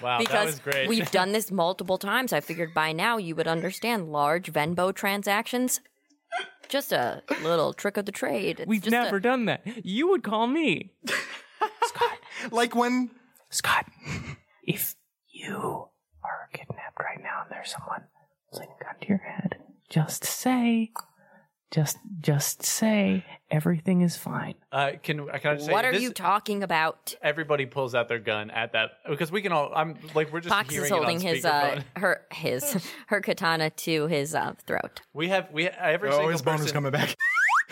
Speaker 4: Wow, that
Speaker 3: because
Speaker 4: was great.
Speaker 3: we've done this multiple times. I figured by now you would understand large Venmo transactions. Just a little trick of the trade. It's
Speaker 2: We've
Speaker 3: just a-
Speaker 2: never done that. You would call me.
Speaker 5: Like when
Speaker 2: Scott, if you are kidnapped right now and there's someone holding a gun to your head, just say, just, just say everything is fine.
Speaker 4: Uh, can I can I just say
Speaker 3: what are
Speaker 4: this-
Speaker 3: you talking about?
Speaker 4: Everybody pulls out their gun at that because we can all. I'm like we're just
Speaker 3: Fox
Speaker 4: hearing
Speaker 3: is holding
Speaker 4: it on
Speaker 3: his
Speaker 4: speakerphone.
Speaker 3: uh her his her katana to his uh, throat.
Speaker 4: We have we every
Speaker 5: oh,
Speaker 4: single
Speaker 5: his boner's
Speaker 4: person
Speaker 5: coming back.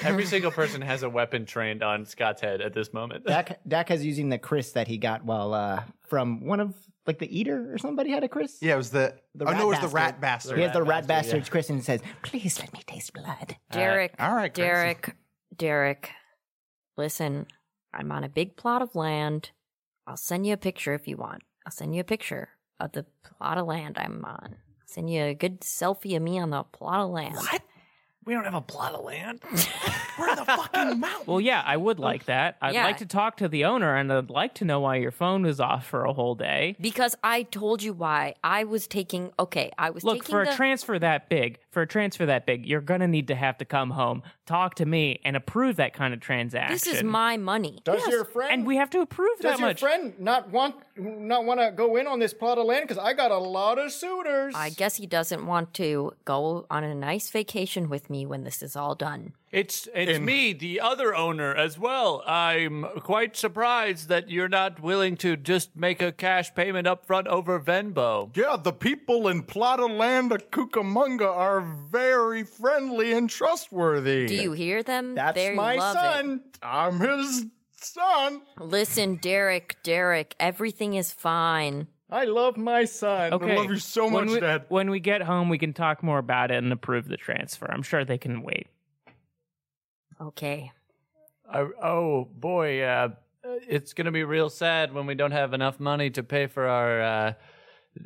Speaker 4: every single person has a weapon trained on Scott's head at this moment.
Speaker 1: Dak Dak has using the Chris that he got while uh from one of like the eater or somebody had a Chris.
Speaker 5: Yeah, it was the,
Speaker 1: The
Speaker 5: oh
Speaker 1: rat
Speaker 5: no, it was the
Speaker 1: bastard.
Speaker 5: rat bastard.
Speaker 1: He has the
Speaker 4: bastard,
Speaker 1: rat bastard's Chris and says, "Please let me taste blood."
Speaker 3: Derek,
Speaker 5: all right, Chris.
Speaker 3: Derek, Derek, listen, I'm on a big plot of land. I'll send you a picture if you want. I'll send you a picture of the plot of land I'm on. Send you a good selfie of me on the plot of land. What?
Speaker 4: We don't have a plot of land.
Speaker 5: We're in the fucking mountain.
Speaker 2: Well, yeah, I would like that. I'd
Speaker 3: Yeah.
Speaker 2: like to talk to the owner and I'd like to know why your phone was off for a whole day.
Speaker 3: Because I told you why I was taking. Okay, I was
Speaker 2: Look,
Speaker 3: taking
Speaker 2: for
Speaker 3: the,
Speaker 2: a transfer that big, for a transfer that big, you're going to need to have to come home, talk to me, and approve that kind of transaction.
Speaker 3: This is my money.
Speaker 1: Does your friend
Speaker 2: And we have to approve that much.
Speaker 1: friend not want not want to go in on this plot of land? Because I got a lot of suitors.
Speaker 3: I guess he doesn't want to go on a nice vacation with me when this is all done.
Speaker 4: It's it's me, the other owner as well. I'm quite surprised that you're not willing to just make a cash payment up front over Venmo.
Speaker 5: Yeah, the people in plot of land of Cucamonga are very friendly and trustworthy.
Speaker 3: Do you hear them?
Speaker 1: That's
Speaker 3: they
Speaker 1: my
Speaker 3: love It.
Speaker 1: son.
Speaker 5: I'm his son.
Speaker 3: Listen, Derek, Derek, everything is fine.
Speaker 1: I love my son.
Speaker 2: Okay.
Speaker 5: love you so
Speaker 2: When
Speaker 5: much,
Speaker 2: we-
Speaker 5: Dad.
Speaker 2: When we get home, we can talk more about it and approve the transfer. I'm sure they can wait.
Speaker 3: Okay.
Speaker 4: I, oh boy, uh, it's gonna be real sad when we don't have enough money to pay for our uh,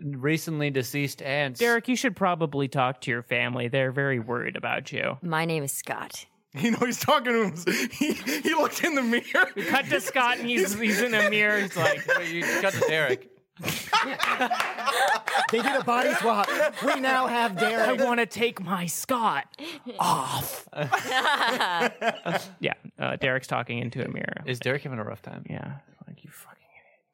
Speaker 4: recently deceased aunts.
Speaker 2: Derek, you should probably talk to your family. They're very worried about you.
Speaker 3: My name is Scott.
Speaker 5: You know, he's talking to him. He, he looked in the mirror.
Speaker 2: Cut to Scott, and he's, he's in a mirror. He's like,
Speaker 4: Wait, you cut to Derek.
Speaker 1: They did a body swap. We now have
Speaker 2: I
Speaker 1: Derek.
Speaker 2: want to take my Scott off. yeah, uh, Derek's talking into a mirror.
Speaker 4: Is Derek having a rough time?
Speaker 2: yeah, like you fucking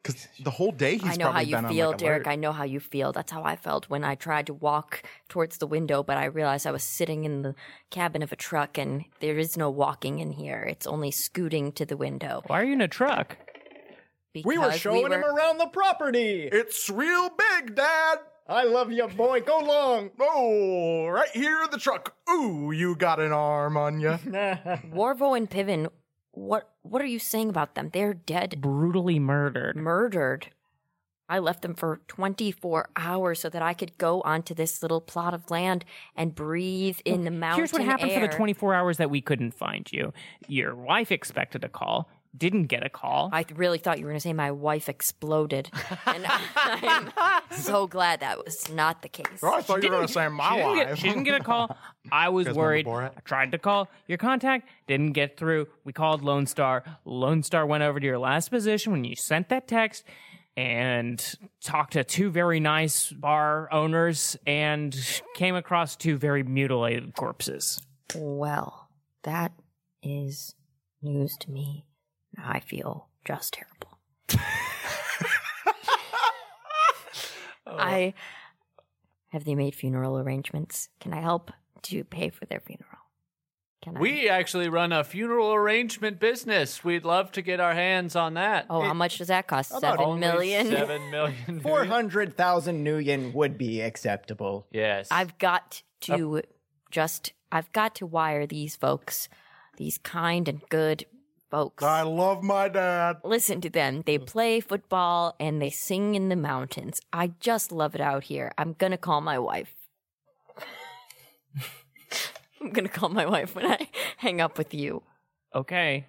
Speaker 5: Because the whole day he's
Speaker 3: I know how
Speaker 5: probably
Speaker 3: you
Speaker 5: been
Speaker 3: feel,
Speaker 5: on like,
Speaker 3: Derek.
Speaker 5: alert.
Speaker 3: I know how you feel. That's how I felt when I tried to walk towards the window, but I realized I was sitting in the cabin of a truck and there is no walking in here. It's only scooting to the window.
Speaker 2: Why are you in a truck?
Speaker 3: Because
Speaker 1: We were showing him
Speaker 3: were-
Speaker 1: around the property.
Speaker 5: It's real big, Dad.
Speaker 1: I love you, boy. Go long.
Speaker 5: Oh, right here in the truck. Ooh, you got an arm on you.
Speaker 3: Warvo and Piven, what what are you saying about them? They're dead,
Speaker 2: Brutally murdered.
Speaker 3: murdered. I left them for 24 hours so that I could go onto this little plot of land and breathe in the mountain
Speaker 2: Here's what happened for
Speaker 3: air.
Speaker 2: the 24 hours that we couldn't find you. Your wife expected a call, didn't get a call.
Speaker 3: I th- really thought you were going to say my wife exploded. And I'm so glad that was not the case.
Speaker 5: Oh, I thought you were going to say my
Speaker 2: she didn't, get,
Speaker 5: wife.
Speaker 2: she didn't get a call. I was
Speaker 5: remember
Speaker 2: worried. I
Speaker 5: Borat?
Speaker 2: tried to call your contact, didn't get through. We called Lone Star. Lone Star went over to your last position when you sent that text and talked to two very nice bar owners and came across two very mutilated corpses.
Speaker 3: Well, that is news to me. I feel just terrible.
Speaker 4: Oh.
Speaker 3: I have they made funeral arrangements? Can I help to pay for their funeral? Can I?
Speaker 4: We actually run a funeral arrangement business. We'd love to get our hands on that.
Speaker 3: oh, how much does that cost? Seven
Speaker 4: Only
Speaker 3: million.
Speaker 4: Seven million.
Speaker 1: Four hundred thousand nuyen would be acceptable.
Speaker 4: Yes.
Speaker 3: I've got to just I've got to wire these folks, these kind and good folks.
Speaker 5: I love my dad.
Speaker 3: Listen to them. They play football and they sing in the mountains. I just love it out here. I'm gonna call my wife. I'm gonna call my wife when I hang up with you.
Speaker 2: okay,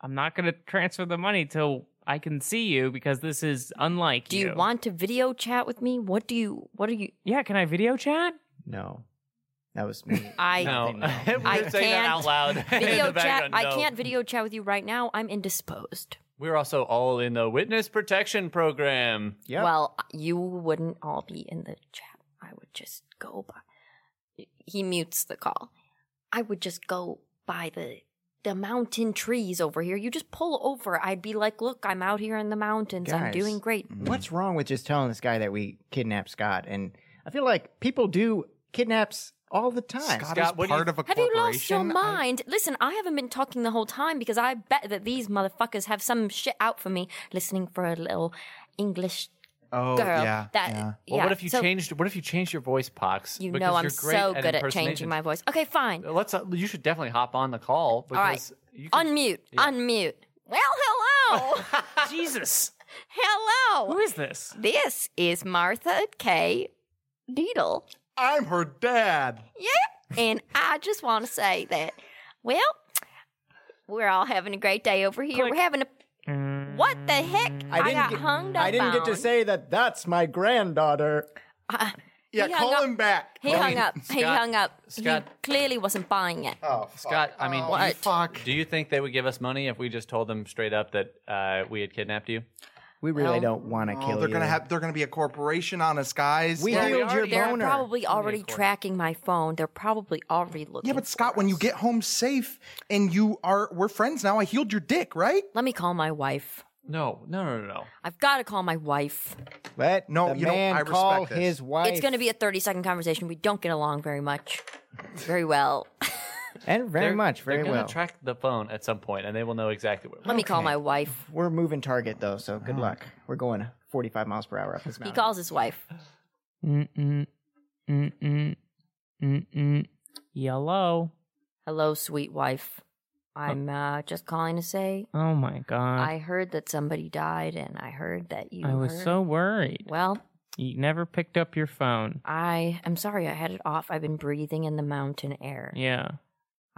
Speaker 2: I'm not going to transfer the money till I can see you because this is unlike
Speaker 3: Do you want to video chat with me? What do you what are you
Speaker 2: Yeah, can I video chat?
Speaker 1: No, that was me.
Speaker 3: I
Speaker 4: no. We're
Speaker 3: I
Speaker 4: saying that
Speaker 3: can't
Speaker 4: out loud. in
Speaker 3: video
Speaker 4: the
Speaker 3: chat
Speaker 4: background,
Speaker 3: I
Speaker 4: no.
Speaker 3: can't video chat with you right now. I'm indisposed.
Speaker 4: We're also all in the witness protection program.
Speaker 1: Yep.
Speaker 3: Well, you wouldn't all be in the chat. I would just go by. He mutes the call. I would just go by the the mountain trees over here. You just pull over. I'd be like, look, I'm out here in the mountains. I'm
Speaker 1: Guys.
Speaker 3: doing great.
Speaker 1: What's wrong with just telling this guy that we kidnapped Scott? And I feel like people do kidnaps all the time.
Speaker 5: Scott,
Speaker 4: Scott,
Speaker 5: is
Speaker 4: what do you-
Speaker 5: part of a
Speaker 3: Have you
Speaker 5: corporation.
Speaker 3: lost your
Speaker 5: I-
Speaker 3: mind? Listen, I haven't been talking the whole time because I bet that these motherfuckers have some shit out for me listening for a little English
Speaker 5: oh,
Speaker 3: girl.
Speaker 5: yeah.
Speaker 3: that
Speaker 5: yeah.
Speaker 4: Well,
Speaker 3: yeah.
Speaker 4: what if you
Speaker 3: So
Speaker 4: changed? What if you changed your voice, Pox?
Speaker 3: You
Speaker 4: Because
Speaker 3: know I'm
Speaker 4: you're great
Speaker 3: so good at changing
Speaker 4: impersonations.
Speaker 3: my voice. Okay, fine.
Speaker 4: Let's. Uh, you should definitely hop on the call because
Speaker 3: right.
Speaker 4: you can-
Speaker 3: Unmute. Unmute. Well, hello.
Speaker 2: Jesus, who
Speaker 3: hello.
Speaker 2: is this?
Speaker 3: This is Martha K. Deedle.
Speaker 5: I'm her dad.
Speaker 3: Yep. And I just want to say that, well, we're all having a great day over here. We're having a. What the heck? I, got
Speaker 1: get,
Speaker 3: hung up
Speaker 1: I didn't get to
Speaker 3: on.
Speaker 1: say that. That's my granddaughter.
Speaker 5: Yeah,
Speaker 3: He hung
Speaker 5: call
Speaker 3: up-
Speaker 5: him back.
Speaker 3: He hung up. he
Speaker 4: Scott-
Speaker 3: hung up.
Speaker 4: Scott-
Speaker 3: He clearly wasn't buying it.
Speaker 5: Oh, fuck.
Speaker 4: Scott, I mean, do you-
Speaker 3: What?
Speaker 5: Fuck.
Speaker 4: do you think they would give us money if we just told them straight up that uh, we had kidnapped you?
Speaker 1: We really
Speaker 3: Well,
Speaker 1: don't want to
Speaker 5: Oh,
Speaker 1: kill
Speaker 5: they're
Speaker 1: you.
Speaker 5: gonna have. They're gonna be a corporation on us, guys.
Speaker 1: We
Speaker 4: Well, we
Speaker 1: healed your
Speaker 4: already-
Speaker 3: They're
Speaker 1: boner.
Speaker 3: probably already
Speaker 4: course.
Speaker 3: tracking my phone. They're probably already looking.
Speaker 5: yeah, but
Speaker 3: for
Speaker 5: Scott, when you
Speaker 3: us.
Speaker 5: get home safe and you are, we're friends now. I healed your dick, right?
Speaker 3: Let me call my wife.
Speaker 4: No, no, no, no, no.
Speaker 3: I've got to call my wife.
Speaker 1: Let
Speaker 5: No,
Speaker 1: the
Speaker 5: you don't-
Speaker 1: man
Speaker 5: I respect
Speaker 1: call
Speaker 5: this.
Speaker 1: his wife.
Speaker 3: It's going to be a 30 second conversation. We don't get along very much. Very well.
Speaker 1: and very
Speaker 4: They're-
Speaker 1: much,
Speaker 4: they're
Speaker 1: very
Speaker 4: gonna
Speaker 1: well.
Speaker 4: track the phone at some point, and they will know exactly where.
Speaker 3: Let me call my wife.
Speaker 1: We're moving target though, so
Speaker 5: Uh-huh.
Speaker 1: good luck. We're going 45 miles per hour up this
Speaker 3: He
Speaker 1: mountain.
Speaker 3: calls his wife.
Speaker 2: Mm-mm, mm-mm, mm-mm. Yellow.
Speaker 3: Hello, sweet wife. I'm uh, just calling to say
Speaker 2: Oh my god,
Speaker 3: I heard that somebody died, and I heard that you.
Speaker 2: I, was
Speaker 3: heard-
Speaker 2: so worried.
Speaker 3: well.
Speaker 2: You never picked up your phone.
Speaker 3: I am sorry. I had it off. I've been breathing in the mountain air.
Speaker 2: Yeah.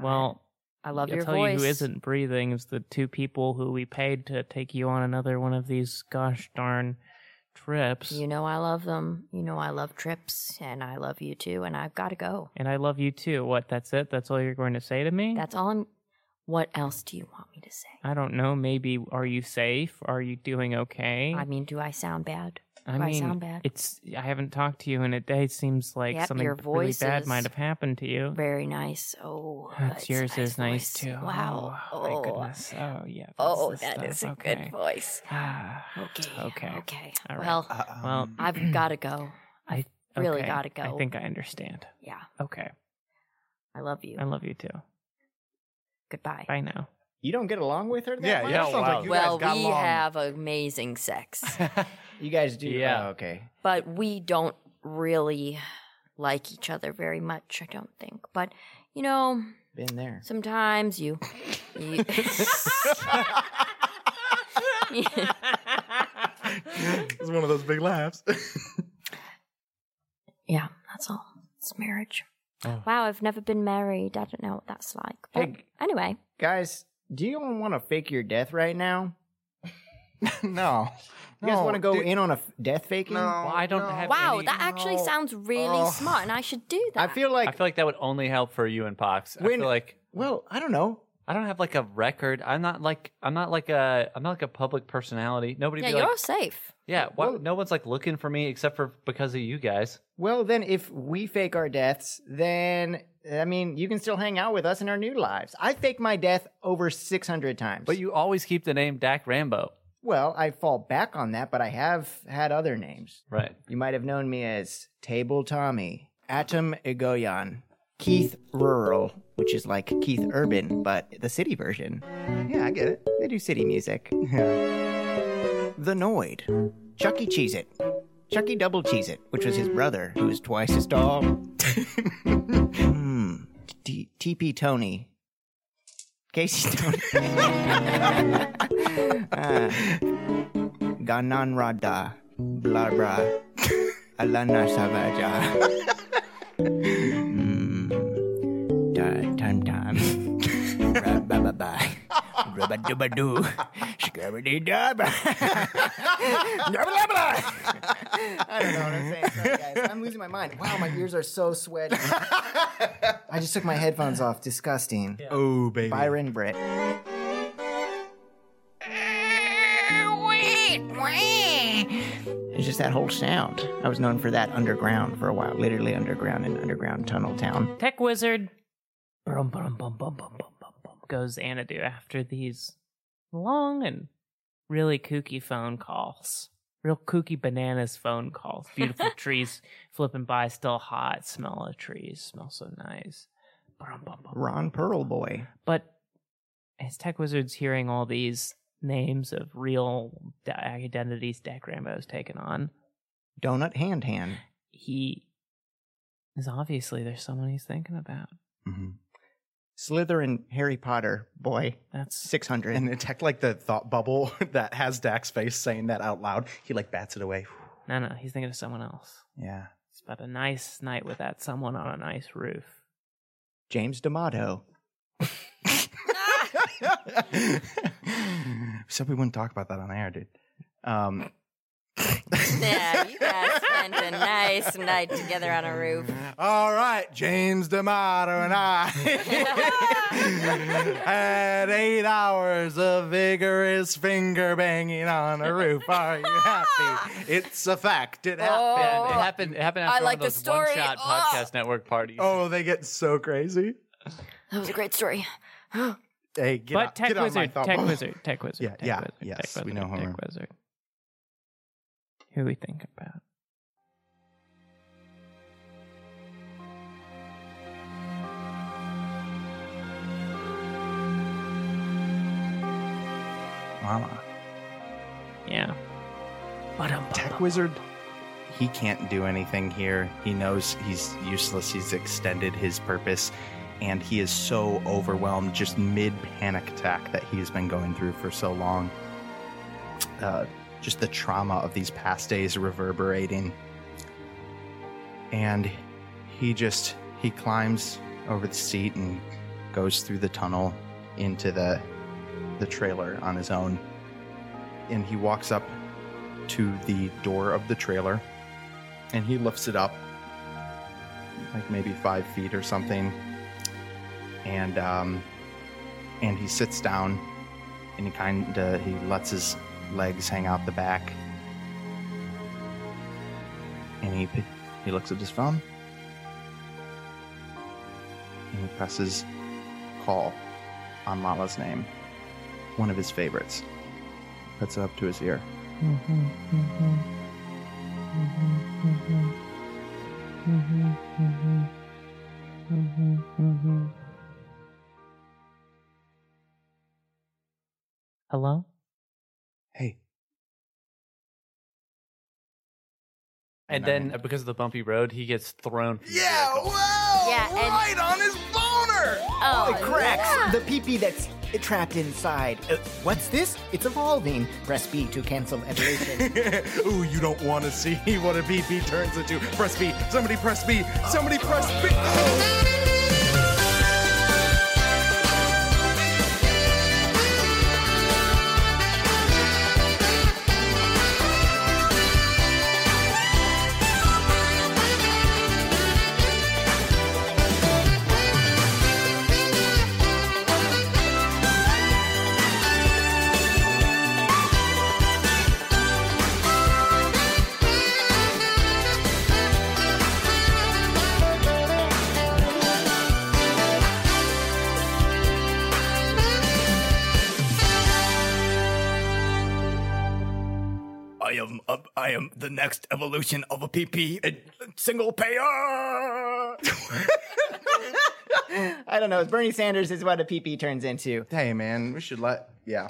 Speaker 2: Well,
Speaker 3: I love
Speaker 2: I'll
Speaker 3: your
Speaker 2: tell
Speaker 3: voice.
Speaker 2: you who isn't breathing is the two people who we paid to take you on another one of these gosh darn trips.
Speaker 3: You know I love them. You know I love trips, and I love you too. And I've got to go.
Speaker 2: and I love you too. What? That's it? That's all you're going to say to me?
Speaker 3: That's all I'm. What else do you want me to say?
Speaker 2: I don't know. Maybe are you safe? Are you doing okay?
Speaker 3: I mean, do I sound bad?
Speaker 2: I
Speaker 3: do I
Speaker 2: mean,
Speaker 3: sound bad?
Speaker 2: it's. I haven't talked to you in a day. It seems like
Speaker 3: Yep,
Speaker 2: something
Speaker 3: your
Speaker 2: really
Speaker 3: voice
Speaker 2: bad
Speaker 3: is
Speaker 2: might have happened to you.
Speaker 3: Very nice. Oh,
Speaker 2: That's
Speaker 3: a
Speaker 2: yours is nice
Speaker 3: voice.
Speaker 2: too.
Speaker 3: Wow.
Speaker 2: Oh, my
Speaker 3: Oh,
Speaker 2: goodness. Oh yeah.
Speaker 3: Oh,
Speaker 2: that's the
Speaker 3: that is a
Speaker 2: stuff.
Speaker 3: good
Speaker 2: Okay.
Speaker 3: voice.
Speaker 2: Ah,
Speaker 3: Okay.
Speaker 2: Okay.
Speaker 3: Okay.
Speaker 2: All right.
Speaker 3: Well,
Speaker 2: well,
Speaker 3: I've got to go.
Speaker 2: I
Speaker 3: really
Speaker 2: okay,
Speaker 3: gotta
Speaker 2: I
Speaker 3: go.
Speaker 2: think I understand.
Speaker 3: Yeah.
Speaker 2: Okay.
Speaker 3: I love you.
Speaker 2: I love you too.
Speaker 3: Goodbye.
Speaker 2: Bye now.
Speaker 1: You don't get along with her that
Speaker 5: Yeah,
Speaker 1: much?
Speaker 5: yeah,
Speaker 1: Sounds like
Speaker 4: wow.
Speaker 1: you guys
Speaker 3: well,
Speaker 5: got
Speaker 3: we
Speaker 5: along.
Speaker 3: have amazing sex,
Speaker 1: You guys do.
Speaker 4: Yeah.
Speaker 1: Oh, okay.
Speaker 3: but we don't really like each other very much, I don't think. But, you know,
Speaker 1: Been there.
Speaker 3: sometimes you. you
Speaker 5: It's one of those big laughs.
Speaker 3: yeah, that's all. It's marriage. Wow, I've never been married. I don't know what that's like. But anyway,
Speaker 1: Guys, do you all want to fake your death right now?
Speaker 5: no.
Speaker 1: You guys
Speaker 5: No,
Speaker 1: want to go
Speaker 5: dude.
Speaker 1: in on a f- death faking?
Speaker 4: Well, I don't have.
Speaker 3: wow,
Speaker 4: any-
Speaker 3: that actually
Speaker 5: No.
Speaker 3: sounds really
Speaker 5: Oh.
Speaker 3: smart, and I should do that.
Speaker 1: I feel
Speaker 4: I
Speaker 1: like,
Speaker 4: feel like that would only help for you and Pox. I
Speaker 1: When-
Speaker 4: feel like
Speaker 1: well, I don't know.
Speaker 4: I don't have like a record. I'm not like I'm not like a I'm not like a public personality. Nobody.
Speaker 10: Yeah,
Speaker 4: be
Speaker 10: you're
Speaker 4: like,
Speaker 10: all safe.
Speaker 4: Yeah, why, no one's like looking for me except for because of you guys.
Speaker 1: Well, then, if we fake our deaths, then I mean, you can still hang out with us in our new lives. I fake my death over six hundred times.
Speaker 4: But you always keep the name Dak Rambo,
Speaker 1: well, I fall back on that, but I have had other names.
Speaker 4: right?
Speaker 1: You might have known me as Table Tommy, Atom Egoyan, Keith Rural, which is like Keith Urban, but the city version. Yeah, I get it. They do city music. the Noid, Chucky Cheese It, Chucky Double Cheese It, which was his brother, who was twice as tall. hmm. T- TP Tony. Casey Tony. Ah. Ganan Rada, blah blah, Alana Savaja. Mm. Da- Time time. Ra- ba ba ba. Rubba dubba doo. Scrubba dee dubba. Yabba labba la. I don't know what I'm saying. Sorry, guys. I'm losing my mind. Wow, my ears are so sweaty. I just took my headphones off. Disgusting.
Speaker 5: Oh, baby.
Speaker 1: Byron Britt. It's just that whole sound. I was known for that underground for a while, literally underground in underground tunnel town.
Speaker 2: Tech wizard. Brum, brum, bum, bum, bum, bum, bum, bum, goes Anadu after these long and really kooky phone calls. Real kooky bananas phone calls. Beautiful trees flipping by, still hot. Smell of trees. Smell so nice. Brum, bum, bum, bum.
Speaker 1: Ron Pearl Boy.
Speaker 2: But as Tech Wizard's hearing all these names of real da- identities Dak Rambo's taken on,
Speaker 1: Donut Hand Hand.
Speaker 2: he is obviously there's someone he's thinking about.
Speaker 1: Slytherin Harry Potter Boy.
Speaker 2: That's
Speaker 1: 600.
Speaker 5: And attack like the thought bubble that has Dak's face saying that out loud. He like bats it away.
Speaker 2: no, no. He's thinking of someone else.
Speaker 5: Yeah.
Speaker 2: It's about a nice night with that someone on a nice roof.
Speaker 1: James D'Amato.
Speaker 5: Said we wouldn't talk about that on air, dude. Um,
Speaker 10: Yeah, you guys spend a nice night together on a roof.
Speaker 5: All right, James D'Amato and I had eight hours of vigorous finger banging on a roof. Are you happy? It's a fact. It
Speaker 2: Oh.
Speaker 5: happened.
Speaker 4: Yeah, it happened. It happened after
Speaker 10: I like
Speaker 4: one of
Speaker 10: the
Speaker 4: those
Speaker 10: story.
Speaker 4: one-shot
Speaker 10: Oh.
Speaker 4: podcast network parties.
Speaker 5: Oh, they get so crazy.
Speaker 10: That was a great story.
Speaker 5: Hey, get
Speaker 2: but
Speaker 5: out-
Speaker 2: Tech
Speaker 5: get out of my
Speaker 2: Wizard,
Speaker 5: thought
Speaker 2: Tech
Speaker 5: bubble.
Speaker 2: Wizard, Tech Wizard,
Speaker 5: Yeah,
Speaker 2: Tech
Speaker 5: yeah,
Speaker 2: Wizard,
Speaker 5: yes,
Speaker 2: Tech
Speaker 5: we
Speaker 2: Wizard,
Speaker 5: know who
Speaker 2: Tech
Speaker 5: we're-
Speaker 2: Wizard. Who we think about?
Speaker 5: Mama,
Speaker 2: Yeah. Ba-dum-bum-bum.
Speaker 5: Tech Wizard, he can't do anything here. He knows he's useless. He's extended his purpose, and he is so overwhelmed, just mid panic attack that he's been going through for so long. Uh, just the trauma of these past days reverberating. And he just he climbs over the seat and goes through the tunnel into the the trailer on his own. And he walks up to the door of the trailer and he lifts it up like maybe five feet or something and um and he sits down and he kind of he lets his legs hang out the back and he p- he looks at his phone and he presses call on Lala's name one of his favorites puts it up to his ear
Speaker 2: Hello?
Speaker 5: hey
Speaker 4: and then uh, because of the bumpy road, he gets thrown. from the vehicle.
Speaker 5: wow!
Speaker 10: Yeah, and- right
Speaker 5: on his boner!
Speaker 10: Oh,
Speaker 1: it cracks. The PP that's trapped inside. Uh, what's this? It's evolving. Press B to cancel evolution.
Speaker 5: Ooh, you don't want to see what a BP turns into. Press B, somebody press B, somebody press B!
Speaker 11: I am up. I am the next evolution of a PP a single payer.
Speaker 1: I don't know. Bernie Sanders is what a PP turns into.
Speaker 5: Hey, man, we should let. Yeah.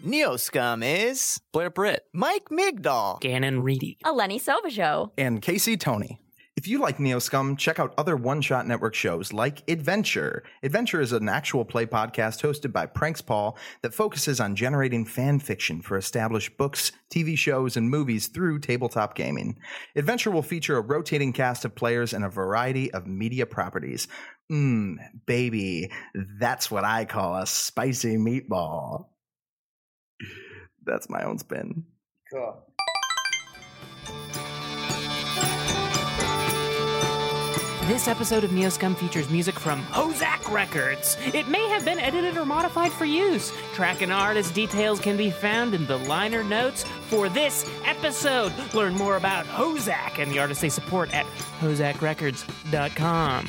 Speaker 1: Neo Scum is
Speaker 4: Blair Britt,
Speaker 1: Mike Migdal,
Speaker 2: Gannon Reedy.
Speaker 10: Eleni Silvershow.
Speaker 5: and Casey Tony. If you like Neoscum, check out other One Shot Network shows like Adventure. Adventure is an actual play podcast hosted by Pranks Paul that focuses on generating fan fiction for established books, TV shows, and movies through tabletop gaming. Adventure will feature a rotating cast of players and a variety of media properties. Mmm, baby, that's what I call a spicy meatball. That's my own spin.
Speaker 2: This episode of Neoscum features music from Hozak Records. It may have been edited or modified for use. Track and artist details can be found in the liner notes for this episode. Learn more about Hozak and the artists they support at hozakrecords.com.